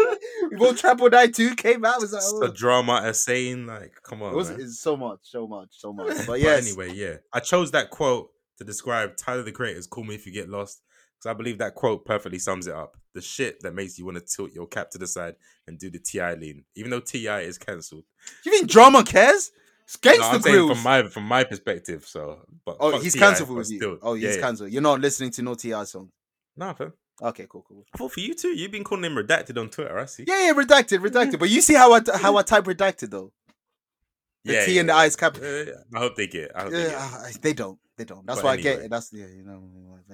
Speaker 2: before Trapple Die Two came out, it was like,
Speaker 3: It's
Speaker 2: oh.
Speaker 3: a drama, a saying. Like, come on.
Speaker 2: it was
Speaker 3: man.
Speaker 2: it's so much, so much, so much. But
Speaker 3: But
Speaker 2: yes,
Speaker 3: anyway, yeah, I chose that quote to describe Tyler the Creator's "Call Me If You Get Lost" because I believe that quote perfectly sums it up. The shit that makes you want to tilt your cap to the side and do the Ti lean, even though Ti is cancelled.
Speaker 2: you think drama cares? It's
Speaker 3: No,
Speaker 2: gangster
Speaker 3: I'm saying
Speaker 2: grills.
Speaker 3: from my from my perspective. So, but
Speaker 2: oh,
Speaker 3: fuck
Speaker 2: he's
Speaker 3: TI,
Speaker 2: cancelled
Speaker 3: but
Speaker 2: with you.
Speaker 3: still,
Speaker 2: oh, he's
Speaker 3: yeah, yeah.
Speaker 2: cancelled. You're not listening to no TR song.
Speaker 3: Nah, fam.
Speaker 2: Okay, cool, cool.
Speaker 3: I thought for you too. You've been calling him redacted on Twitter. I see.
Speaker 2: Yeah, yeah, redacted, redacted. but you see how I t- how I type redacted though. The T and the I is cap-
Speaker 3: Yeah, yeah. I hope they get. It. I hope they get. it.
Speaker 2: Yeah, I- they don't. They don't. That's
Speaker 3: But
Speaker 2: why I get.
Speaker 3: anyway.
Speaker 2: It. That's yeah, you know,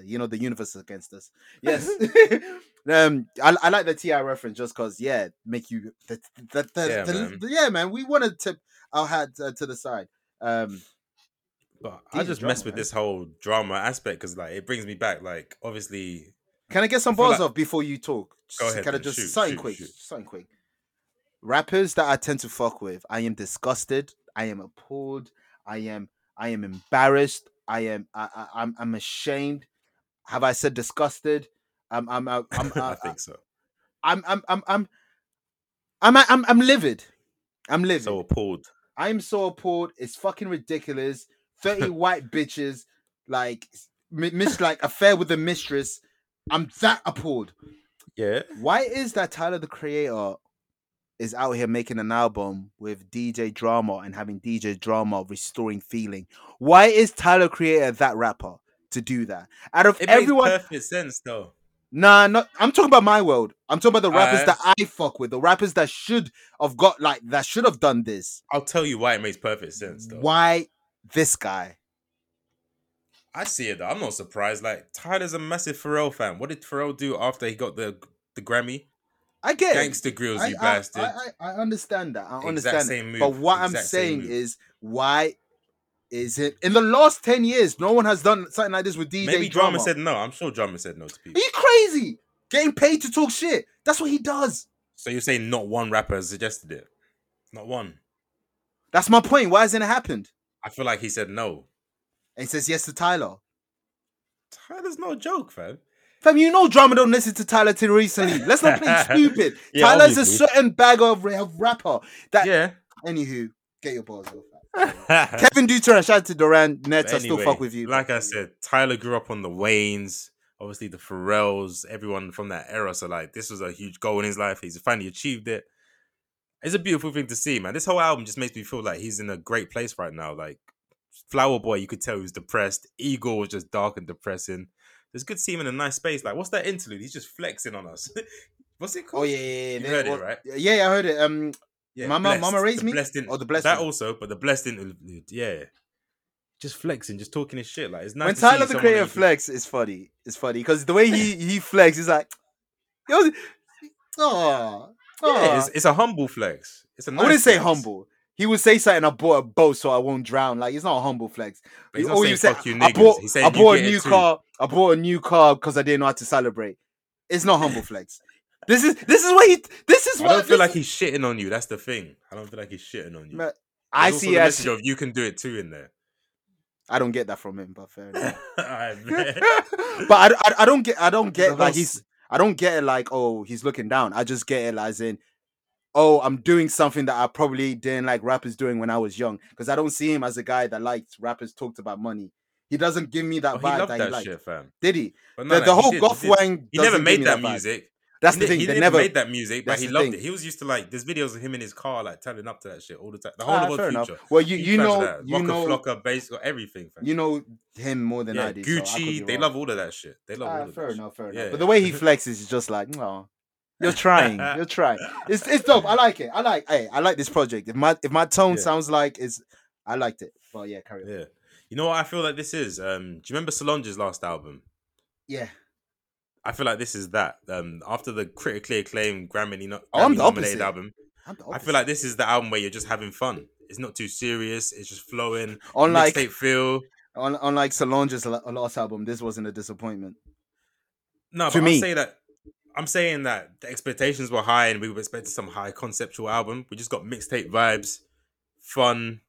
Speaker 2: you know, the universe is against us. Yes. um, I, I like the Ti reference just because yeah, make you the the, the,
Speaker 3: Yeah,
Speaker 2: the-
Speaker 3: man.
Speaker 2: the- yeah man. We want to tip our hat uh, to the side. Um,
Speaker 3: But I
Speaker 2: These are
Speaker 3: just mess
Speaker 2: drama,
Speaker 3: with
Speaker 2: man.
Speaker 3: this whole drama aspect because, like, it brings me back. Like, obviously,
Speaker 2: can I get some
Speaker 3: I feel
Speaker 2: bars
Speaker 3: like-
Speaker 2: off before you talk?
Speaker 3: Go
Speaker 2: Just-
Speaker 3: ahead
Speaker 2: Can I
Speaker 3: then,
Speaker 2: just
Speaker 3: shoot,
Speaker 2: something
Speaker 3: shoot,
Speaker 2: quick?
Speaker 3: shoot.
Speaker 2: Something quick. Rappers that I tend to fuck with, I am disgusted. I am appalled. I am. I am embarrassed. I am. I, I, I'm. I'm ashamed. Have I said disgusted? I'm. I'm. I'm. I'm,
Speaker 3: I
Speaker 2: I'm
Speaker 3: think so.
Speaker 2: I'm I'm I'm I'm I'm I'm I'm livid. I'm livid.
Speaker 3: So appalled.
Speaker 2: I'm so appalled. It's fucking ridiculous. Thirty white bitches, like mi- miss like affair with the mistress. I'm that appalled.
Speaker 3: Yeah.
Speaker 2: Why is that Tyler the Creator is out here making an album with DJ Drama and having DJ Drama restoring feeling? Why is Tyler Creator that rapper to do that? Out of
Speaker 3: It
Speaker 2: everyone,
Speaker 3: makes perfect sense though.
Speaker 2: Nah, not, I'm talking about my world. I'm talking about the rappers
Speaker 3: Alright.
Speaker 2: that I fuck with, the rappers that should have got like that should have done this.
Speaker 3: I'll tell you why it makes perfect sense though.
Speaker 2: Why this guy?
Speaker 3: I see it though. I'm not surprised. Like Tyler's a massive Pharrell fan. What did Pharrell do after he got the the Grammy?
Speaker 2: I get it.
Speaker 3: Gangster grills,
Speaker 2: I,
Speaker 3: you
Speaker 2: I-
Speaker 3: bastard.
Speaker 2: I, I, I understand that. I
Speaker 3: Exact
Speaker 2: understand. it.
Speaker 3: same move,
Speaker 2: But what I'm
Speaker 3: exact same
Speaker 2: saying
Speaker 3: move.
Speaker 2: is why is it in the last 10 years no one has done something like this with DJ
Speaker 3: Maybe
Speaker 2: Drama.
Speaker 3: Drama said no. I'm sure Drama said no to
Speaker 2: Are
Speaker 3: people.
Speaker 2: you crazy? Getting paid to talk shit. That's what he does.
Speaker 3: So you're saying not one rapper has suggested it? Not one.
Speaker 2: That's my point. Why hasn't it happened?
Speaker 3: I feel like he said no.
Speaker 2: And he says yes to Tyler.
Speaker 3: Tyler's not a joke, fam.
Speaker 2: Fam, you know drama don't listen to Tyler till recently. Let's not play stupid.
Speaker 3: Yeah,
Speaker 2: Tyler's
Speaker 3: obviously.
Speaker 2: a certain bag of, of rapper. That
Speaker 3: Yeah.
Speaker 2: anywho, get your balls off. Kevin Duter and shout out to Duran Nets. I still fuck with you.
Speaker 3: Like I said, Tyler grew up on the Waynes, obviously the Pharrells, everyone from that era. So like, this was a huge goal in his life. He's finally achieved it. It's a beautiful thing to see, man. This whole album just makes me feel like he's in a great place right now. Like Flower Boy, you could tell he was depressed. Eagle was just dark and depressing. It's good to see him in a nice space. Like, what's that interlude? He's just flexing on us. what's it
Speaker 2: oh
Speaker 3: called?
Speaker 2: yeah, yeah, yeah.
Speaker 3: You
Speaker 2: They-
Speaker 3: heard it,
Speaker 2: what-
Speaker 3: right?
Speaker 2: Yeah, yeah, I heard it. Um,
Speaker 3: Yeah,
Speaker 2: Mama- Mama Raised
Speaker 3: the
Speaker 2: Me?
Speaker 3: Blessed in-
Speaker 2: Oh, The Blessed
Speaker 3: That
Speaker 2: One.
Speaker 3: also, but the blessed interlude. Yeah, just flexing, just talking his shit. Like it's nice.
Speaker 2: when
Speaker 3: to see
Speaker 2: Tyler the
Speaker 3: someone that
Speaker 2: Creator
Speaker 3: you can-
Speaker 2: flex, it's funny. It's funny because the way he he flex is like, oh, oh.
Speaker 3: Yeah, it's, it's a humble flex. It's a
Speaker 2: I wouldn't
Speaker 3: nice
Speaker 2: say
Speaker 3: flex,
Speaker 2: humble. He would say something. I bought a boat so I won't drown. Like it's not a humble flex.
Speaker 3: but He's
Speaker 2: You-
Speaker 3: not
Speaker 2: all
Speaker 3: saying
Speaker 2: you say,
Speaker 3: fuck you
Speaker 2: I
Speaker 3: niggas.
Speaker 2: bought,
Speaker 3: he's saying
Speaker 2: I
Speaker 3: you
Speaker 2: bought a
Speaker 3: get it
Speaker 2: new
Speaker 3: too."
Speaker 2: car. I bought a new car because I didn't know how to celebrate. It's not humble flex. This is this is what he. This is
Speaker 3: I
Speaker 2: what
Speaker 3: don't feel
Speaker 2: this-
Speaker 3: like he's shitting on you. That's the thing. I don't feel like he's shitting on you.
Speaker 2: Ma-
Speaker 3: There's
Speaker 2: I
Speaker 3: also
Speaker 2: see.
Speaker 3: the
Speaker 2: it as
Speaker 3: message of you can do it too in there.
Speaker 2: I don't get that from him, but fair enough.
Speaker 3: Alright, man.
Speaker 2: but I, I, I don't get. I don't
Speaker 3: The
Speaker 2: get
Speaker 3: whole
Speaker 2: like
Speaker 3: s-
Speaker 2: he's. I don't get it like oh he's looking down. I just get it as in, oh I'm doing something that I probably didn't like rappers doing when I was young because I don't see him as a guy that liked rappers talked about money. He doesn't give me that
Speaker 3: Oh, he
Speaker 2: vibe
Speaker 3: loved
Speaker 2: that,
Speaker 3: that,
Speaker 2: he liked.
Speaker 3: shit, fam.
Speaker 2: Did he?
Speaker 3: But
Speaker 2: the
Speaker 3: no,
Speaker 2: the
Speaker 3: no, he
Speaker 2: whole
Speaker 3: did,
Speaker 2: Goth
Speaker 3: he did.
Speaker 2: Wang.
Speaker 3: He never
Speaker 2: doesn't give
Speaker 3: made
Speaker 2: me
Speaker 3: that
Speaker 2: vibe.
Speaker 3: music.
Speaker 2: That's
Speaker 3: he
Speaker 2: the
Speaker 3: ne-
Speaker 2: thing.
Speaker 3: He
Speaker 2: they
Speaker 3: never
Speaker 2: never.
Speaker 3: made that music, but
Speaker 2: That's
Speaker 3: he
Speaker 2: the
Speaker 3: loved
Speaker 2: thing.
Speaker 3: it. He was used to like there's videos of him in his car like turning up to that shit all the time. The whole
Speaker 2: Ah,
Speaker 3: of Odd
Speaker 2: fair enough.
Speaker 3: future.
Speaker 2: Well, you
Speaker 3: Huge
Speaker 2: you
Speaker 3: fans of
Speaker 2: know
Speaker 3: that.
Speaker 2: you
Speaker 3: Waka
Speaker 2: know
Speaker 3: Flocka, bass, got everything. Fam.
Speaker 2: you know him more than
Speaker 3: yeah,
Speaker 2: I do. so I could
Speaker 3: Gucci,
Speaker 2: be
Speaker 3: they
Speaker 2: wrong.
Speaker 3: love all of that shit. They love all
Speaker 2: Ah,
Speaker 3: of
Speaker 2: fair
Speaker 3: that. shit.
Speaker 2: enough, fair
Speaker 3: Yeah,
Speaker 2: enough. But
Speaker 3: yeah.
Speaker 2: the way he flexes is just like, no, you're trying, you're trying. It's it's dope. I like it. I like. Hey, I like this project. If my if my tone
Speaker 3: Yeah.
Speaker 2: sounds like it's, I liked it. But yeah, carry on.
Speaker 3: Yeah. You know what I feel like this is? Um, do you remember Solange's last album?
Speaker 2: Yeah,
Speaker 3: I feel like this is that. Um, after the critically acclaimed Grammy, no-
Speaker 2: Oh, I'm
Speaker 3: Grammy
Speaker 2: the opposite.
Speaker 3: nominated album,
Speaker 2: I'm the
Speaker 3: I feel
Speaker 2: opposite.
Speaker 3: like this is the album where you're just having fun. It's not too serious. It's just flowing.
Speaker 2: unlike
Speaker 3: Mixtape feel.
Speaker 2: un, unlike Solange's la- last album, this wasn't a disappointment.
Speaker 3: No,
Speaker 2: To
Speaker 3: but
Speaker 2: me.
Speaker 3: I'm saying that I'm saying that the expectations were high and we were expecting some high conceptual album. We just got mixtape vibes, fun,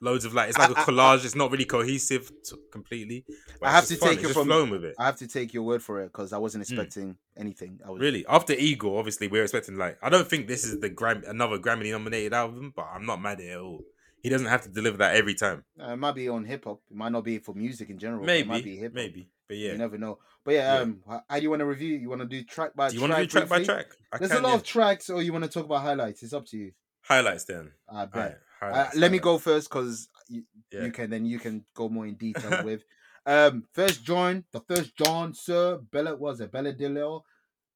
Speaker 3: loads of like it's like a
Speaker 2: I- I-
Speaker 3: collage. it's not really cohesive to, completely. but
Speaker 2: I
Speaker 3: it's
Speaker 2: have
Speaker 3: just
Speaker 2: to
Speaker 3: fun.
Speaker 2: take
Speaker 3: It's
Speaker 2: it
Speaker 3: just
Speaker 2: from-
Speaker 3: flowing with it.
Speaker 2: I have to take your word for it because I
Speaker 3: Hmm.
Speaker 2: wasn't expecting anything. I was
Speaker 3: Really, after Eagle, obviously we were expecting like I don't think this is the Gram- another Grammy nominated album, but I'm not mad at it at all. He doesn't have to deliver that every time.
Speaker 2: Uh, it might be on hip hop. It might not be for music in general. but It might be
Speaker 3: Maybe,
Speaker 2: hip hop.
Speaker 3: maybe, but yeah.
Speaker 2: You never know. But yeah,
Speaker 3: Yeah.
Speaker 2: um, h- how do you want to review? You want to do track by
Speaker 3: do you
Speaker 2: track?
Speaker 3: want to do track by
Speaker 2: briefly?
Speaker 3: track? I
Speaker 2: There's
Speaker 3: can,
Speaker 2: a lot
Speaker 3: yeah.
Speaker 2: of tracks, or you want to talk about highlights? It's up to you.
Speaker 3: highlights then.
Speaker 2: I bet.
Speaker 3: Alright,
Speaker 2: Uh,
Speaker 3: highlights,
Speaker 2: let me
Speaker 3: highlights.
Speaker 2: go first because you,
Speaker 3: Yeah.
Speaker 2: you can then you can go more in detail with. Um, first join the first John Sir Bella was it Belladillo,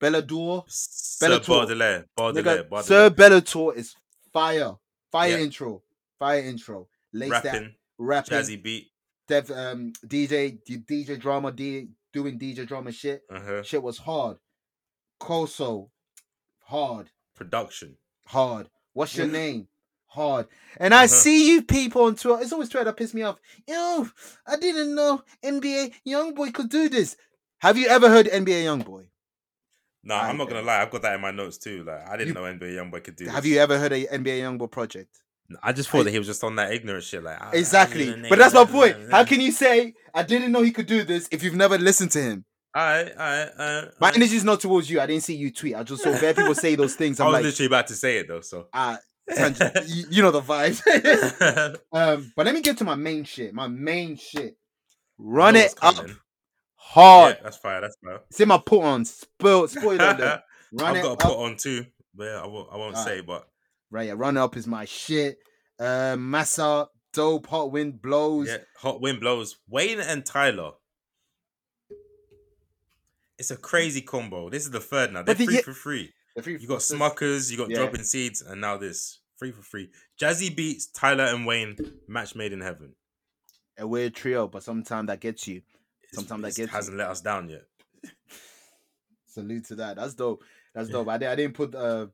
Speaker 2: Bellador,
Speaker 3: Sir
Speaker 2: Bellator.
Speaker 3: Baudelaire, Baudelaire,
Speaker 2: Nigga,
Speaker 3: Baudelaire.
Speaker 2: Sir Bellator is fire, fire
Speaker 3: Yeah.
Speaker 2: intro, fire intro, lace that
Speaker 3: rapping,
Speaker 2: rapping,
Speaker 3: jazzy beat.
Speaker 2: dev, um, DJ, D- DJ drama, D, doing DJ drama shit.
Speaker 3: Uh-huh.
Speaker 2: Shit was hard. Koso, hard,
Speaker 3: Production.
Speaker 2: hard. What's your name? Hard. And I
Speaker 3: Uh-huh.
Speaker 2: see you people on Twitter. It's always Twitter that piss me off. Yo, I didn't know NBA YoungBoy could do this. Have you ever heard NBA YoungBoy?
Speaker 3: No,
Speaker 2: I-
Speaker 3: I'm not gonna lie. I've got that in my notes too. Like I didn't
Speaker 2: You-
Speaker 3: know NBA YoungBoy could do.
Speaker 2: Have
Speaker 3: this.
Speaker 2: you ever heard a NBA YoungBoy project?
Speaker 3: I just thought that he was just on that ignorant shit. Like I- I
Speaker 2: Exactly.
Speaker 3: didn't know-
Speaker 2: But that's my point. How can you say I didn't know he could do this if you've never listened to him?
Speaker 3: I I I,
Speaker 2: My
Speaker 3: I,
Speaker 2: energy is not towards you. I didn't see you tweet. I just saw bare people say those things.
Speaker 3: I
Speaker 2: I'm
Speaker 3: was
Speaker 2: like,
Speaker 3: literally about to say it though. So
Speaker 2: ah, tangent. you, you know the vibes. Um, but let me get to my main shit. My main shit. Run it up
Speaker 3: Oh,
Speaker 2: hard.
Speaker 3: that's fire. That's fire.
Speaker 2: See my put on. Spoil, spoil on them. Run
Speaker 3: I've
Speaker 2: it
Speaker 3: got a
Speaker 2: up.
Speaker 3: put on too, but yeah, I won't, I won't
Speaker 2: Alright.
Speaker 3: say. But
Speaker 2: Right, yeah, run up is my shit. Uh, Massa, dope, hot wind blows.
Speaker 3: yeah, hot wind blows. Wayne and Tyler. It's a crazy combo. This is the third now. They're
Speaker 2: But the-
Speaker 3: three
Speaker 2: yeah-
Speaker 3: for three.
Speaker 2: The three
Speaker 3: You got
Speaker 2: forces.
Speaker 3: Smuckers, you got
Speaker 2: Yeah.
Speaker 3: Dropping Seeds, and now this. Free for free. Jazzy Beats, Tyler and Wayne, match made in heaven.
Speaker 2: A weird trio, but sometimes that gets you.
Speaker 3: It's-
Speaker 2: Sometimes that
Speaker 3: it's-
Speaker 2: gets you.
Speaker 3: hasn't let us down yet.
Speaker 2: Salute to that. That's dope. That's
Speaker 3: Yeah.
Speaker 2: dope. I, di- I didn't put uh,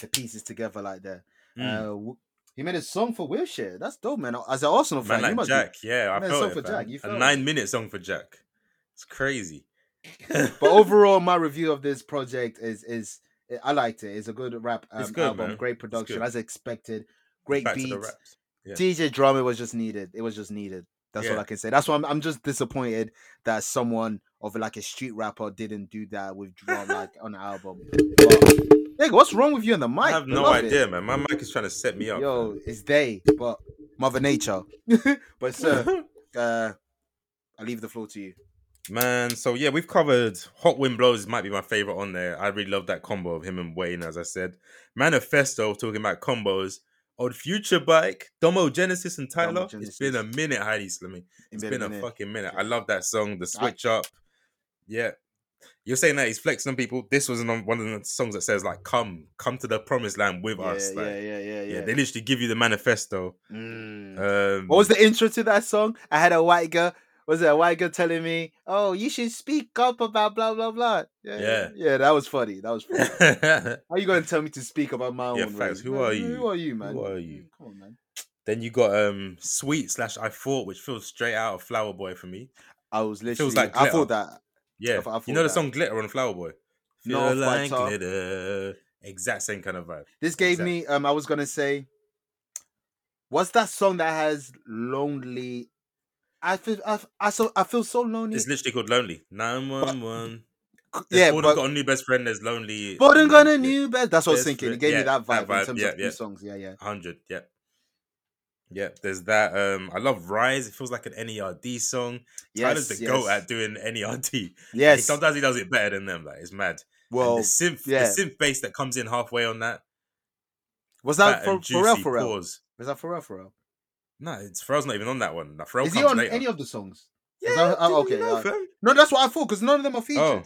Speaker 2: the pieces together like that.
Speaker 3: Mm.
Speaker 2: Uh, w- He made a song for Wilshire. That's dope, man. As an Arsenal fan,
Speaker 3: Man,
Speaker 2: you
Speaker 3: like
Speaker 2: must
Speaker 3: Jack, yeah, I
Speaker 2: Man,
Speaker 3: felt
Speaker 2: song
Speaker 3: it.
Speaker 2: for
Speaker 3: fam.
Speaker 2: Jack, you felt
Speaker 3: a
Speaker 2: it.
Speaker 3: nine-minute song for Jack. It's crazy.
Speaker 2: Be. But overall, my review of this project is is I liked it. It's a good rap um,
Speaker 3: It's good,
Speaker 2: album.
Speaker 3: man.
Speaker 2: Great production,
Speaker 3: good.
Speaker 2: as expected. Great
Speaker 3: Back to the
Speaker 2: beats.
Speaker 3: raps. yeah.
Speaker 2: DJ Drama was just needed. It was just needed. That's all
Speaker 3: Yeah.
Speaker 2: I can say. That's why I'm, I'm just disappointed that someone of like a street rapper didn't do that with drum like on an album. But, nigga, what's wrong with you on the mic?
Speaker 3: I have no
Speaker 2: Beloved?
Speaker 3: idea, man. My mic is trying to set me up.
Speaker 2: Yo, it's they, but Mother Nature. but sir, uh, I leave the floor to you.
Speaker 3: Man, so yeah, we've covered Hot Wind Blows might be my favorite on there. I really love that combo of him and Wayne, as I said. Manifesto talking about combos. Old Future Bike, Domo Genesis and Tyler. It's been a
Speaker 2: Genesis.
Speaker 3: minute, Heidi Slimmy. It's been, a,
Speaker 2: minute.
Speaker 3: fucking minute. I love that song, The
Speaker 2: I-
Speaker 3: Switch Up. Yeah. You're saying that he's flexing on people. This was an- one of the songs that says, like, come, come to the promised land with
Speaker 2: yeah,
Speaker 3: us. Like,
Speaker 2: yeah, yeah, yeah,
Speaker 3: yeah,
Speaker 2: yeah.
Speaker 3: they literally give you the manifesto.
Speaker 2: Mm.
Speaker 3: Um,
Speaker 2: What was the intro to that song? I had a white girl. Was it a white girl telling me, "Oh, you should speak up about blah blah blah"?
Speaker 3: Yeah.
Speaker 2: yeah, that was funny. That was funny.
Speaker 3: the?
Speaker 2: How you gonna tell me to speak about my
Speaker 3: Yeah,
Speaker 2: own
Speaker 3: facts.
Speaker 2: race?
Speaker 3: Who
Speaker 2: Man,
Speaker 3: are
Speaker 2: Who
Speaker 3: you?
Speaker 2: are you, man? Mm,
Speaker 3: Who are you?
Speaker 2: Come on, man.
Speaker 3: then you got um Sweet slash I Thought, which feels straight out of Flower Boy for me.
Speaker 2: I was literally.
Speaker 3: like
Speaker 2: I
Speaker 3: glitter.
Speaker 2: thought that.
Speaker 3: Yeah,
Speaker 2: I thought
Speaker 3: you know the
Speaker 2: that.
Speaker 3: song Glitter on Flower Boy.
Speaker 2: No,
Speaker 3: Feel
Speaker 2: Fighter.
Speaker 3: like glitter, exact same kind of vibe.
Speaker 2: This gave
Speaker 3: Exact-
Speaker 2: me. Um, I was gonna say. What's that song that has lonely? I feel. I, f- I so. I feel so lonely.
Speaker 3: It's literally called Lonely Nine One One.
Speaker 2: C-
Speaker 3: Yeah,
Speaker 2: Yeah,
Speaker 3: Borden
Speaker 2: but
Speaker 3: got a new best friend. There's Lonely.
Speaker 2: Borden
Speaker 3: and
Speaker 2: got a
Speaker 3: then,
Speaker 2: new best. That's what I was
Speaker 3: Best
Speaker 2: thinking. It
Speaker 3: friend.
Speaker 2: gave
Speaker 3: Yeah,
Speaker 2: me that vibe,
Speaker 3: that vibe.
Speaker 2: in terms
Speaker 3: Yeah,
Speaker 2: of new
Speaker 3: yeah.
Speaker 2: songs. Yeah, yeah.
Speaker 3: Hundred. Yeah. Yeah, there's that. Um, I love Rise. It feels like an NERD song. Tyler's the goat at doing E NERD.
Speaker 2: Yes.
Speaker 3: Sometimes he does it better than them. Like it's mad.
Speaker 2: Well,
Speaker 3: and the synth,
Speaker 2: yeah.
Speaker 3: the synth bass that comes in halfway on that.
Speaker 2: was that
Speaker 3: Fat
Speaker 2: for,
Speaker 3: and
Speaker 2: for real?
Speaker 3: juicy
Speaker 2: For real?
Speaker 3: pause.
Speaker 2: Was that for real? For real?
Speaker 3: No, it's Pharrell's not even on that one. Nah, Pharrell
Speaker 2: Is he
Speaker 3: comes
Speaker 2: on
Speaker 3: later.
Speaker 2: any of the songs?
Speaker 3: yeah,
Speaker 2: that- oh,
Speaker 3: didn't you
Speaker 2: okay,
Speaker 3: know,
Speaker 2: uh,
Speaker 3: fam?
Speaker 2: No, that's what I thought. Because none of them are featured.
Speaker 3: Oh,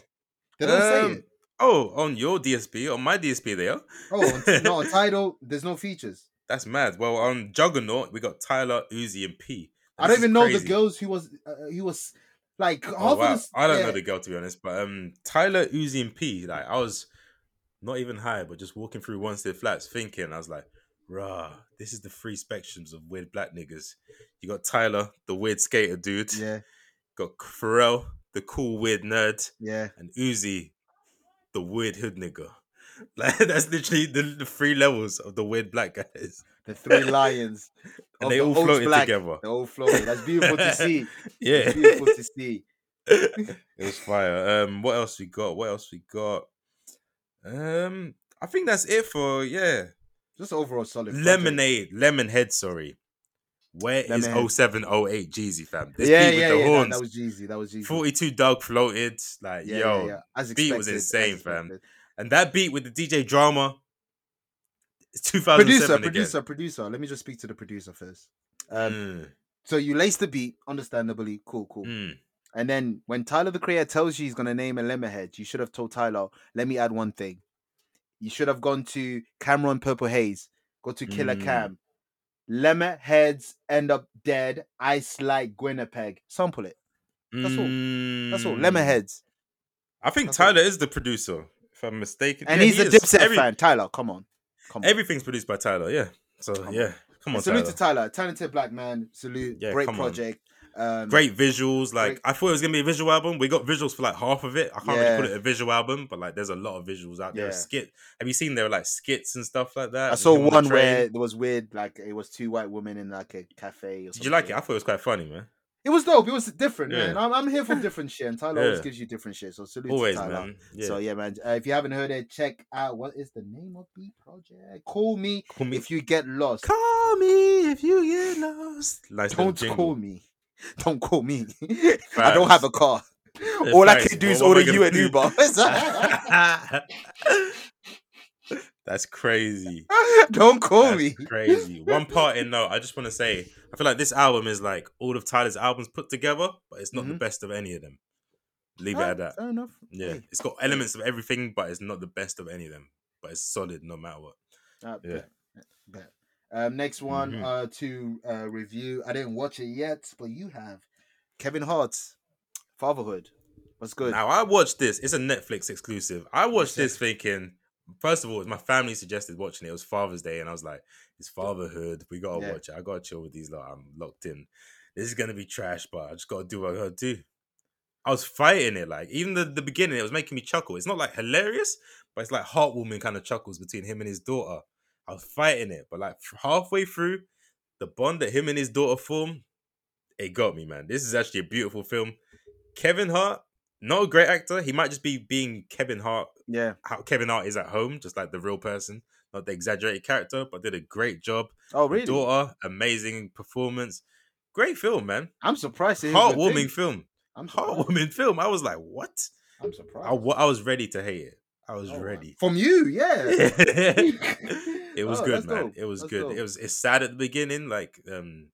Speaker 2: they don't say
Speaker 3: um,
Speaker 2: it.
Speaker 3: Oh, on your DSP, on my DSP, they are.
Speaker 2: Oh, on- no, on title, there's no features.
Speaker 3: That's mad. Well, on Juggernaut, we got Tyler, Uzi, and P.
Speaker 2: I don't
Speaker 3: This is
Speaker 2: even know
Speaker 3: crazy.
Speaker 2: the girls who was uh, who was like half
Speaker 3: Oh,
Speaker 2: of
Speaker 3: wow.
Speaker 2: this,
Speaker 3: I don't
Speaker 2: yeah.
Speaker 3: know the girl to be honest, but um, Tyler, Uzi, and P. Like I was not even high, but just walking through one stiff flats, thinking I was like, "Rah, this is the three spectrums of weird black niggas." You got Tyler, the weird skater dude.
Speaker 2: Yeah,
Speaker 3: Got Pharrell, the cool weird nerd,
Speaker 2: yeah.
Speaker 3: and Uzi, the weird hood nigga. Like that's literally the, the three levels of the weird black guys,
Speaker 2: The three lions.
Speaker 3: and
Speaker 2: of
Speaker 3: they
Speaker 2: the
Speaker 3: all
Speaker 2: old
Speaker 3: floated
Speaker 2: black.
Speaker 3: together.
Speaker 2: They all floated. That's beautiful to see.
Speaker 3: Yeah,
Speaker 2: It's beautiful to see.
Speaker 3: it was fire. Um, what else we got? What else we got? Um, I think that's it for yeah.
Speaker 2: Just overall solid. project.
Speaker 3: Lemonade, Lemonhead. Sorry, where is
Speaker 2: Lemonhead.
Speaker 3: 0708 Jeezy fam? This
Speaker 2: yeah,
Speaker 3: beat
Speaker 2: yeah, yeah.
Speaker 3: with the
Speaker 2: that- That,
Speaker 3: horns.
Speaker 2: was Jeezy. That was Jeezy.
Speaker 3: 42 dog floated. Like
Speaker 2: yeah,
Speaker 3: yo,
Speaker 2: yeah, yeah. As
Speaker 3: beat was
Speaker 2: expected, as
Speaker 3: insane, fam.
Speaker 2: expected.
Speaker 3: and that beat with the DJ drama. It's 2007
Speaker 2: Producer,
Speaker 3: again.
Speaker 2: producer, producer. Let me just speak to the producer first. Um,
Speaker 3: Mm,
Speaker 2: So you lace the beat, understandably, cool, cool.
Speaker 3: mm.
Speaker 2: And then when Tyler the Creator tells you he's gonna name a Lemonhead, you should have told Tyler, "Let me add one thing." You should have gone to Cameron Purple Haze, go to Killer
Speaker 3: Mm.
Speaker 2: Cam. Lemonheads end up dead. Ice like Gwinnipeg. Sample it. That's all. That's all.
Speaker 3: Mm.
Speaker 2: Lemonheads.
Speaker 3: I think
Speaker 2: That's all.
Speaker 3: Tyler is the producer, if I'm mistaken.
Speaker 2: And
Speaker 3: Yeah,
Speaker 2: he's
Speaker 3: he
Speaker 2: a
Speaker 3: is.
Speaker 2: Dipset
Speaker 3: Every-
Speaker 2: fan. Tyler, come on, come on.
Speaker 3: Everything's produced by Tyler, yeah. So
Speaker 2: Come
Speaker 3: yeah, come on,
Speaker 2: And salute
Speaker 3: Tyler.
Speaker 2: to Tyler, talented black man. Salute,
Speaker 3: Yeah,
Speaker 2: great
Speaker 3: come on.
Speaker 2: project. Um,
Speaker 3: Great visuals. Like
Speaker 2: Great-
Speaker 3: I thought it was gonna be a visual album. We got visuals for like half of it. I can't
Speaker 2: Yeah.
Speaker 3: really call it a visual album, but like there's a lot of visuals out there.
Speaker 2: Yeah.
Speaker 3: Skit. Have you seen there were like skits and stuff like that?
Speaker 2: I
Speaker 3: with
Speaker 2: saw
Speaker 3: him on the
Speaker 2: one
Speaker 3: train?
Speaker 2: where there was weird, like it was two white women in like a cafe. Or
Speaker 3: Did you like it?
Speaker 2: something.
Speaker 3: I thought it was quite funny, man.
Speaker 2: It was dope. It was different,
Speaker 3: Yeah.
Speaker 2: man. I'm, I'm here for different shit, and Tyler always
Speaker 3: Yeah.
Speaker 2: gives you different shit. So salute
Speaker 3: Always,
Speaker 2: to Tyler.
Speaker 3: man. Yeah.
Speaker 2: So yeah, man. Uh, if you haven't heard it, check out what is the name of the project. Call me
Speaker 3: call me.
Speaker 2: if you get lost.
Speaker 3: call me if you get lost. Nice little
Speaker 2: Don't
Speaker 3: jingle.
Speaker 2: call me. Don't call me. I don't have a car.
Speaker 3: Yeah,
Speaker 2: All I
Speaker 3: facts.
Speaker 2: can do
Speaker 3: Well,
Speaker 2: is
Speaker 3: what am
Speaker 2: order
Speaker 3: I
Speaker 2: you
Speaker 3: gonna
Speaker 2: an
Speaker 3: do?
Speaker 2: Uber.
Speaker 3: That's crazy.
Speaker 2: Don't call
Speaker 3: That's
Speaker 2: me.
Speaker 3: crazy. One part in though, I just want to say, I feel like this album is like all of Tyler's albums put together, but it's not the
Speaker 2: Mhm.
Speaker 3: best of any of them. Leave it
Speaker 2: Ah,
Speaker 3: at that.
Speaker 2: Fair enough.
Speaker 3: Yeah,
Speaker 2: Hey,
Speaker 3: it's got elements of everything, but it's not the best of any of them. But it's solid no matter what.
Speaker 2: Ah,
Speaker 3: Yeah.
Speaker 2: bet, bet, bet. Um, next one
Speaker 3: Mhm.
Speaker 2: uh, to uh, review. I didn't watch it yet, but you have Kevin Hart's Fatherhood. What's good?
Speaker 3: Now I watched this. It's a Netflix exclusive. I watched this thinking First of all, my family suggested watching it. It was Father's Day, and I was like, "It's fatherhood. We gotta
Speaker 2: Yeah.
Speaker 3: watch it. I gotta chill with these lot. I'm locked in. This is gonna be trash, but I just gotta do what I gotta do." I was fighting it. Like even the, the beginning, it was making me chuckle. It's not like hilarious, but it's like heartwarming kind of chuckles between him and his daughter. I was fighting it, but like halfway through, the bond that him and his daughter form, it got me, man. This is actually a beautiful film. Kevin Hart, not a great actor. He might just be being Kevin Hart
Speaker 2: Yeah.
Speaker 3: how Kevin Hart is at home, just like the real person, not the exaggerated character, but did a great job.
Speaker 2: Oh,
Speaker 3: The
Speaker 2: really?
Speaker 3: Daughter, amazing performance. Great film, man.
Speaker 2: I'm surprised. to hear good
Speaker 3: Heartwarming
Speaker 2: things.
Speaker 3: film.
Speaker 2: I'm surprised.
Speaker 3: Heartwarming film. I was like, what?
Speaker 2: I'm
Speaker 3: I,
Speaker 2: surprised.
Speaker 3: wa- I was ready to hate it. I was
Speaker 2: Oh, wow.
Speaker 3: ready.
Speaker 2: From you, yeah.
Speaker 3: it was
Speaker 2: Oh,
Speaker 3: good,
Speaker 2: that's
Speaker 3: man.
Speaker 2: dope.
Speaker 3: It was
Speaker 2: That's
Speaker 3: good.
Speaker 2: dope.
Speaker 3: It was it's sad at the beginning, like um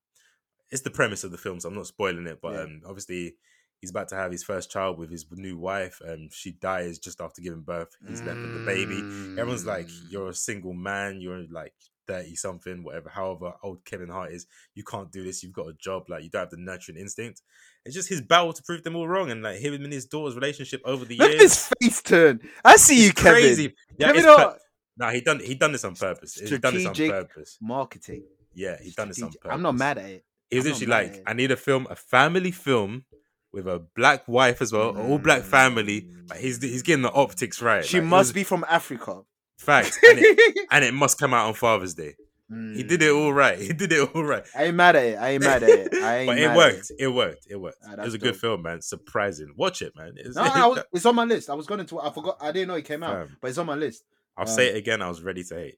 Speaker 3: it's the premise of the film, so I'm not spoiling it, but
Speaker 2: Yeah.
Speaker 3: um obviously he's about to have his first child with his new wife, and she dies just after giving birth. He's left with the baby. Everyone's like,
Speaker 2: Mm.
Speaker 3: you're a single man, you're like 30 something, whatever, however old Kevin Hart is, you can't do this, you've got a job, like you don't have the nurturing instinct. It's just his battle to prove them all wrong and like him and his daughter's relationship over the
Speaker 2: Look at
Speaker 3: years.
Speaker 2: this face turn. I see you,
Speaker 3: It's
Speaker 2: Kevin.
Speaker 3: Crazy. Yeah,
Speaker 2: Kevin
Speaker 3: it's per-
Speaker 2: Hart-
Speaker 3: nah, he done he done this on purpose. He's done this on
Speaker 2: Strategic-
Speaker 3: purpose.
Speaker 2: marketing.
Speaker 3: Yeah, he done this on
Speaker 2: Strategic.
Speaker 3: purpose.
Speaker 2: I'm not mad at it.
Speaker 3: He was
Speaker 2: I'm not
Speaker 3: literally
Speaker 2: mad at
Speaker 3: like,
Speaker 2: it.
Speaker 3: I need a film, a family film with a black wife as well, an all black family. But he's he's getting the optics right.
Speaker 2: Mm. she
Speaker 3: Like, it
Speaker 2: must
Speaker 3: was
Speaker 2: be from Africa.
Speaker 3: facts, and it, and it must come out on Father's Day. He did it
Speaker 2: Mm.
Speaker 3: all right. He did it all right.
Speaker 2: I ain't mad at it. I ain't mad at it. I ain't
Speaker 3: but
Speaker 2: mad
Speaker 3: it
Speaker 2: at
Speaker 3: worked. It. worked. It worked.
Speaker 2: Ah,
Speaker 3: it
Speaker 2: that's
Speaker 3: was a good
Speaker 2: dope.
Speaker 3: film, man. Surprising. Watch it, man. It's-
Speaker 2: No, I was, it's on my list. I was going to. I forgot. I didn't know it came out,
Speaker 3: Fam.
Speaker 2: but it's on my list.
Speaker 3: Um, I'll say it again. I was ready to hate.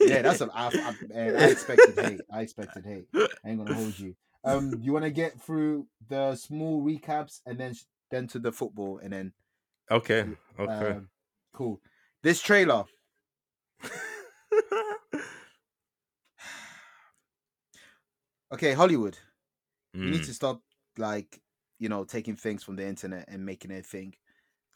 Speaker 2: Yeah, that's a. I, I, man, I expected hate. I expected hate. I ain't gonna hold you. Um, you want to get through the small recaps and then then to the football and then
Speaker 3: okay. Okay.
Speaker 2: um, cool. This trailer, okay, Hollywood. You need
Speaker 3: Mm.
Speaker 2: to stop like you know taking things from the internet and making it a thing.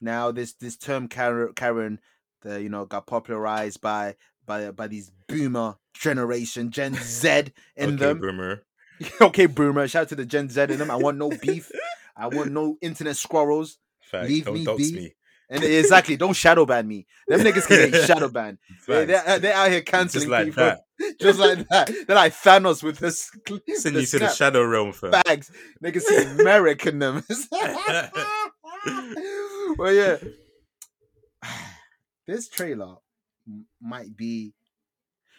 Speaker 2: Now this this term Karen, Karen, the you know got popularized by by by these boomer generation Gen Z in
Speaker 3: okay,
Speaker 2: them.
Speaker 3: Boomer.
Speaker 2: okay, boomer. Shout out to the Gen Z in them. I want no beef. I want no internet squirrels.
Speaker 3: Fact.
Speaker 2: Leave
Speaker 3: Don't
Speaker 2: me
Speaker 3: dox
Speaker 2: be.
Speaker 3: me.
Speaker 2: And exactly, don't shadow ban me. Them niggas can get shadow banned. They,
Speaker 3: Facts.
Speaker 2: they're, they're out here canceling
Speaker 3: Just like
Speaker 2: people.
Speaker 3: that.
Speaker 2: Just like that. They're like Thanos with this.
Speaker 3: Send you to the shadow realm for
Speaker 2: bags. Niggas see Merrick in them. well, yeah. This trailer m- might be,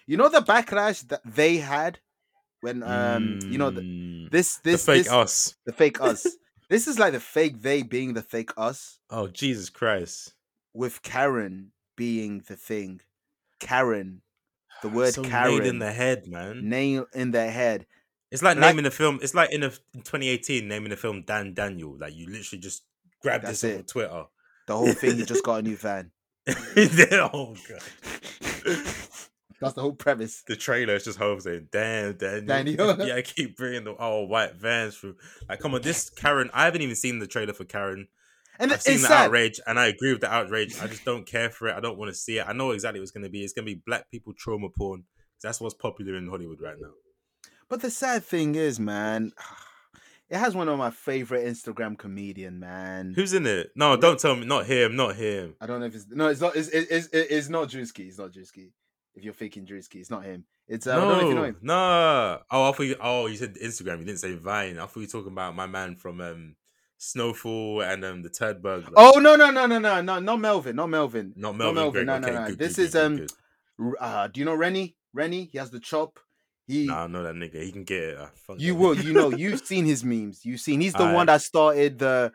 Speaker 2: you know, the backlash that they had when, um, you know, th-
Speaker 3: Mm.
Speaker 2: this,
Speaker 3: the
Speaker 2: this,
Speaker 3: fake
Speaker 2: this-
Speaker 3: us.
Speaker 2: the fake us. this is like the fake they being the fake us,
Speaker 3: Oh Jesus Christ!
Speaker 2: with Karen being the thing. Karen, the word
Speaker 3: so
Speaker 2: Karen,
Speaker 3: made in the head, man.
Speaker 2: nail in their head.
Speaker 3: It's like
Speaker 2: Black-
Speaker 3: naming a film. It's like in, a, in 2018 naming a film Dan Daniel. Like you literally just grab
Speaker 2: That's
Speaker 3: this off
Speaker 2: it.
Speaker 3: of Twitter.
Speaker 2: The whole thing. You just got a new van.
Speaker 3: oh god!
Speaker 2: That's the whole premise.
Speaker 3: The trailer is just home saying, "Damn, Daniel."
Speaker 2: Daniel.
Speaker 3: yeah, I keep bringing the all white vans through. Like, come on, this Karen. I haven't even seen the trailer for Karen.
Speaker 2: And
Speaker 3: I've
Speaker 2: it's
Speaker 3: seen the
Speaker 2: sad.
Speaker 3: outrage, and I agree with the outrage. I just don't care for it. I don't want to see it. I know exactly what's going to be. It's going to be black people trauma porn. That's what's popular in Hollywood right now.
Speaker 2: But the sad thing is, man, it has one of my favorite Instagram comedian, man.
Speaker 3: Who's in it? No, don't tell me. Not him. Not him.
Speaker 2: I don't know if it's no, it's not, it's it's, it's, it's not Drewski. It's not Drewski. If you're thinking Drewski, it's not him. It's uh, I don't know if you know
Speaker 3: no,
Speaker 2: him.
Speaker 3: no. Oh, I thought. You, oh, you said Instagram. You didn't say Vine. I thought you were talking about my man from um, Snowfall and um, the Ted Burglar.
Speaker 2: Oh no no no no no no not Melvin, not Melvin.
Speaker 3: not Melvin.
Speaker 2: Melvin,
Speaker 3: Greg.
Speaker 2: no, no,
Speaker 3: okay,
Speaker 2: no.
Speaker 3: good,
Speaker 2: This
Speaker 3: good,
Speaker 2: is,
Speaker 3: good,
Speaker 2: um,
Speaker 3: good.
Speaker 2: R- Uh, do you know Rennie? Rennie, he has the chop. He,
Speaker 3: Nah, I know that nigga. He can get it. I fuck
Speaker 2: you
Speaker 3: that
Speaker 2: will,
Speaker 3: nigga.
Speaker 2: you know, you've seen his memes. You've seen he's the one
Speaker 3: Alright.
Speaker 2: that started the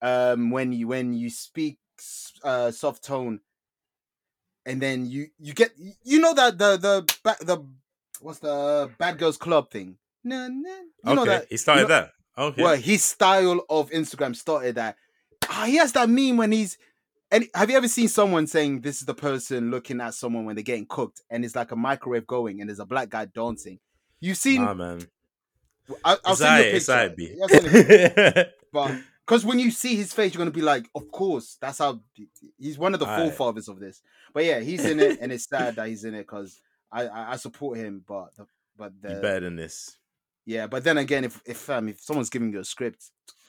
Speaker 2: um when you when you speak s- uh soft tone and then you you get you know that the the ba- the what's the bad girls club thing no no you know
Speaker 3: okay,
Speaker 2: that
Speaker 3: he started
Speaker 2: know-
Speaker 3: that. Okay.
Speaker 2: well his style of instagram started that ah, he has that meme when he's and have you ever seen someone saying this is the person looking at someone when they're getting cooked and it's like a microwave going and there's a black guy dancing you've seen
Speaker 3: Nah, man.
Speaker 2: I, i'll
Speaker 3: It's
Speaker 2: send you a
Speaker 3: aight, it's
Speaker 2: picture
Speaker 3: aight, B.
Speaker 2: Yeah, I'll send you a but because when you see his face, you're gonna be like, "Of course, that's how he's one of the
Speaker 3: Aight.
Speaker 2: forefathers of this." But yeah, he's in it, and it's sad that he's in it because I, I I support him, but the, but
Speaker 3: You
Speaker 2: the
Speaker 3: better than this.
Speaker 2: yeah, but then again, if if um, if someone's giving you a script,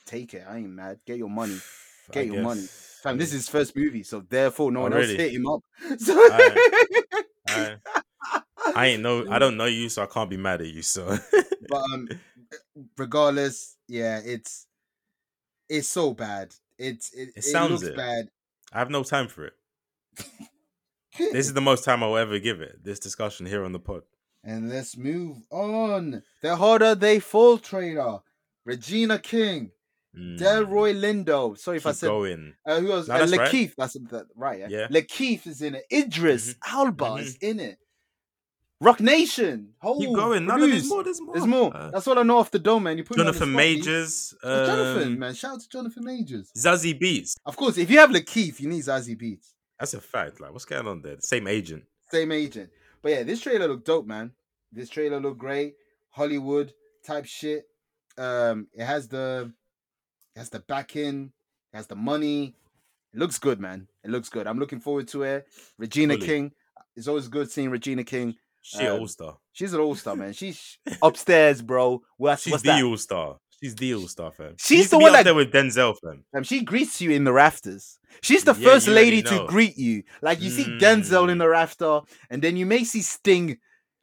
Speaker 2: take it. I ain't mad. Get your money.
Speaker 3: I
Speaker 2: Get your money.
Speaker 3: guess.
Speaker 2: Fam, this is his first movie, so therefore no
Speaker 3: Oh,
Speaker 2: one
Speaker 3: really?
Speaker 2: else hit him up. So
Speaker 3: Alright. I, I ain't know. I don't know you, so I can't be mad at you. So
Speaker 2: but um regardless, yeah, it's it's so bad. It's it,
Speaker 3: It sounds
Speaker 2: looks
Speaker 3: it.
Speaker 2: bad.
Speaker 3: I have no time for it. This is the most time I'll ever give it. This discussion here on the pod.
Speaker 2: And let's move on. The harder they fall trader. Regina King,
Speaker 3: Mm,
Speaker 2: Delroy Lindo. Sorry if I
Speaker 3: keep
Speaker 2: said
Speaker 3: going.
Speaker 2: uh, who else?
Speaker 3: No,
Speaker 2: uh,
Speaker 3: that's right.
Speaker 2: Lakeith. That's that, right. Yeah.
Speaker 3: Yeah. Mm-hmm.
Speaker 2: Lakeith is in it. Idris Alba is in it. Rock Nation. Hold,
Speaker 3: Keep going. No, no, there's
Speaker 2: Bruce.
Speaker 3: more. There's more.
Speaker 2: There's more.
Speaker 3: Uh,
Speaker 2: That's what I know off the dome, man. You put me on the
Speaker 3: Jonathan
Speaker 2: spot, man.
Speaker 3: Majors.
Speaker 2: It's Jonathan,
Speaker 3: Um,
Speaker 2: man. Shout out to Jonathan Majors.
Speaker 3: Zazie Beats.
Speaker 2: Of course, if you have Lakeith, you need Zazie Beats.
Speaker 3: That's a fact. Like, what's going on there? The same agent.
Speaker 2: Same agent. But yeah, this trailer looked dope, man. This trailer looked great. Hollywood type shit. Um, it has the it has the backing, it has the money. It looks good, man. It looks good. I'm looking forward to it. Regina
Speaker 3: Fully.
Speaker 2: King. It's always good seeing Regina King.
Speaker 3: She
Speaker 2: Um,
Speaker 3: all star.
Speaker 2: She's an all-star, man. She's upstairs, bro. What's,
Speaker 3: She's
Speaker 2: what's
Speaker 3: the
Speaker 2: that?
Speaker 3: all star. She's the all star, fam.
Speaker 2: She's
Speaker 3: needs to
Speaker 2: the
Speaker 3: be
Speaker 2: one
Speaker 3: up
Speaker 2: that-
Speaker 3: there with Denzel, fam.
Speaker 2: Um, she greets you in the rafters. She's the
Speaker 3: Yeah,
Speaker 2: first
Speaker 3: you already
Speaker 2: lady
Speaker 3: know.
Speaker 2: to greet you. Like you see Denzel in
Speaker 3: Mm.
Speaker 2: the rafter, and then you may see Sting.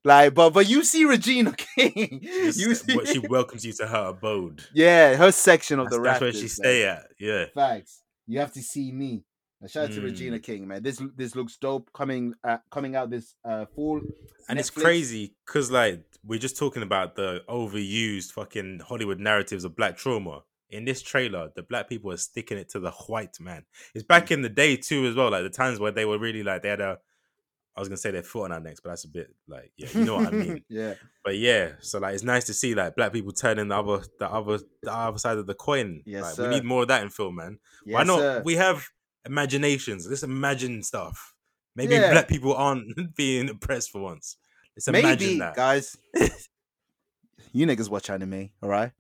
Speaker 2: Like, but but you see Regina King.
Speaker 3: Just,
Speaker 2: you see,
Speaker 3: what- she welcomes you to her abode.
Speaker 2: yeah, her section of
Speaker 3: That's,
Speaker 2: the
Speaker 3: that's where
Speaker 2: rafters.
Speaker 3: she
Speaker 2: man.
Speaker 3: stay at. Yeah.
Speaker 2: Facts. You have to see me. Now, shout out to Regina
Speaker 3: Mm.
Speaker 2: King, man. This this looks dope. Coming uh, coming out this uh, fall.
Speaker 3: And it's
Speaker 2: Netflix.
Speaker 3: crazy because, like, we're just talking about the overused fucking Hollywood narratives of black trauma. In this trailer, the black people are sticking it to the white man. It's back in the day too, as well. Like the times where they were really like they had a, I was gonna say their foot on our necks, but that's a bit like yeah, you know what I mean.
Speaker 2: yeah,
Speaker 3: But yeah, so like it's nice to see like black people turning the other, the other, the other side of the coin.
Speaker 2: Yes,
Speaker 3: like,
Speaker 2: sir.
Speaker 3: we need more of that in film, man. Why
Speaker 2: Yes,
Speaker 3: not?
Speaker 2: sir.
Speaker 3: We have imaginations. Let's imagine stuff. Maybe
Speaker 2: Yeah.
Speaker 3: black people aren't being oppressed for once. Let's imagine
Speaker 2: Maybe
Speaker 3: that.
Speaker 2: guys, you niggas watch anime, all right?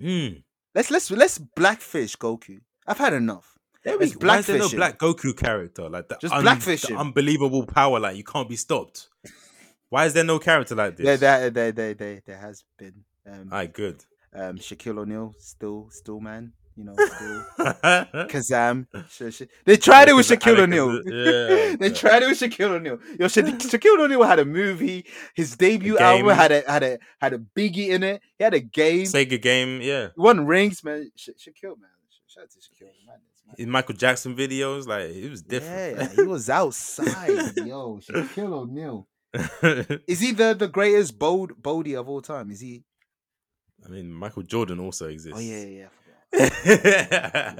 Speaker 3: Mm.
Speaker 2: Let's let's let's blackfish Goku. I've had enough.
Speaker 3: There
Speaker 2: It's
Speaker 3: we go. Why is there no
Speaker 2: blackfishing.
Speaker 3: black Goku character? Like the,
Speaker 2: Just
Speaker 3: un-
Speaker 2: blackfishing.
Speaker 3: the unbelievable power. Like you can't be stopped. Why is there no character like this?
Speaker 2: Yeah, there, there, there, there, there has been um,
Speaker 3: All right, good.
Speaker 2: um, Shaquille O'Neal, still, still man, you know, still Kazam. Sh- sh- They tried it with
Speaker 3: Because
Speaker 2: Shaquille
Speaker 3: Alec
Speaker 2: O'Neal.
Speaker 3: is a- yeah,
Speaker 2: they
Speaker 3: yeah.
Speaker 2: tried it with Shaquille O'Neal. Yo, Sha- Shaquille O'Neal had a movie. His debut
Speaker 3: game.
Speaker 2: album had a had a had a biggie in it. He had a game.
Speaker 3: Sega game. Yeah.
Speaker 2: He won rings, man. Sha- Shaquille, man. Sh- Shout out to Shaquille. Man, it's mad.
Speaker 3: In Michael Jackson videos, like it was
Speaker 2: Yeah,
Speaker 3: different.
Speaker 2: he was outside. Yo, Shaquille O'Neal. Is he the the greatest bold Bodie of all time? Is he?
Speaker 3: I mean, Michael Jordan also exists.
Speaker 2: Oh yeah, yeah. yeah,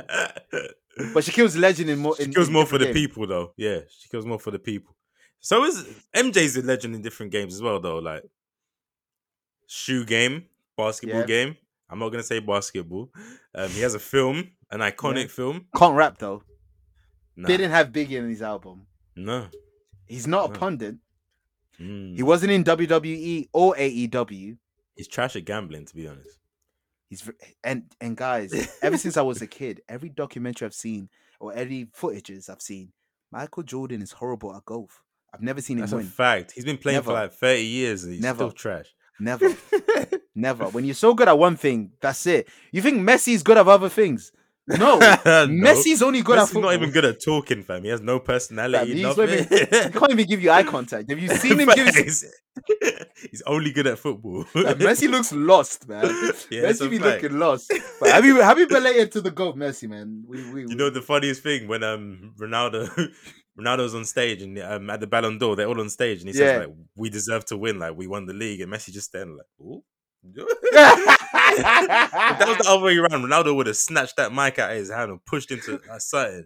Speaker 2: I forgot.
Speaker 3: but
Speaker 2: But Shaquille's a legend in more.
Speaker 3: she
Speaker 2: in-
Speaker 3: kills
Speaker 2: in
Speaker 3: more for the
Speaker 2: different games.
Speaker 3: people, though. Yeah, she kills more for the people. So is MJ's a legend in different games as well, though. Like shoe game, basketball
Speaker 2: Yeah.
Speaker 3: game. I'm not gonna say basketball. Um, he has a film, an iconic
Speaker 2: Yeah.
Speaker 3: film.
Speaker 2: Can't rap though.
Speaker 3: Nah,
Speaker 2: Didn't have Biggie in his album.
Speaker 3: no.
Speaker 2: He's not
Speaker 3: No.
Speaker 2: a pundit.
Speaker 3: Mm.
Speaker 2: He wasn't in WWE or E AEW.
Speaker 3: He's trash at gambling, to be honest.
Speaker 2: He's v- and and guys, ever since I was a kid, every documentary I've seen or any footages I've seen, Michael Jordan is horrible at golf. I've never seen him
Speaker 3: That's a
Speaker 2: win.
Speaker 3: fact. He's been playing for
Speaker 2: Never.
Speaker 3: like 30 years and he's still
Speaker 2: Never.
Speaker 3: trash.
Speaker 2: Never, never. When you're so good at one thing, that's it. You think Messi is good at other things? No, Messi's only good at
Speaker 3: Messi's
Speaker 2: football.
Speaker 3: not even good at talking, fam. He has no personality.
Speaker 2: he's not
Speaker 3: nothing.
Speaker 2: He can't even give you eye contact. Have you seen him give? his-
Speaker 3: Facts. He's only good at football.
Speaker 2: Like, Messi looks lost, man.
Speaker 3: Yeah, that's a
Speaker 2: Messi be
Speaker 3: fact.
Speaker 2: looking lost. But happy, happy belated to the goat, Messi, man. We, we,
Speaker 3: You know the funniest thing when um Ronaldo Ronaldo's on stage and um at the Ballon d'Or they're all on stage and he
Speaker 2: Yeah.
Speaker 3: says like we deserve to win like we won the league and Messi just standing like ooh. if that was the other way around, Ronaldo would have snatched that mic out of his hand and pushed him to a side.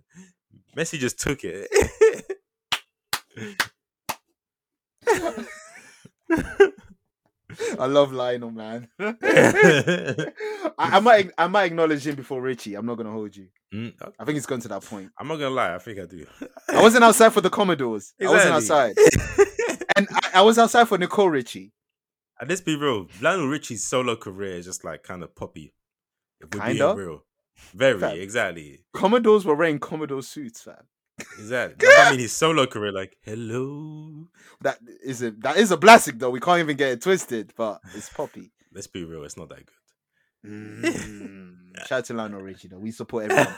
Speaker 3: Messi just took it.
Speaker 2: I love Lionel, man. I, I might, I might acknowledge him before Richie. I'm not gonna hold you.
Speaker 3: Mm,
Speaker 2: I think it's gone to that point.
Speaker 3: I'm not gonna lie, I think I do.
Speaker 2: I wasn't outside for the Commodores. I wasn't outside,
Speaker 3: Exactly.
Speaker 2: and I, I was outside for Nicole Richie.
Speaker 3: And let's be real, Lionel Richie's solo career is just like kind of poppy. If we're being
Speaker 2: Kinda.
Speaker 3: real. Very,
Speaker 2: Fam.
Speaker 3: exactly.
Speaker 2: Commodores were wearing Commodore suits, fam.
Speaker 3: Exactly. That's what I mean his solo career, like, hello.
Speaker 2: That is a that is a classic though. We can't even get it twisted, but it's poppy.
Speaker 3: Let's be real, it's not that good.
Speaker 2: Mm. Shout out to Lionel Richie, though. We support everyone.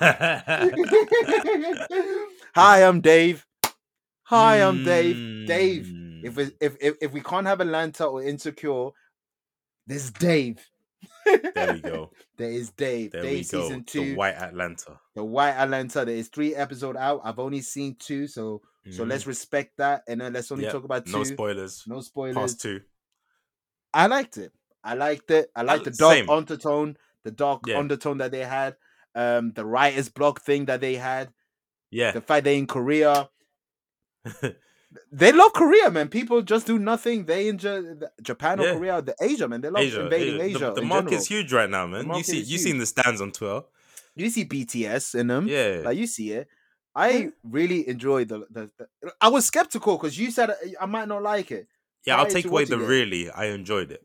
Speaker 2: Hi, I'm Dave. Hi, I'm Dave. Dave.
Speaker 3: Mm,
Speaker 2: If,
Speaker 3: Hmm.
Speaker 2: it, if if if we can't have Atlanta or Insecure, there's Dave.
Speaker 3: there we go.
Speaker 2: There is Dave.
Speaker 3: There we
Speaker 2: Dave
Speaker 3: go.
Speaker 2: season two.
Speaker 3: The White Atlanta.
Speaker 2: Atlanta. There is three episode out. I've only seen two, so so
Speaker 3: Mhm.
Speaker 2: let's respect that, and then let's only
Speaker 3: Yeah,
Speaker 2: talk about two.
Speaker 3: no spoilers.
Speaker 2: No spoilers.
Speaker 3: Past two.
Speaker 2: I liked it. I liked it. I liked the
Speaker 3: l-
Speaker 2: dark
Speaker 3: Uh, same.
Speaker 2: undertone, the dark
Speaker 3: Yeah.
Speaker 2: undertone that they had, um, the writer's block thing that they had,
Speaker 3: Yeah.
Speaker 2: the fact they in Korea. They love Korea, man. People just do nothing. They enjoy the- Japan or
Speaker 3: Yeah.
Speaker 2: Korea, the Asia, man. They love
Speaker 3: Asia,
Speaker 2: invading
Speaker 3: yeah,
Speaker 2: Asia.
Speaker 3: The, the
Speaker 2: in
Speaker 3: market's
Speaker 2: general.
Speaker 3: huge right now, man. You
Speaker 2: market
Speaker 3: see,
Speaker 2: is
Speaker 3: you seen the stands on Twitter.
Speaker 2: You see BTS in them.
Speaker 3: Yeah,
Speaker 2: Like you see it. I really enjoy the, the, the. I was skeptical because you said uh, I might not like it.
Speaker 3: yeah. I'll
Speaker 2: prior
Speaker 3: take
Speaker 2: to
Speaker 3: away the
Speaker 2: watching it.
Speaker 3: really. I enjoyed it.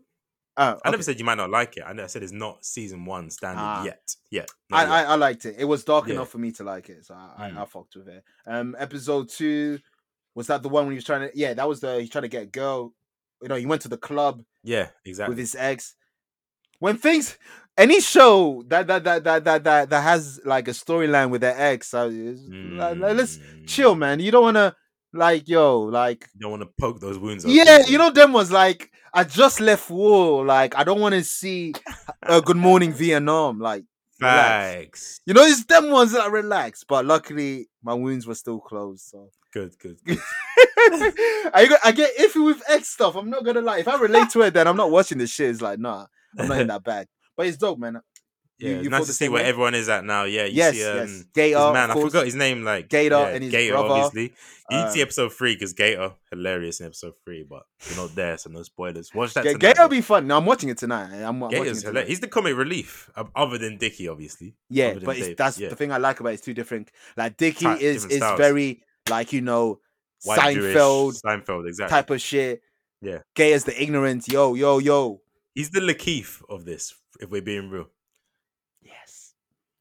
Speaker 2: Oh,
Speaker 3: I never
Speaker 2: okay.
Speaker 3: said you might not like it. I never said it's not season one standard
Speaker 2: Ah.
Speaker 3: yet. Yet.
Speaker 2: I,
Speaker 3: Not
Speaker 2: I,
Speaker 3: yet.
Speaker 2: I liked it. It was dark
Speaker 3: Yeah.
Speaker 2: enough for me to like it, so I,
Speaker 3: Mm.
Speaker 2: I, I fucked with it. Um, episode two was that the one when he was trying to? Yeah, that was the he's trying to get a girl. You know, he went to the club
Speaker 3: yeah,
Speaker 2: with
Speaker 3: exactly.
Speaker 2: his ex. When things, any show that that that that that that, that has like a storyline with their ex, I, it's- like, like, let's chill,
Speaker 3: Mm.
Speaker 2: man. You don't want to like yo like
Speaker 3: You don't want to poke those wounds. open,
Speaker 2: yeah,
Speaker 3: so-
Speaker 2: you know them was like I just left war, like I don't want to see uh, Good Morning Vietnam, like. relax.
Speaker 3: Facts.
Speaker 2: You know, it's them ones that I relax, but luckily my wounds were still closed. So
Speaker 3: Good. Good. good.
Speaker 2: I, go- I get iffy with X stuff. I'm not gonna lie. If I relate to it, then I'm not watching this shit. It's like, nah, I'm not in that bag. But it's dope, man. You-
Speaker 3: Yeah,
Speaker 2: you
Speaker 3: it's
Speaker 2: feel
Speaker 3: nice to
Speaker 2: the
Speaker 3: see
Speaker 2: same
Speaker 3: where
Speaker 2: way?
Speaker 3: everyone is at now. Yeah, you
Speaker 2: yes,
Speaker 3: see, um,
Speaker 2: yes.
Speaker 3: his
Speaker 2: Gator,
Speaker 3: man,
Speaker 2: of
Speaker 3: I
Speaker 2: course.
Speaker 3: forgot his name. Like
Speaker 2: Gator
Speaker 3: yeah,
Speaker 2: and his
Speaker 3: Gator,
Speaker 2: brother,
Speaker 3: obviously. You need to see
Speaker 2: uh,
Speaker 3: episode three because Gator hilarious in episode three, but we're not there, so no spoilers. Watch that.
Speaker 2: Ga-
Speaker 3: tonight,
Speaker 2: Gator
Speaker 3: bro.
Speaker 2: be fun. No, I'm watching it tonight. I'm, I'm watching it
Speaker 3: Gator's
Speaker 2: tonight.
Speaker 3: hilarious. He's the comic relief, um, other than Dicky, obviously.
Speaker 2: Yeah,
Speaker 3: Other than
Speaker 2: but it's,
Speaker 3: Dave,
Speaker 2: that's
Speaker 3: yeah.
Speaker 2: the thing I like about it. it's two different. Like Dicky
Speaker 3: Ty-
Speaker 2: is
Speaker 3: different
Speaker 2: is
Speaker 3: styles.
Speaker 2: very like you know
Speaker 3: White Jewish,
Speaker 2: Seinfeld
Speaker 3: Seinfeld, exactly.
Speaker 2: type of shit.
Speaker 3: Yeah.
Speaker 2: Gator's the ignorant. Yo, yo, yo.
Speaker 3: He's the Lakeith of this, if we're being real.
Speaker 2: Yes.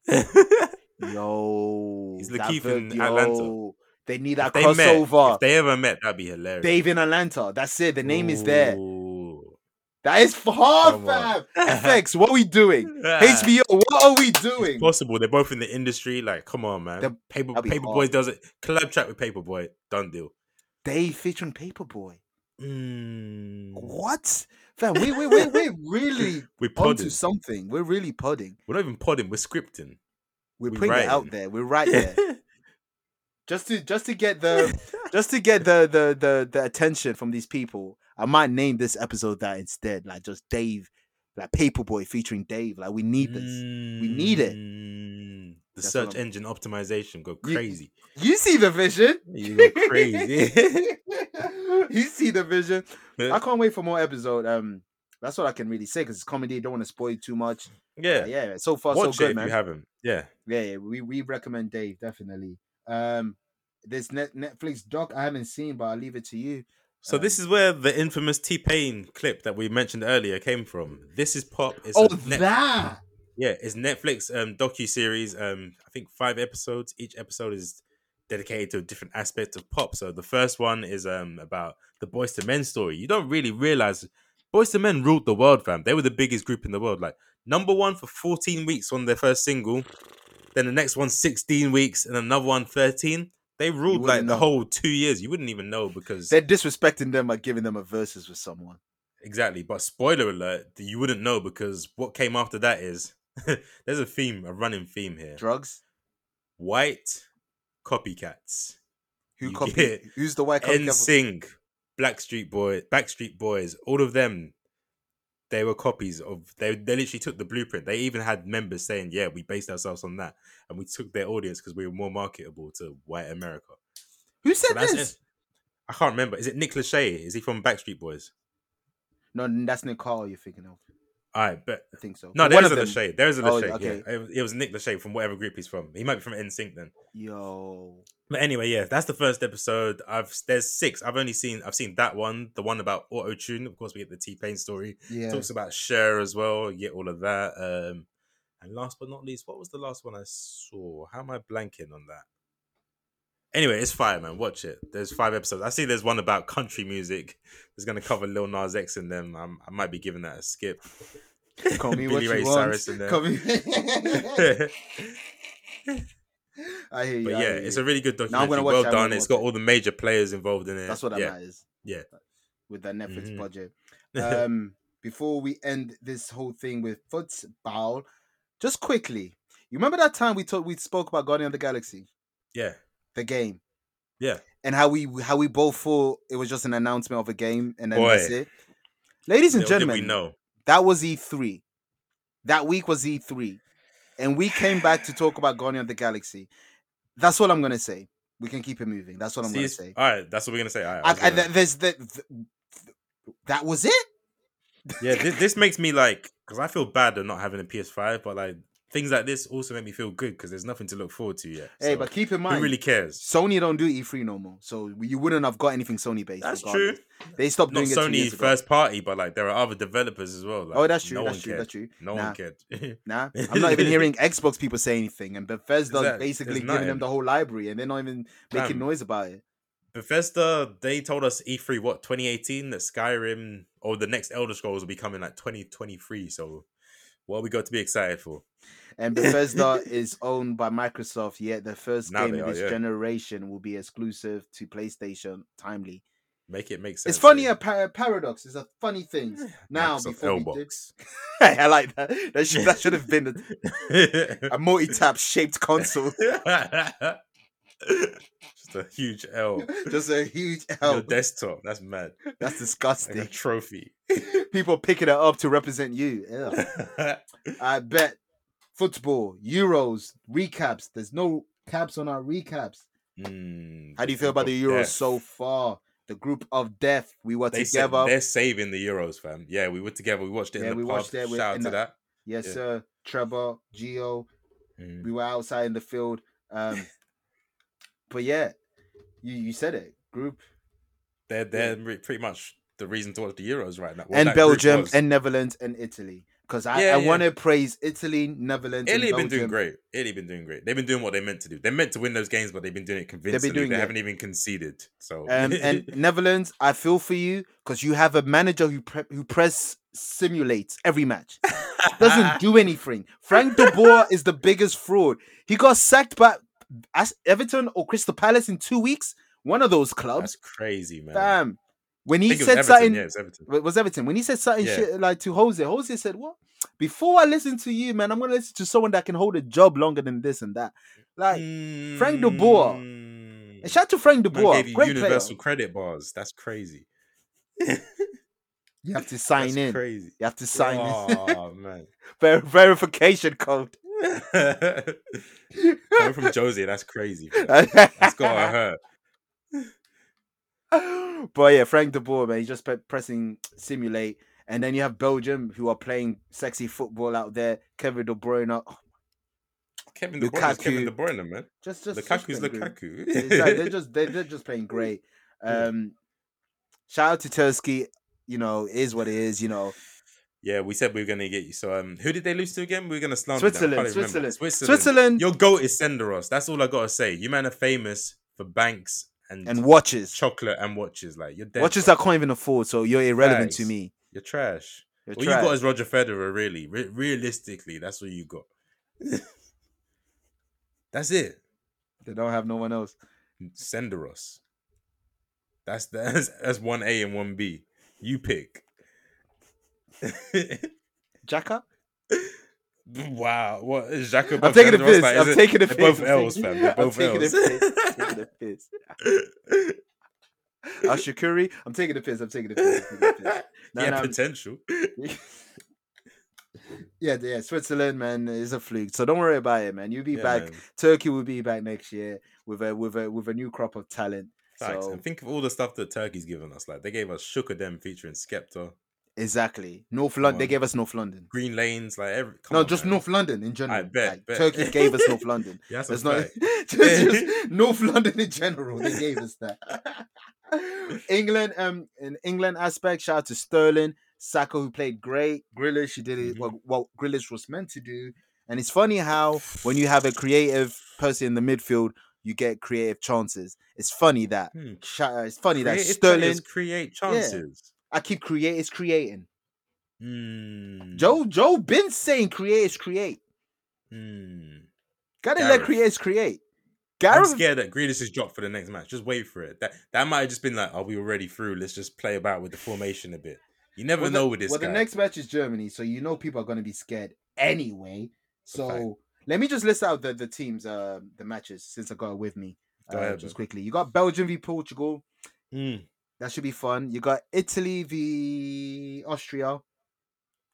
Speaker 3: if
Speaker 2: Yo,
Speaker 3: He's the
Speaker 2: that
Speaker 3: Keith
Speaker 2: vid-
Speaker 3: in Atlanta.
Speaker 2: yo, They need that
Speaker 3: they met,
Speaker 2: crossover.
Speaker 3: if they ever met, that'd be hilarious.
Speaker 2: Dave in Atlanta. That's it. The name is there.
Speaker 3: Ooh.
Speaker 2: That is f- hard,
Speaker 3: Come on.
Speaker 2: fam. FX, what are we doing? HBO, what are we doing?
Speaker 3: possible. They're both in the industry. Like, come on, man.
Speaker 2: The-
Speaker 3: Paper
Speaker 2: that'd be
Speaker 3: Paperboy
Speaker 2: hard.
Speaker 3: does it. Collab track with Paperboy. Done deal.
Speaker 2: Dave featuring Paperboy.
Speaker 3: Mm.
Speaker 2: What? Fam, we, we, we, we're really
Speaker 3: We're
Speaker 2: onto
Speaker 3: podding.
Speaker 2: something. We're really podding.
Speaker 3: We're not even podding. We're scripting.
Speaker 2: We're
Speaker 3: We're
Speaker 2: putting it out
Speaker 3: writing.
Speaker 2: there. We're right there. just to just to get the just to get the the the, the attention from these people, I might name this episode that instead, like just Dave, like Paperboy featuring Dave. Like we need this.
Speaker 3: We
Speaker 2: need it.
Speaker 3: Mm. The
Speaker 2: That's what
Speaker 3: search
Speaker 2: I'm-
Speaker 3: engine optimization go
Speaker 2: You-
Speaker 3: crazy.
Speaker 2: You see the vision.
Speaker 3: You go crazy.
Speaker 2: you see the vision. I can't wait for more episode. Um, that's all I can really say because it's comedy. Don't want to spoil it too much. Yeah,
Speaker 3: yeah.
Speaker 2: yeah. So far,
Speaker 3: Watch
Speaker 2: so
Speaker 3: it
Speaker 2: good,
Speaker 3: if
Speaker 2: man.
Speaker 3: you haven't. Yeah.
Speaker 2: yeah, yeah, we we recommend Dave definitely. Um, this net Netflix doc I haven't seen, but I'll leave it to you.
Speaker 3: So this
Speaker 2: Um,
Speaker 3: is where the infamous T Pain clip that we mentioned earlier came from. This is pop. It's
Speaker 2: oh,
Speaker 3: a Netflix
Speaker 2: that.
Speaker 3: Yeah, it's Netflix um docu series. Um, I think five episodes. Each episode is dedicated to a different aspect of pop. So the first one is um about the Boys to Men story. You don't really realize Boys to Men ruled the world, fam. They were the biggest group in the world. Like number one for 14 weeks on their first single, then the next one 16 weeks, and another one 13. They ruled
Speaker 2: wouldn't
Speaker 3: like the
Speaker 2: know.
Speaker 3: whole two years. You wouldn't even know because
Speaker 2: They're disrespecting them by giving them a verses with someone.
Speaker 3: Exactly, but spoiler alert, you wouldn't know because what came after that is there's a theme, a running theme here.
Speaker 2: Drugs?
Speaker 3: White copycats.
Speaker 2: Who
Speaker 3: You
Speaker 2: copied?
Speaker 3: get
Speaker 2: Who's the white copy?
Speaker 3: NSYNC, Blackstreet Boy, Backstreet Boys, all of them, they were copies of they they literally took the blueprint. They even had members saying, Yeah, we based ourselves on that. And we took their audience because we were more marketable to white America.
Speaker 2: Who said
Speaker 3: So that's
Speaker 2: this?
Speaker 3: it. I can't remember. Is it Nick Lachey? Is he from Backstreet Boys?
Speaker 2: No, that's Nick Carl you're thinking of.
Speaker 3: All right, but
Speaker 2: I think so.
Speaker 3: No,
Speaker 2: One
Speaker 3: there
Speaker 2: of
Speaker 3: is a
Speaker 2: them.
Speaker 3: Lachey. There is a
Speaker 2: Oh,
Speaker 3: Lachey.
Speaker 2: okay.
Speaker 3: Yeah, it was, it was Nick Lachey from whatever group he's from. He might be from NSYNC then.
Speaker 2: Yo.
Speaker 3: But anyway, yeah, that's the first episode. I've there's six. I've only seen I've seen that one, the one about auto tune. Of course, we get the T Pain story.
Speaker 2: Yeah.
Speaker 3: Talks about Cher as well. You get all of that. Um, and last but not least, what was the last one I saw? How am I blanking on that? Anyway, it's fire, man. Watch it. There's five episodes. I see there's one about country music. It's going to cover Lil Nas X in them. i I might be giving that a skip.
Speaker 2: Call me what
Speaker 3: Billy
Speaker 2: you
Speaker 3: Ray
Speaker 2: want.
Speaker 3: Cyrus in there.
Speaker 2: Call me.
Speaker 3: but
Speaker 2: I hear you. I
Speaker 3: yeah,
Speaker 2: hear
Speaker 3: it's
Speaker 2: you.
Speaker 3: a really good
Speaker 2: Now I'm
Speaker 3: documentary.
Speaker 2: gonna watch
Speaker 3: well
Speaker 2: it, I'm
Speaker 3: done.
Speaker 2: gonna
Speaker 3: It's
Speaker 2: watch
Speaker 3: got all the major players involved in it.
Speaker 2: That's what that
Speaker 3: yeah.
Speaker 2: matters.
Speaker 3: Yeah.
Speaker 2: With that Netflix
Speaker 3: Mhm.
Speaker 2: budget. Um, before we end this whole thing with football, just quickly, you remember that time we talked, we spoke about Guardian of the Galaxy,
Speaker 3: yeah.
Speaker 2: the game.
Speaker 3: Yeah.
Speaker 2: And how we how we both thought it was just an announcement of a game and then that's
Speaker 3: Boy.
Speaker 2: it. Ladies and
Speaker 3: Little did
Speaker 2: gentlemen,
Speaker 3: we know.
Speaker 2: that was E3. That week was E3. And we came back to talk about Guardian of the Galaxy. That's all I'm gonna say. We can keep it moving. That's what I'm
Speaker 3: See,
Speaker 2: gonna
Speaker 3: it's-
Speaker 2: say.
Speaker 3: All right, that's what we're gonna say. All right, I
Speaker 2: I,
Speaker 3: was
Speaker 2: I,
Speaker 3: gonna-
Speaker 2: th- there's the, th- that was it.
Speaker 3: yeah, this, this makes me like because I feel bad of not having a PS5, but like things like this also make me feel good because there's nothing to look forward to yet.
Speaker 2: hey,
Speaker 3: So,
Speaker 2: but keep in
Speaker 3: who
Speaker 2: mind,
Speaker 3: really cares?
Speaker 2: Sony don't do E3 no more, so you wouldn't have got anything Sony based.
Speaker 3: That's true.
Speaker 2: regardless. They stopped
Speaker 3: Not
Speaker 2: doing it. two years
Speaker 3: Sony
Speaker 2: ago.
Speaker 3: first party, but like there are other developers as well. Like,
Speaker 2: oh, that's true.
Speaker 3: No
Speaker 2: that's
Speaker 3: one
Speaker 2: true.
Speaker 3: cared.
Speaker 2: That's true.
Speaker 3: No
Speaker 2: Nah.
Speaker 3: one cared.
Speaker 2: Nah, I'm not even hearing Xbox people say anything, and Bethesda's
Speaker 3: Exactly, it's
Speaker 2: basically giving
Speaker 3: nothing.
Speaker 2: them the whole library, and they're not even making
Speaker 3: Fam.
Speaker 2: noise about it.
Speaker 3: Bethesda, they told us E3 what 2018 that Skyrim or the next Elder Scrolls will be coming like 2023. So what we got to be excited for?
Speaker 2: And Bethesda is owned by Microsoft, yet the first
Speaker 3: Now
Speaker 2: game
Speaker 3: they
Speaker 2: of
Speaker 3: are,
Speaker 2: this
Speaker 3: yeah.
Speaker 2: generation will be exclusive to PlayStation. Timely.
Speaker 3: Make it make sense. eh?
Speaker 2: It's funny
Speaker 3: yeah.
Speaker 2: a par- paradox. It's a funny thing. Now
Speaker 3: Eh, Microsoft
Speaker 2: before we do-
Speaker 3: Xbox.
Speaker 2: I like that. That should, that should have been a, a multi-tap shaped console.
Speaker 3: Just a huge L.
Speaker 2: Just a huge
Speaker 3: Your
Speaker 2: L.
Speaker 3: desktop. That's mad.
Speaker 2: That's
Speaker 3: Like a
Speaker 2: disgusting.
Speaker 3: trophy.
Speaker 2: People picking it up to represent you. Ew. I bet football, Euros, recaps. There's no caps on our recaps.
Speaker 3: Mm,
Speaker 2: How do
Speaker 3: the
Speaker 2: you feel
Speaker 3: group
Speaker 2: about
Speaker 3: of
Speaker 2: the Euros
Speaker 3: death.
Speaker 2: so far? The group of death. We were
Speaker 3: They said
Speaker 2: together.
Speaker 3: they're saving the Euros, fam. Yeah, we were together. We watched it
Speaker 2: Yeah,
Speaker 3: in the
Speaker 2: we
Speaker 3: pub.
Speaker 2: watched it with-
Speaker 3: Shout out
Speaker 2: in
Speaker 3: to
Speaker 2: the-
Speaker 3: that.
Speaker 2: Yes,
Speaker 3: Yeah.
Speaker 2: sir. Trevor, Gio.
Speaker 3: Mm.
Speaker 2: We were outside in the field. Um, but yeah, you, you said it. Group
Speaker 3: They're they're re- pretty much the reason to watch the Euros right now. Well,
Speaker 2: and
Speaker 3: that group
Speaker 2: Belgium
Speaker 3: was.
Speaker 2: and Netherlands and Italy. Because I,
Speaker 3: Yeah,
Speaker 2: I
Speaker 3: yeah.
Speaker 2: want to praise Italy, Netherlands,
Speaker 3: Italy
Speaker 2: and
Speaker 3: have been
Speaker 2: Belgium.
Speaker 3: doing great. Italy been doing great. They've been doing what they meant to do. They meant to win those games, but they've been doing it convincingly.
Speaker 2: doing
Speaker 3: they
Speaker 2: it.
Speaker 3: haven't even conceded. So
Speaker 2: Um, and Netherlands, I feel for you because you have a manager who pre- who press simulates every match. Doesn't do anything. Frank de Boer is the biggest fraud. He got sacked by As- Everton or Crystal Palace in two weeks. One of those clubs.
Speaker 3: That's crazy, man.
Speaker 2: Damn. When
Speaker 3: I
Speaker 2: he
Speaker 3: think it was
Speaker 2: said
Speaker 3: Everton.
Speaker 2: something,
Speaker 3: Yeah, it's Everton.
Speaker 2: wa- was Everton. When he said something
Speaker 3: Yeah.
Speaker 2: shit like to Jose, Jose said, "What? Before I listen to you, man, I'm gonna listen to someone that can hold a job longer than this and that." Like, Frank de Boer.
Speaker 3: Mm.
Speaker 2: and shout out to Frank de
Speaker 3: Man
Speaker 2: Boer,
Speaker 3: gave you
Speaker 2: great player.
Speaker 3: universal credit bars. That's crazy.
Speaker 2: You have to sign
Speaker 3: That's
Speaker 2: in.
Speaker 3: Crazy.
Speaker 2: You have to sign in.
Speaker 3: Oh man.
Speaker 2: Ver- verification code.
Speaker 3: Coming from Josie, that's crazy. fam. That's gotta hurt.
Speaker 2: but yeah, Frank de Boer, man, he's just pe- pressing simulate, and then you have Belgium who are playing sexy football out there. Kevin De Bruyne, oh,
Speaker 3: Kevin De Bruyne is Kevin De
Speaker 2: Lukaku.
Speaker 3: Bruyne, man.
Speaker 2: just just just
Speaker 3: Lukaku's
Speaker 2: playing great.
Speaker 3: Lukaku.
Speaker 2: Exactly, They're just they're, they're just playing great.
Speaker 3: Yeah.
Speaker 2: Um, shout out to Tursky. You know, it is what it is. You know,
Speaker 3: Yeah, we said we were going to get you. So, um, who did they lose to again? We were going to slam
Speaker 2: Switzerland, Switzerland,
Speaker 3: Switzerland.
Speaker 2: Switzerland
Speaker 3: Your goat is Senderos. That's all I gotta say. You man are famous for banks and,
Speaker 2: and watches,
Speaker 3: chocolate and watches. Like you're dead.
Speaker 2: watches I
Speaker 3: bro.
Speaker 2: can't even afford. So you're irrelevant to
Speaker 3: Facts.
Speaker 2: me.
Speaker 3: You're trash.
Speaker 2: You're
Speaker 3: all you got
Speaker 2: trash.
Speaker 3: is Roger Federer. Really, Re- realistically, that's all you got. that's it.
Speaker 2: They don't have no one else.
Speaker 3: Senderos. That's that's that's one A and one B. You pick.
Speaker 2: Jacka,
Speaker 3: wow. What is Jacob?
Speaker 2: I'm taking a piss. I'm taking a piss.
Speaker 3: They're both
Speaker 2: I'm
Speaker 3: L's,
Speaker 2: taking-
Speaker 3: fam. They're both
Speaker 2: I'm taking
Speaker 3: L's.
Speaker 2: a piss. I'm taking a piss. Usher Curry, I'm taking a piss. I'm taking a piss. I'm taking a piss. No,
Speaker 3: yeah,
Speaker 2: no, I'm-
Speaker 3: potential.
Speaker 2: yeah, yeah. Switzerland, man, is a fluke. So don't worry about it, man. You'll be
Speaker 3: Yeah,
Speaker 2: back.
Speaker 3: man.
Speaker 2: Turkey will be back next year with a with a with a new crop of talent.
Speaker 3: Facts.
Speaker 2: So
Speaker 3: And think of all the stuff that Turkey's given us. Like they gave us Sugar Dem featuring Skepta,
Speaker 2: exactly, North London. They
Speaker 3: on.
Speaker 2: gave us North London.
Speaker 3: Green Lanes, like every. come
Speaker 2: no,
Speaker 3: on,
Speaker 2: just
Speaker 3: man.
Speaker 2: North London in general.
Speaker 3: bet,
Speaker 2: Like,
Speaker 3: bet.
Speaker 2: Turkey gave us North London.
Speaker 3: Yeah, that's
Speaker 2: That's
Speaker 3: not.
Speaker 2: not just, just North London in general. They gave us that. England, um, in England aspect, shout out to Sterling, Saka who played great, Grealish he did it
Speaker 3: Mhm.
Speaker 2: what, what Grealish was meant to do, and it's funny how when you have a creative person in the midfield, you get creative chances. It's funny that.
Speaker 3: Hmm.
Speaker 2: Shout- It's funny that
Speaker 3: Creative
Speaker 2: Sterling.
Speaker 3: players create chances.
Speaker 2: I keep create. It's creating.
Speaker 3: Mm.
Speaker 2: Joe Joe been saying create is create.
Speaker 3: Mm.
Speaker 2: Gotta let
Speaker 3: Gareth.
Speaker 2: create is create.
Speaker 3: I'm
Speaker 2: Gareth
Speaker 3: scared that Grealish is dropped for the next match. Just wait for it. That that might have just been like, are we already through? Let's just play about with the formation a bit. You never
Speaker 2: Well, the-
Speaker 3: know with this
Speaker 2: well,
Speaker 3: guy.
Speaker 2: the next match is Germany, so you know people are going to be scared anyway. So
Speaker 3: fact.
Speaker 2: let me just list out the the teams, uh, the matches since I got it with me.
Speaker 3: Go
Speaker 2: uh,
Speaker 3: ahead,
Speaker 2: just
Speaker 3: bro.
Speaker 2: quickly, you got Belgium v Portugal.
Speaker 3: Mm.
Speaker 2: That should be fun. You got Italy v Austria.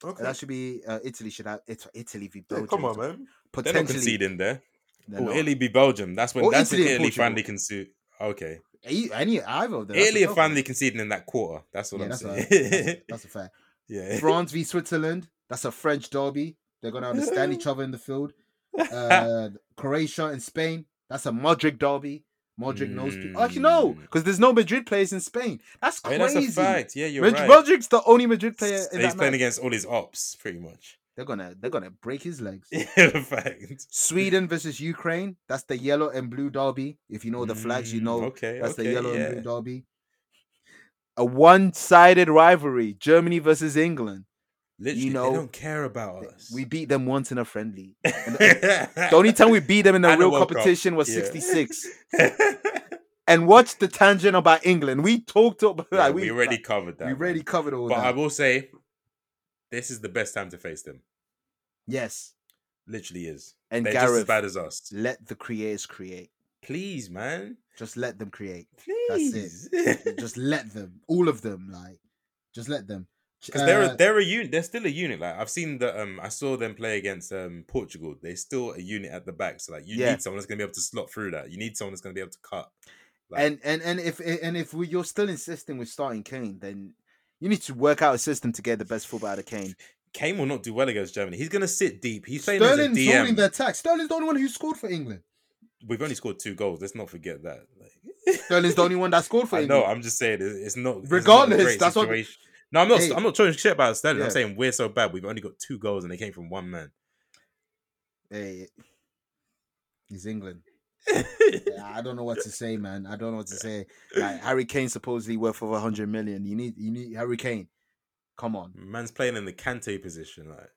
Speaker 3: Okay.
Speaker 2: That should be uh, Italy. Should have it, Italy v
Speaker 3: Yeah,
Speaker 2: Belgium.
Speaker 3: come on, man. They're not
Speaker 2: Potentially,
Speaker 3: conceding there.
Speaker 2: they're
Speaker 3: Or
Speaker 2: not.
Speaker 3: Oh, Italy be Belgium. That's when
Speaker 2: Or
Speaker 3: that's
Speaker 2: Italy and
Speaker 3: when Italy
Speaker 2: Portugal.
Speaker 3: finally concede. Okay.
Speaker 2: Any, any either of them. that's a
Speaker 3: Italy are
Speaker 2: problem.
Speaker 3: finally conceding in that quarter. That's what
Speaker 2: Yeah,
Speaker 3: I'm
Speaker 2: that's, a,
Speaker 3: saying.
Speaker 2: that's, a-
Speaker 3: eh?
Speaker 2: that's a fact.
Speaker 3: yeah.
Speaker 2: France v Switzerland. That's a French derby. They're going to understand each other in the field. Uh, Croatia and Spain. That's a Modric derby. Modric knows people. Actually, no,
Speaker 3: Mm.
Speaker 2: because there's no Madrid players in Spain. That's
Speaker 3: I mean,
Speaker 2: crazy.
Speaker 3: that's a fact. Yeah, you're
Speaker 2: Mad-
Speaker 3: right.
Speaker 2: Modric's the only Madrid player
Speaker 3: So
Speaker 2: in
Speaker 3: he's
Speaker 2: that
Speaker 3: playing
Speaker 2: match.
Speaker 3: against all his ops, pretty much.
Speaker 2: They're gonna they're gonna break his legs.
Speaker 3: Yeah, fact.
Speaker 2: Sweden versus Ukraine. That's the yellow and blue derby. If you know the flags, you
Speaker 3: Mm,
Speaker 2: know
Speaker 3: Okay,
Speaker 2: that's
Speaker 3: okay,
Speaker 2: the yellow
Speaker 3: yeah.
Speaker 2: and blue derby. A one-sided rivalry. Germany versus England.
Speaker 3: Literally,
Speaker 2: know,
Speaker 3: they don't care about us.
Speaker 2: We beat them once in a friendly.
Speaker 3: the
Speaker 2: The only time we beat them in a
Speaker 3: And the
Speaker 2: real
Speaker 3: World Cup.
Speaker 2: competition was
Speaker 3: Yeah.
Speaker 2: 66. And watch the tangent about England. We talked about like,
Speaker 3: we, already covered that.
Speaker 2: we
Speaker 3: man.
Speaker 2: already covered all
Speaker 3: But I
Speaker 2: that.
Speaker 3: will say, this is the best time to face them.
Speaker 2: yes.
Speaker 3: Literally is.
Speaker 2: And
Speaker 3: They're just as
Speaker 2: Gareth,
Speaker 3: bad as us.
Speaker 2: let the creators create.
Speaker 3: Please, man.
Speaker 2: Just let them create.
Speaker 3: Please.
Speaker 2: just let them. All of them. Like, just let them.
Speaker 3: Because they're
Speaker 2: Uh,
Speaker 3: a, they're a unit. They're still a unit. Like I've seen the um, I saw them play against um Portugal. They're still a unit at the back. So like you
Speaker 2: Yeah.
Speaker 3: need someone that's gonna be able to slot through that. You need someone that's gonna be able to cut. Like,
Speaker 2: and and and if and if we, you're still insisting with starting Kane, then you need to work out a system to get the best football out of Kane.
Speaker 3: Kane will not do well against Germany. He's gonna sit deep. He's playing
Speaker 2: Sterling's
Speaker 3: as a
Speaker 2: ruling
Speaker 3: DM.
Speaker 2: the attack. Sterling's the only one who scored for England.
Speaker 3: We've only scored two goals. Let's not forget that. Like,
Speaker 2: Sterling's the only one that scored for
Speaker 3: I
Speaker 2: England.
Speaker 3: know. I'm just saying it's, it's not. it's not a
Speaker 2: Regardless,
Speaker 3: great
Speaker 2: that's what-
Speaker 3: situation. No, I'm not.
Speaker 2: Hey.
Speaker 3: I'm not trying to shit about Sterling.
Speaker 2: Yeah.
Speaker 3: I'm saying we're so bad. We've only got two goals, and they came from one man.
Speaker 2: Hey, he's England. Yeah, I don't know what to say, man. I don't know what to say. Like Harry Kane supposedly worth over hundred million. You need, you need Harry Kane. Come on,
Speaker 3: Man's playing in the Kante position. Like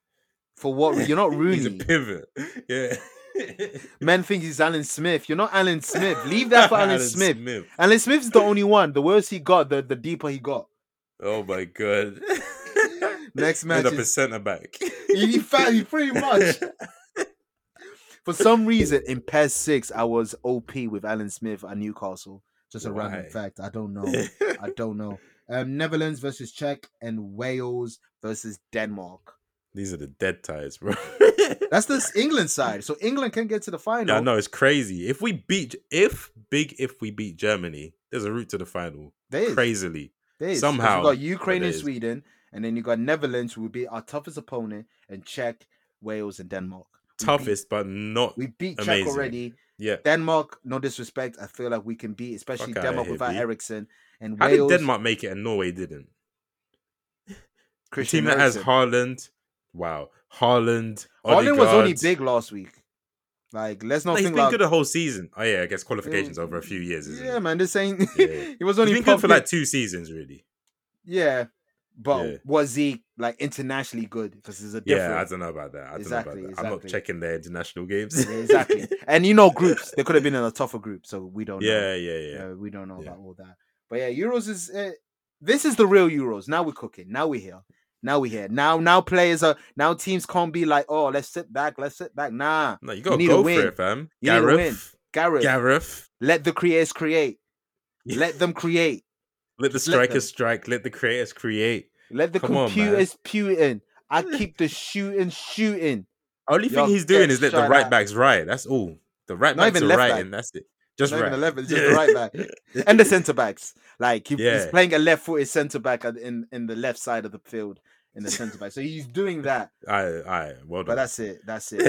Speaker 2: for what? re- You're not
Speaker 3: he's a
Speaker 2: Rooney.
Speaker 3: pivot. Yeah.
Speaker 2: Men think he's Alan Smith. You're not Alan Smith. Leave that for Alan Smith.
Speaker 3: Smith.
Speaker 2: Alan Smith's the only one. The worse he got, the, the deeper he got.
Speaker 3: Oh my god.
Speaker 2: Next match
Speaker 3: End up a
Speaker 2: is-
Speaker 3: centre back.
Speaker 2: He, he, fa- he pretty much. For some reason, in PES six, I was OP with Alan Smith at Newcastle. Just a random
Speaker 3: Why?
Speaker 2: fact. I don't know. I don't know. Um, Netherlands versus Czech and Wales versus Denmark.
Speaker 3: These are the dead ties, bro.
Speaker 2: That's the s- England side. So England can get to the final.
Speaker 3: Yeah, no, it's crazy. If we beat, if big, if we beat Germany, there's a route to the final.
Speaker 2: there is,
Speaker 3: Crazily,
Speaker 2: there is. 'Cause
Speaker 3: somehow,
Speaker 2: you got Ukraine
Speaker 3: there
Speaker 2: and
Speaker 3: is.
Speaker 2: Sweden, and then you got Netherlands, who will be our toughest opponent, and Czech, Wales, and Denmark. We beat-
Speaker 3: toughest, but not.
Speaker 2: We beat Czech
Speaker 3: Amazing.
Speaker 2: already.
Speaker 3: Yeah.
Speaker 2: Denmark, no disrespect, I feel like we can beat, especially
Speaker 3: Fuck outta
Speaker 2: Denmark
Speaker 3: here,
Speaker 2: without
Speaker 3: B.
Speaker 2: Ericsson and
Speaker 3: How
Speaker 2: Wales.
Speaker 3: did Denmark make it and Norway didn't? The
Speaker 2: Christian
Speaker 3: team that has
Speaker 2: Eriksen.
Speaker 3: Haaland. Wow, Haaland.
Speaker 2: Holland was only
Speaker 3: Odegaard.
Speaker 2: big last week. Like, let's not
Speaker 3: No, he's
Speaker 2: think
Speaker 3: been
Speaker 2: like
Speaker 3: good the whole season. Oh yeah, I guess qualifications over a few years. Isn't
Speaker 2: yeah,
Speaker 3: it?
Speaker 2: man. This ain't.
Speaker 3: Yeah.
Speaker 2: he was
Speaker 3: He's
Speaker 2: only
Speaker 3: been good for
Speaker 2: popular-
Speaker 3: like two seasons, really.
Speaker 2: Yeah, but
Speaker 3: Yeah.
Speaker 2: was he like internationally good? Because there's a
Speaker 3: Yeah, I
Speaker 2: difference.
Speaker 3: don't know about that. I don't
Speaker 2: Exactly,
Speaker 3: know about that. I'm
Speaker 2: exactly.
Speaker 3: not checking their international games.
Speaker 2: Yeah, exactly. Oh, and you know, groups they could have been in a tougher group, so we don't. know.
Speaker 3: yeah, yeah, yeah.
Speaker 2: Uh, we don't know
Speaker 3: Yeah.
Speaker 2: about all that. But yeah, Euros is uh, this is the real Euros. Now we're cooking. Now we're here. Now we're here. Now now players are now teams can't be like, oh, let's sit back, let's sit back. Nah,
Speaker 3: No, you gotta
Speaker 2: need a
Speaker 3: go for
Speaker 2: win.
Speaker 3: it, fam.
Speaker 2: You need a win.
Speaker 3: Gareth,
Speaker 2: Gareth,
Speaker 3: Gareth,
Speaker 2: let the creators create. Let them create.
Speaker 3: let the
Speaker 2: Just let them.
Speaker 3: strikers strike. Let the creators create.
Speaker 2: Let the
Speaker 3: Come on, man.
Speaker 2: computers pew in. I keep the shooting shooting.
Speaker 3: Only
Speaker 2: Y'all
Speaker 3: thing he's
Speaker 2: get
Speaker 3: doing is let the
Speaker 2: shut
Speaker 3: right
Speaker 2: out.
Speaker 3: backs right. That's all. The right
Speaker 2: Not
Speaker 3: backs
Speaker 2: even
Speaker 3: are
Speaker 2: left
Speaker 3: right,
Speaker 2: back.
Speaker 3: and that's it. Just
Speaker 2: Not
Speaker 3: right.
Speaker 2: even the left, it's just
Speaker 3: Yeah.
Speaker 2: the right back and the centre backs. Like he- he's
Speaker 3: Yeah.
Speaker 2: playing a left footed centre back at- in in the left side of the field in the centre back. So he's doing that.
Speaker 3: All right, all right. Well
Speaker 2: But
Speaker 3: done.
Speaker 2: that's it. That's it.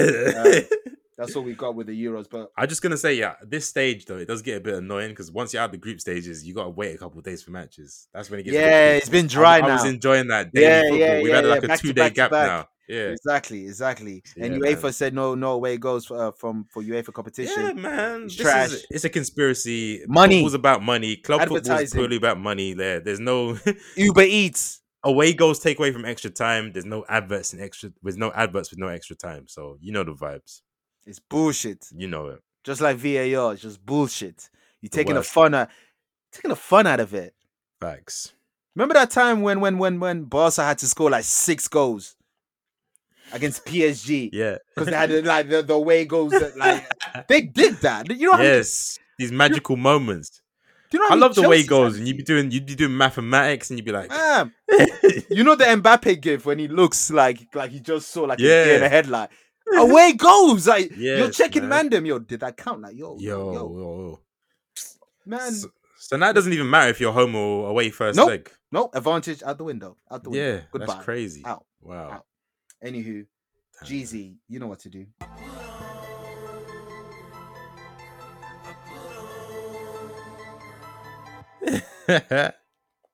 Speaker 2: Uh, that's all we got with the Euros. But
Speaker 3: I'm just gonna say, yeah, this stage though, it does get a bit annoying because once you're out the group stages, you gotta wait a couple of days for matches. That's when it gets. a bit
Speaker 2: yeah,
Speaker 3: peak.
Speaker 2: it's been
Speaker 3: I-
Speaker 2: dry
Speaker 3: I,
Speaker 2: now.
Speaker 3: was enjoying that daily
Speaker 2: Yeah,
Speaker 3: football.
Speaker 2: yeah,
Speaker 3: We've
Speaker 2: yeah,
Speaker 3: had
Speaker 2: yeah,
Speaker 3: like a
Speaker 2: back to back
Speaker 3: two day
Speaker 2: to
Speaker 3: gap
Speaker 2: back.
Speaker 3: now. Yeah.
Speaker 2: Exactly, exactly. And
Speaker 3: Yeah,
Speaker 2: UEFA
Speaker 3: man.
Speaker 2: said no, no away goals uh, from for UEFA competition.
Speaker 3: Yeah, man.
Speaker 2: It's
Speaker 3: This is-
Speaker 2: trash.
Speaker 3: it's a conspiracy.
Speaker 2: Money.
Speaker 3: Football's about money. Club football's
Speaker 2: Advertising.
Speaker 3: purely about money. There, there's no.
Speaker 2: Uber Eats.
Speaker 3: away goals take away from extra time. There's no adverts in extra. There's no adverts with no extra time. So you know the vibes.
Speaker 2: It's bullshit.
Speaker 3: You know it.
Speaker 2: Just like VAR, it's just bullshit. You're taking the
Speaker 3: worst.
Speaker 2: fun out, taking the fun out of it.
Speaker 3: Facts.
Speaker 2: Remember that time when when when when Barca had to score like six goals against PSG
Speaker 3: Yeah.
Speaker 2: because they had like the, the away goals. That, like they did that. You know how many-
Speaker 3: Yes. These magical moments.
Speaker 2: do you know how
Speaker 3: I
Speaker 2: many
Speaker 3: love the way
Speaker 2: Chelsea's
Speaker 3: it goes,
Speaker 2: had
Speaker 3: and you'd be
Speaker 2: to-
Speaker 3: doing you'd be doing mathematics, and you'd be like,
Speaker 2: Man, you know the Mbappe gif when he looks like like he just saw like a deer in
Speaker 3: Yeah.
Speaker 2: a headlight. Away goes like you're
Speaker 3: Yes,
Speaker 2: checking
Speaker 3: man.
Speaker 2: mandem. Yo, did that count? Like yo,
Speaker 3: yo,
Speaker 2: yo,
Speaker 3: yo.
Speaker 2: man.
Speaker 3: So, so now it doesn't even matter if you're home or away first
Speaker 2: Nope.
Speaker 3: leg.
Speaker 2: no advantage out the window. Out the window.
Speaker 3: Yeah,
Speaker 2: Goodbye.
Speaker 3: that's crazy.
Speaker 2: Out.
Speaker 3: Wow.
Speaker 2: Out. Anywho,
Speaker 3: Damn.
Speaker 2: Jeezy, you know what to do.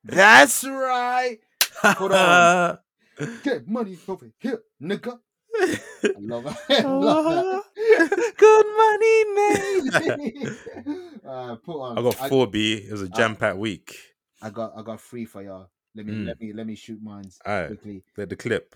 Speaker 2: That's right. Hold on. Get money over here, nigga. I love I love that. Good money, man. uh, put on.
Speaker 3: I got
Speaker 2: I- Uh.
Speaker 3: four B. It was a jam packed week.
Speaker 2: I got I got three for y'all. Let me
Speaker 3: Mm.
Speaker 2: let me let me shoot mines
Speaker 3: All right,
Speaker 2: quickly.
Speaker 3: the, the clip.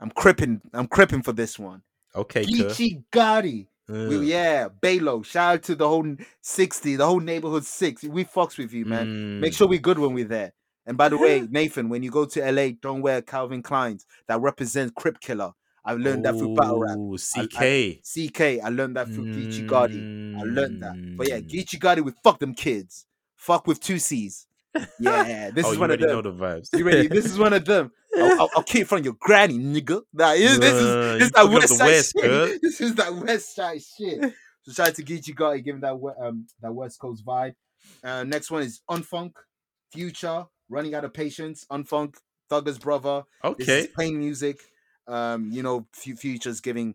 Speaker 2: I'm cripping. I'm cripping for this one.
Speaker 3: Okay, Kerr.
Speaker 2: Geechee Gotti.
Speaker 3: Uh,
Speaker 2: We, yeah, Balo. Shout out to the whole 60, the whole neighborhood six. We fucks with you, man. Make
Speaker 3: mm,
Speaker 2: sure we good when we're there. And by the way, Nathan, when you go to LA, don't wear Calvin Klein's that represents Crip Killer. I learned that through battle rap.
Speaker 3: ooh,
Speaker 2: I-
Speaker 3: CK.
Speaker 2: CK, I learned that through Geechee Gotti. I learned that. But yeah,
Speaker 3: Mm.
Speaker 2: Geechee Gotti, we fuck them kids. Fuck with two C's. Yeah, this
Speaker 3: oh,
Speaker 2: is
Speaker 3: you
Speaker 2: one of
Speaker 3: already
Speaker 2: them.
Speaker 3: know the vibes.
Speaker 2: You ready? This is one of them. I'll, I'll, I'll keep it from your granny, nigga. Nah, this, this is
Speaker 3: Nah,
Speaker 2: this
Speaker 3: you
Speaker 2: is that
Speaker 3: talking up
Speaker 2: West
Speaker 3: the
Speaker 2: Side
Speaker 3: West,
Speaker 2: shit.
Speaker 3: cuz.
Speaker 2: This is that West Side shit. So shout out to Geechee Gotti giving that we- um that West Coast vibe. Uh, next one is Unfunk, Future, Running Out of Patience, Unfunk, Thugger's brother. This
Speaker 3: Okay.
Speaker 2: is plain music. Um, you know, Fu- Future's giving.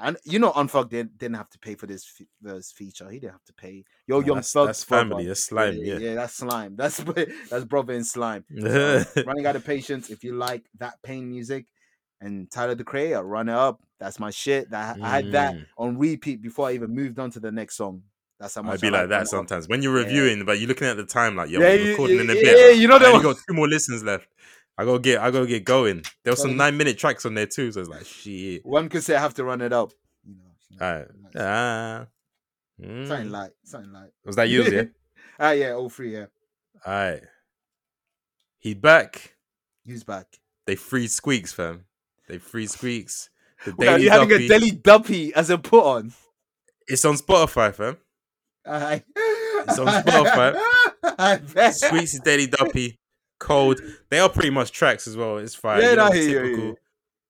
Speaker 2: And you know, Unfunk didn't, didn't have to pay for this fe- this feature. He didn't have to pay. Yo,
Speaker 3: Nah,
Speaker 2: young
Speaker 3: that's,
Speaker 2: Thug's
Speaker 3: that's
Speaker 2: brother.
Speaker 3: family. That's slime.
Speaker 2: yeah,
Speaker 3: Yeah.
Speaker 2: yeah, that's slime. That's that's brother in slime. So, running out of patience. If you like that pain music and Tyler the Creator, run it up. That's my shit. That I had that
Speaker 3: Mm.
Speaker 2: on repeat before I even moved on to the next song. That's how much
Speaker 3: I'd
Speaker 2: I
Speaker 3: be like
Speaker 2: Run It
Speaker 3: that
Speaker 2: Up.
Speaker 3: sometimes when you're
Speaker 2: Yeah.
Speaker 3: reviewing, but you're looking at the time like, yo,
Speaker 2: Yeah,
Speaker 3: we're
Speaker 2: you-
Speaker 3: recording in a
Speaker 2: yeah,
Speaker 3: bit.
Speaker 2: yeah, you know
Speaker 3: I
Speaker 2: that
Speaker 3: only got two more listens left. I gotta get, I gotta get going. There were some
Speaker 2: Sorry.
Speaker 3: nine minute tracks on there too, so it's like, shit.
Speaker 2: One could say I have to run it up. You know, you know,
Speaker 3: Alright.
Speaker 2: like,
Speaker 3: Ah, Mm.
Speaker 2: something like something like.
Speaker 3: was that yours? Yeah.
Speaker 2: Ah, yeah, all three. Yeah,
Speaker 3: All right. He back.
Speaker 2: who's back?
Speaker 3: They free squeaks, fam. They free squeaks. The
Speaker 2: Wait, are
Speaker 3: Daily
Speaker 2: you having
Speaker 3: Duppy.
Speaker 2: a Deli Duppy as a put on?
Speaker 3: It's on Spotify, fam.
Speaker 2: Aye.
Speaker 3: It's on Spotify.
Speaker 2: I bet.
Speaker 3: Squeaks is Daily Duppy. Cold. They are pretty much tracks as well. It's fine.
Speaker 2: Yeah,
Speaker 3: you
Speaker 2: no,
Speaker 3: know,
Speaker 2: I hear you, I hear
Speaker 3: typical.
Speaker 2: you.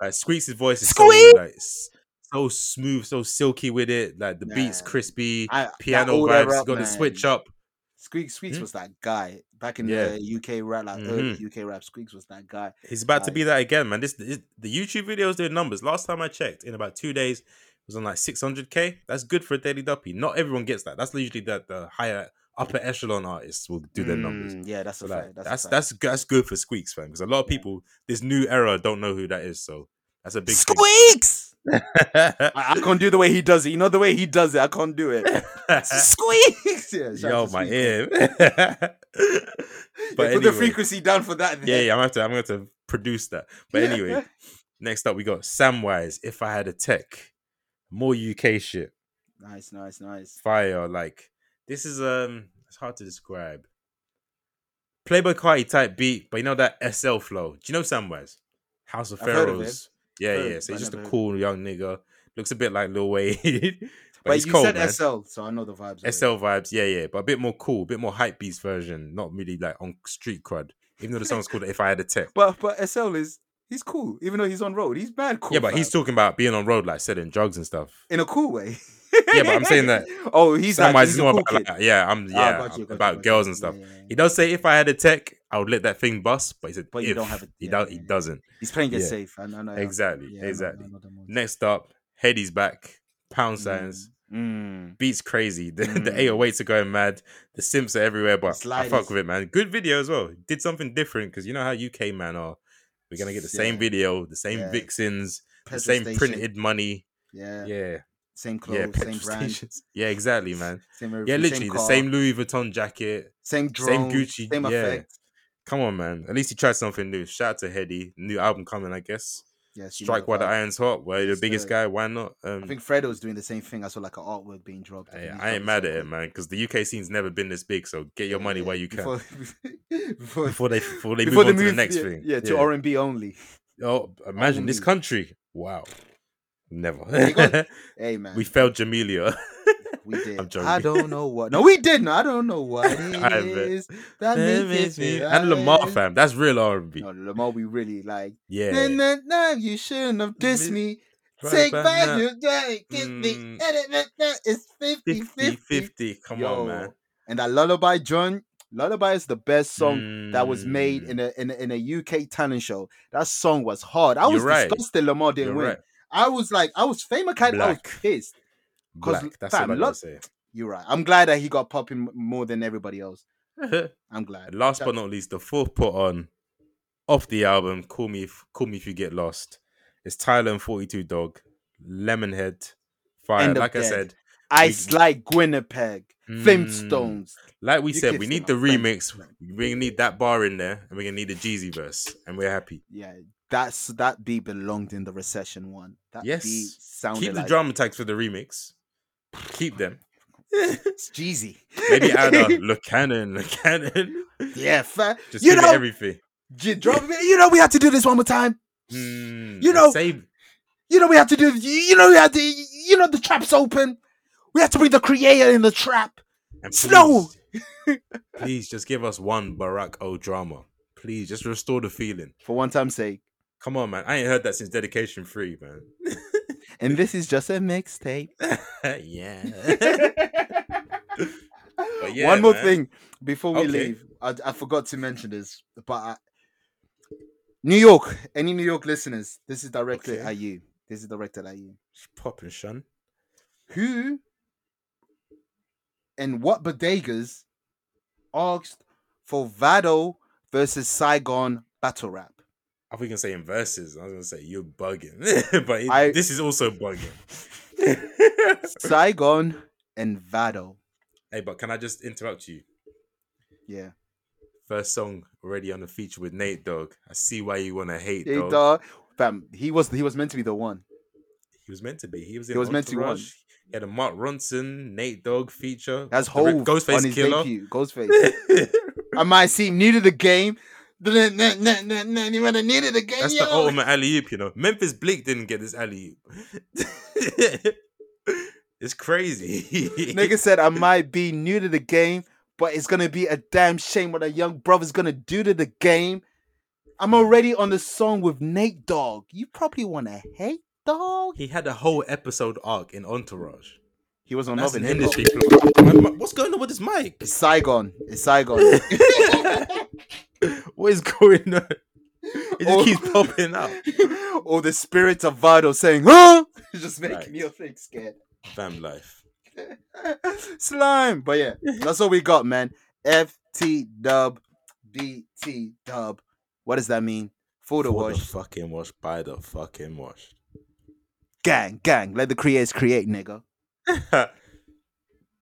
Speaker 3: Like Squeaks' voice is
Speaker 2: Squeak!
Speaker 3: so like s- so smooth, so silky with it. Like the beats
Speaker 2: Nah.
Speaker 3: crispy,
Speaker 2: I- that
Speaker 3: piano
Speaker 2: all that
Speaker 3: vibes.
Speaker 2: rap,
Speaker 3: got the switch
Speaker 2: man.
Speaker 3: up.
Speaker 2: Squeaks Squeaks
Speaker 3: Hmm?
Speaker 2: was that guy back in
Speaker 3: Yeah. Mm-hmm.
Speaker 2: the UK rap, like early UK rap. Squeaks was that guy.
Speaker 3: He's about to
Speaker 2: Like-
Speaker 3: be that again, man. This, this the YouTube videos doing numbers. Last time I checked, in about two days, it was on like 600k. That's good for a daily duppy. Not everyone gets that. That's usually that the higher upper echelon artists will do their numbers.
Speaker 2: Mm, Yeah, that's a
Speaker 3: So like,
Speaker 2: fact. That's a
Speaker 3: that's
Speaker 2: fact.
Speaker 3: that's g- that's good for squeaks, fam. Because a lot of
Speaker 2: Yeah.
Speaker 3: people this new era don't know who that is. So that's a big thing.
Speaker 2: squeaks. I, I can't do the way he does it. You know the way he does it. I can't do it. squeaks. Yeah, shout out
Speaker 3: Yo,
Speaker 2: to
Speaker 3: my
Speaker 2: Squeaks.
Speaker 3: ear.
Speaker 2: Yeah,
Speaker 3: but
Speaker 2: put
Speaker 3: anyway,
Speaker 2: the frequency down for that.
Speaker 3: yeah,
Speaker 2: then.
Speaker 3: yeah, I'm gonna have to, I'm gonna have to produce that. But anyway, Next up, we got Samwise. If I had a tech, more UK shit,
Speaker 2: nice, nice, nice.
Speaker 3: fire. Like this is um, it's hard to describe. Playboy Carti type beat, but you know that SL flow. Do you know Samwise? House of
Speaker 2: I've heard of him.
Speaker 3: Pharaohs. Yeah,
Speaker 2: Heard of
Speaker 3: yeah.
Speaker 2: him, but
Speaker 3: So he's just
Speaker 2: never
Speaker 3: a
Speaker 2: heard.
Speaker 3: cool young nigga. Looks a bit like Lil Wayne, but,
Speaker 2: But
Speaker 3: he's
Speaker 2: you
Speaker 3: cold,
Speaker 2: said
Speaker 3: man. SL.
Speaker 2: SL, so I know the vibes. already.
Speaker 3: vibes, yeah, yeah, but a bit more cool, a bit more hype beast version, not really like on street crud. Even though the song's called "If I Had a Tech."
Speaker 2: But but SL is he's cool, even though he's on road. He's mad cool.
Speaker 3: yeah, but
Speaker 2: fam.
Speaker 3: he's talking about being on road, like selling drugs and stuff.
Speaker 2: in a cool way.
Speaker 3: Yeah, but I'm saying that
Speaker 2: Oh, he's
Speaker 3: Sam
Speaker 2: that.
Speaker 3: Wise
Speaker 2: he's
Speaker 3: is
Speaker 2: a
Speaker 3: more
Speaker 2: cool
Speaker 3: about
Speaker 2: kid.
Speaker 3: like, yeah,
Speaker 2: Ah,
Speaker 3: I'm yeah,
Speaker 2: got you, got you,
Speaker 3: about
Speaker 2: got you.
Speaker 3: girls and stuff.
Speaker 2: Yeah, yeah, yeah.
Speaker 3: He does say if I had a tech, I would let that thing bust, but he said,
Speaker 2: But you
Speaker 3: if.
Speaker 2: don't have it.
Speaker 3: He,
Speaker 2: Yeah,
Speaker 3: don't-
Speaker 2: yeah,
Speaker 3: he
Speaker 2: yeah.
Speaker 3: doesn't.
Speaker 2: He's playing it
Speaker 3: Yeah.
Speaker 2: safe. I, I know. I know.
Speaker 3: Exactly,
Speaker 2: Yeah, I know- I
Speaker 3: exactly.
Speaker 2: know the moves.
Speaker 3: Next up, Heady's back. Pound
Speaker 2: Mm,
Speaker 3: signs
Speaker 2: mm.
Speaker 3: beats crazy. The, the
Speaker 2: Mm.
Speaker 3: 808s are going mad. The simps are everywhere, but I
Speaker 2: Sliders.
Speaker 3: fuck with it, man. Good video as well. Did something different because you know how UK man are. We're gonna get the same
Speaker 2: Yeah.
Speaker 3: video, the same
Speaker 2: Yeah.
Speaker 3: vixens, the
Speaker 2: Petrol
Speaker 3: same
Speaker 2: station.
Speaker 3: printed money.
Speaker 2: Yeah.
Speaker 3: Yeah,
Speaker 2: Same clothes.
Speaker 3: yeah,
Speaker 2: same
Speaker 3: petrol
Speaker 2: brand.
Speaker 3: stations. Yeah, exactly, man.
Speaker 2: Same
Speaker 3: Yeah,
Speaker 2: everything,
Speaker 3: literally the
Speaker 2: car,
Speaker 3: same Louis Vuitton jacket.
Speaker 2: Same drone.
Speaker 3: Gucci,
Speaker 2: Same
Speaker 3: yeah.
Speaker 2: effect.
Speaker 3: Come on, man. At least he tried something new. Shout out to Heady. New album coming, I guess.
Speaker 2: Yes, you know
Speaker 3: Strike while the
Speaker 2: vibe.
Speaker 3: iron's hot. Where you're the
Speaker 2: Let's do
Speaker 3: biggest
Speaker 2: it.
Speaker 3: guy? Why not?
Speaker 2: I
Speaker 3: Um,
Speaker 2: think Fredo's doing the same thing. I saw like an artwork being dropped.
Speaker 3: I, I ain't mad at it, man, because the UK scene's never been this big. So get your money where you can before,
Speaker 2: Before, before,
Speaker 3: they before they
Speaker 2: before
Speaker 3: move on to the
Speaker 2: move-
Speaker 3: next
Speaker 2: yeah,
Speaker 3: thing.
Speaker 2: Yeah, to R and B only.
Speaker 3: Oh, imagine this
Speaker 2: Only.
Speaker 3: country. Wow.
Speaker 2: They
Speaker 3: Never.
Speaker 2: got- Hey man,
Speaker 3: we
Speaker 2: we,
Speaker 3: failed Jamelia.
Speaker 2: did.
Speaker 3: I'm joking.
Speaker 2: I don't know what. No, we didn't. I don't know what it
Speaker 3: I bet.
Speaker 2: is. That makes me
Speaker 3: and Lamar,
Speaker 2: right.
Speaker 3: fam. That's real R&B.
Speaker 2: No, Lamar, we really like.
Speaker 3: yeah.
Speaker 2: No, no, no, you shouldn't have dissed me.
Speaker 3: Right
Speaker 2: Take
Speaker 3: back
Speaker 2: back
Speaker 3: now.
Speaker 2: your day. Kiss me.
Speaker 3: Mm.
Speaker 2: Eh, eh, eh, eh, It's 50
Speaker 3: 50,
Speaker 2: 50.
Speaker 3: 50. Come
Speaker 2: Yo,
Speaker 3: on, man.
Speaker 2: And that lullaby, John. Lullaby is the best song that was made
Speaker 3: Mm.
Speaker 2: in a, in a in a UK talent show. That song was hard. I
Speaker 3: You're
Speaker 2: was
Speaker 3: right.
Speaker 2: disgusted Lamar didn't
Speaker 3: You're
Speaker 2: win.
Speaker 3: right.
Speaker 2: I was like, I was famous kind I was
Speaker 3: Black.
Speaker 2: pissed. 'Cause,
Speaker 3: Black. That's all
Speaker 2: fam,
Speaker 3: I
Speaker 2: look-
Speaker 3: gotta say.
Speaker 2: You're right. I'm glad that he got popping m- more than everybody else. I'm glad.
Speaker 3: Last
Speaker 2: That-
Speaker 3: but not least, the fourth put on off the album. Call me, if, call me if you get lost. It's Tyler and Forty Two Dog, Lemonhead, Fire.
Speaker 2: End of
Speaker 3: Like I
Speaker 2: Dead.
Speaker 3: said,
Speaker 2: Ice like Winnipeg,
Speaker 3: Mm.
Speaker 2: Flintstones.
Speaker 3: like we
Speaker 2: You
Speaker 3: said,
Speaker 2: kids
Speaker 3: we
Speaker 2: are
Speaker 3: need
Speaker 2: my
Speaker 3: the
Speaker 2: friends.
Speaker 3: remix. We need that bar in there, and we're gonna need the Jeezy verse, and we're happy.
Speaker 2: Yeah, that's that beat belonged in the recession one. That
Speaker 3: Yes.
Speaker 2: beat sounded
Speaker 3: Keep the
Speaker 2: like
Speaker 3: drum attacks for the remix. Keep them.
Speaker 2: it's Jeezy.
Speaker 3: Maybe add a look cannon, look cannon.
Speaker 2: yeah, fa-
Speaker 3: Just
Speaker 2: you
Speaker 3: give
Speaker 2: know,
Speaker 3: me everything.
Speaker 2: j- drum, you know, we have to do this one more time.
Speaker 3: Mm,
Speaker 2: You
Speaker 3: and
Speaker 2: know-
Speaker 3: save
Speaker 2: You know, we have to do. You know, we have to. You know, the trap's open. We have to bring the creator in the trap.
Speaker 3: and
Speaker 2: Slow.
Speaker 3: please- please just give us one Barack O drama. Please just restore the feeling.
Speaker 2: For one time's sake,
Speaker 3: Come on, man. I ain't heard that since Dedication Free, man.
Speaker 2: and this is just a mixtape.
Speaker 3: yeah. But yeah,
Speaker 2: One more
Speaker 3: man.
Speaker 2: thing before we
Speaker 3: Okay.
Speaker 2: leave. I, I forgot to mention this, but I, New York, any New York listeners, this is directed
Speaker 3: Okay.
Speaker 2: at you. This is directed at you.
Speaker 3: Pop and shun.
Speaker 2: Who and what bodegas asked for Vado versus Saigon battle rap?
Speaker 3: I was gonna say in verses. I was gonna say you're bugging, but it-
Speaker 2: I-
Speaker 3: this is also bugging.
Speaker 2: Saigon and Vado.
Speaker 3: hey, but can I just interrupt you?
Speaker 2: Yeah.
Speaker 3: First song already on the feature with Nate Dogg. I see why you wanna hate
Speaker 2: Hey,
Speaker 3: dog.
Speaker 2: dawg. Fam, he was he was meant to be the one.
Speaker 3: He was meant to be. He was in
Speaker 2: was meant to be one.
Speaker 3: Entourage. He had a Mark Ronson, Nate Dogg feature.
Speaker 2: That's
Speaker 3: The Rick
Speaker 2: whole on
Speaker 3: Ghostface
Speaker 2: his
Speaker 3: Killer.
Speaker 2: debut. Ghostface. I might seem new to the game. You want to the game?
Speaker 3: That's
Speaker 2: yo.
Speaker 3: the ultimate alley oop, you know. Memphis Bleak didn't get this alley oop. it's crazy.
Speaker 2: Nigga said I might be new to the game, but it's gonna be a damn shame what a young brother's gonna do to the game. I'm already on the song with Nate Dogg. You probably wanna hate dog.
Speaker 3: he had a whole episode arc in Entourage.
Speaker 2: He was on
Speaker 3: That's
Speaker 2: Love and
Speaker 3: an
Speaker 2: Hip Hop.
Speaker 3: industry plug. My- my- What's going on with this mic?
Speaker 2: It's Saigon. It's Saigon.
Speaker 3: What is going on? It just
Speaker 2: Oh.
Speaker 3: keeps popping up.
Speaker 2: or the spirit of Vado saying, huh? It's just making
Speaker 3: Right.
Speaker 2: me a thing scared.
Speaker 3: Fam life.
Speaker 2: Slime. But yeah, that's all we got, man. FT dub, BT dub. What does that mean? For the
Speaker 3: For the
Speaker 2: wash.
Speaker 3: fucking wash. By the fucking wash.
Speaker 2: Gang, gang. Let the creators create, nigga.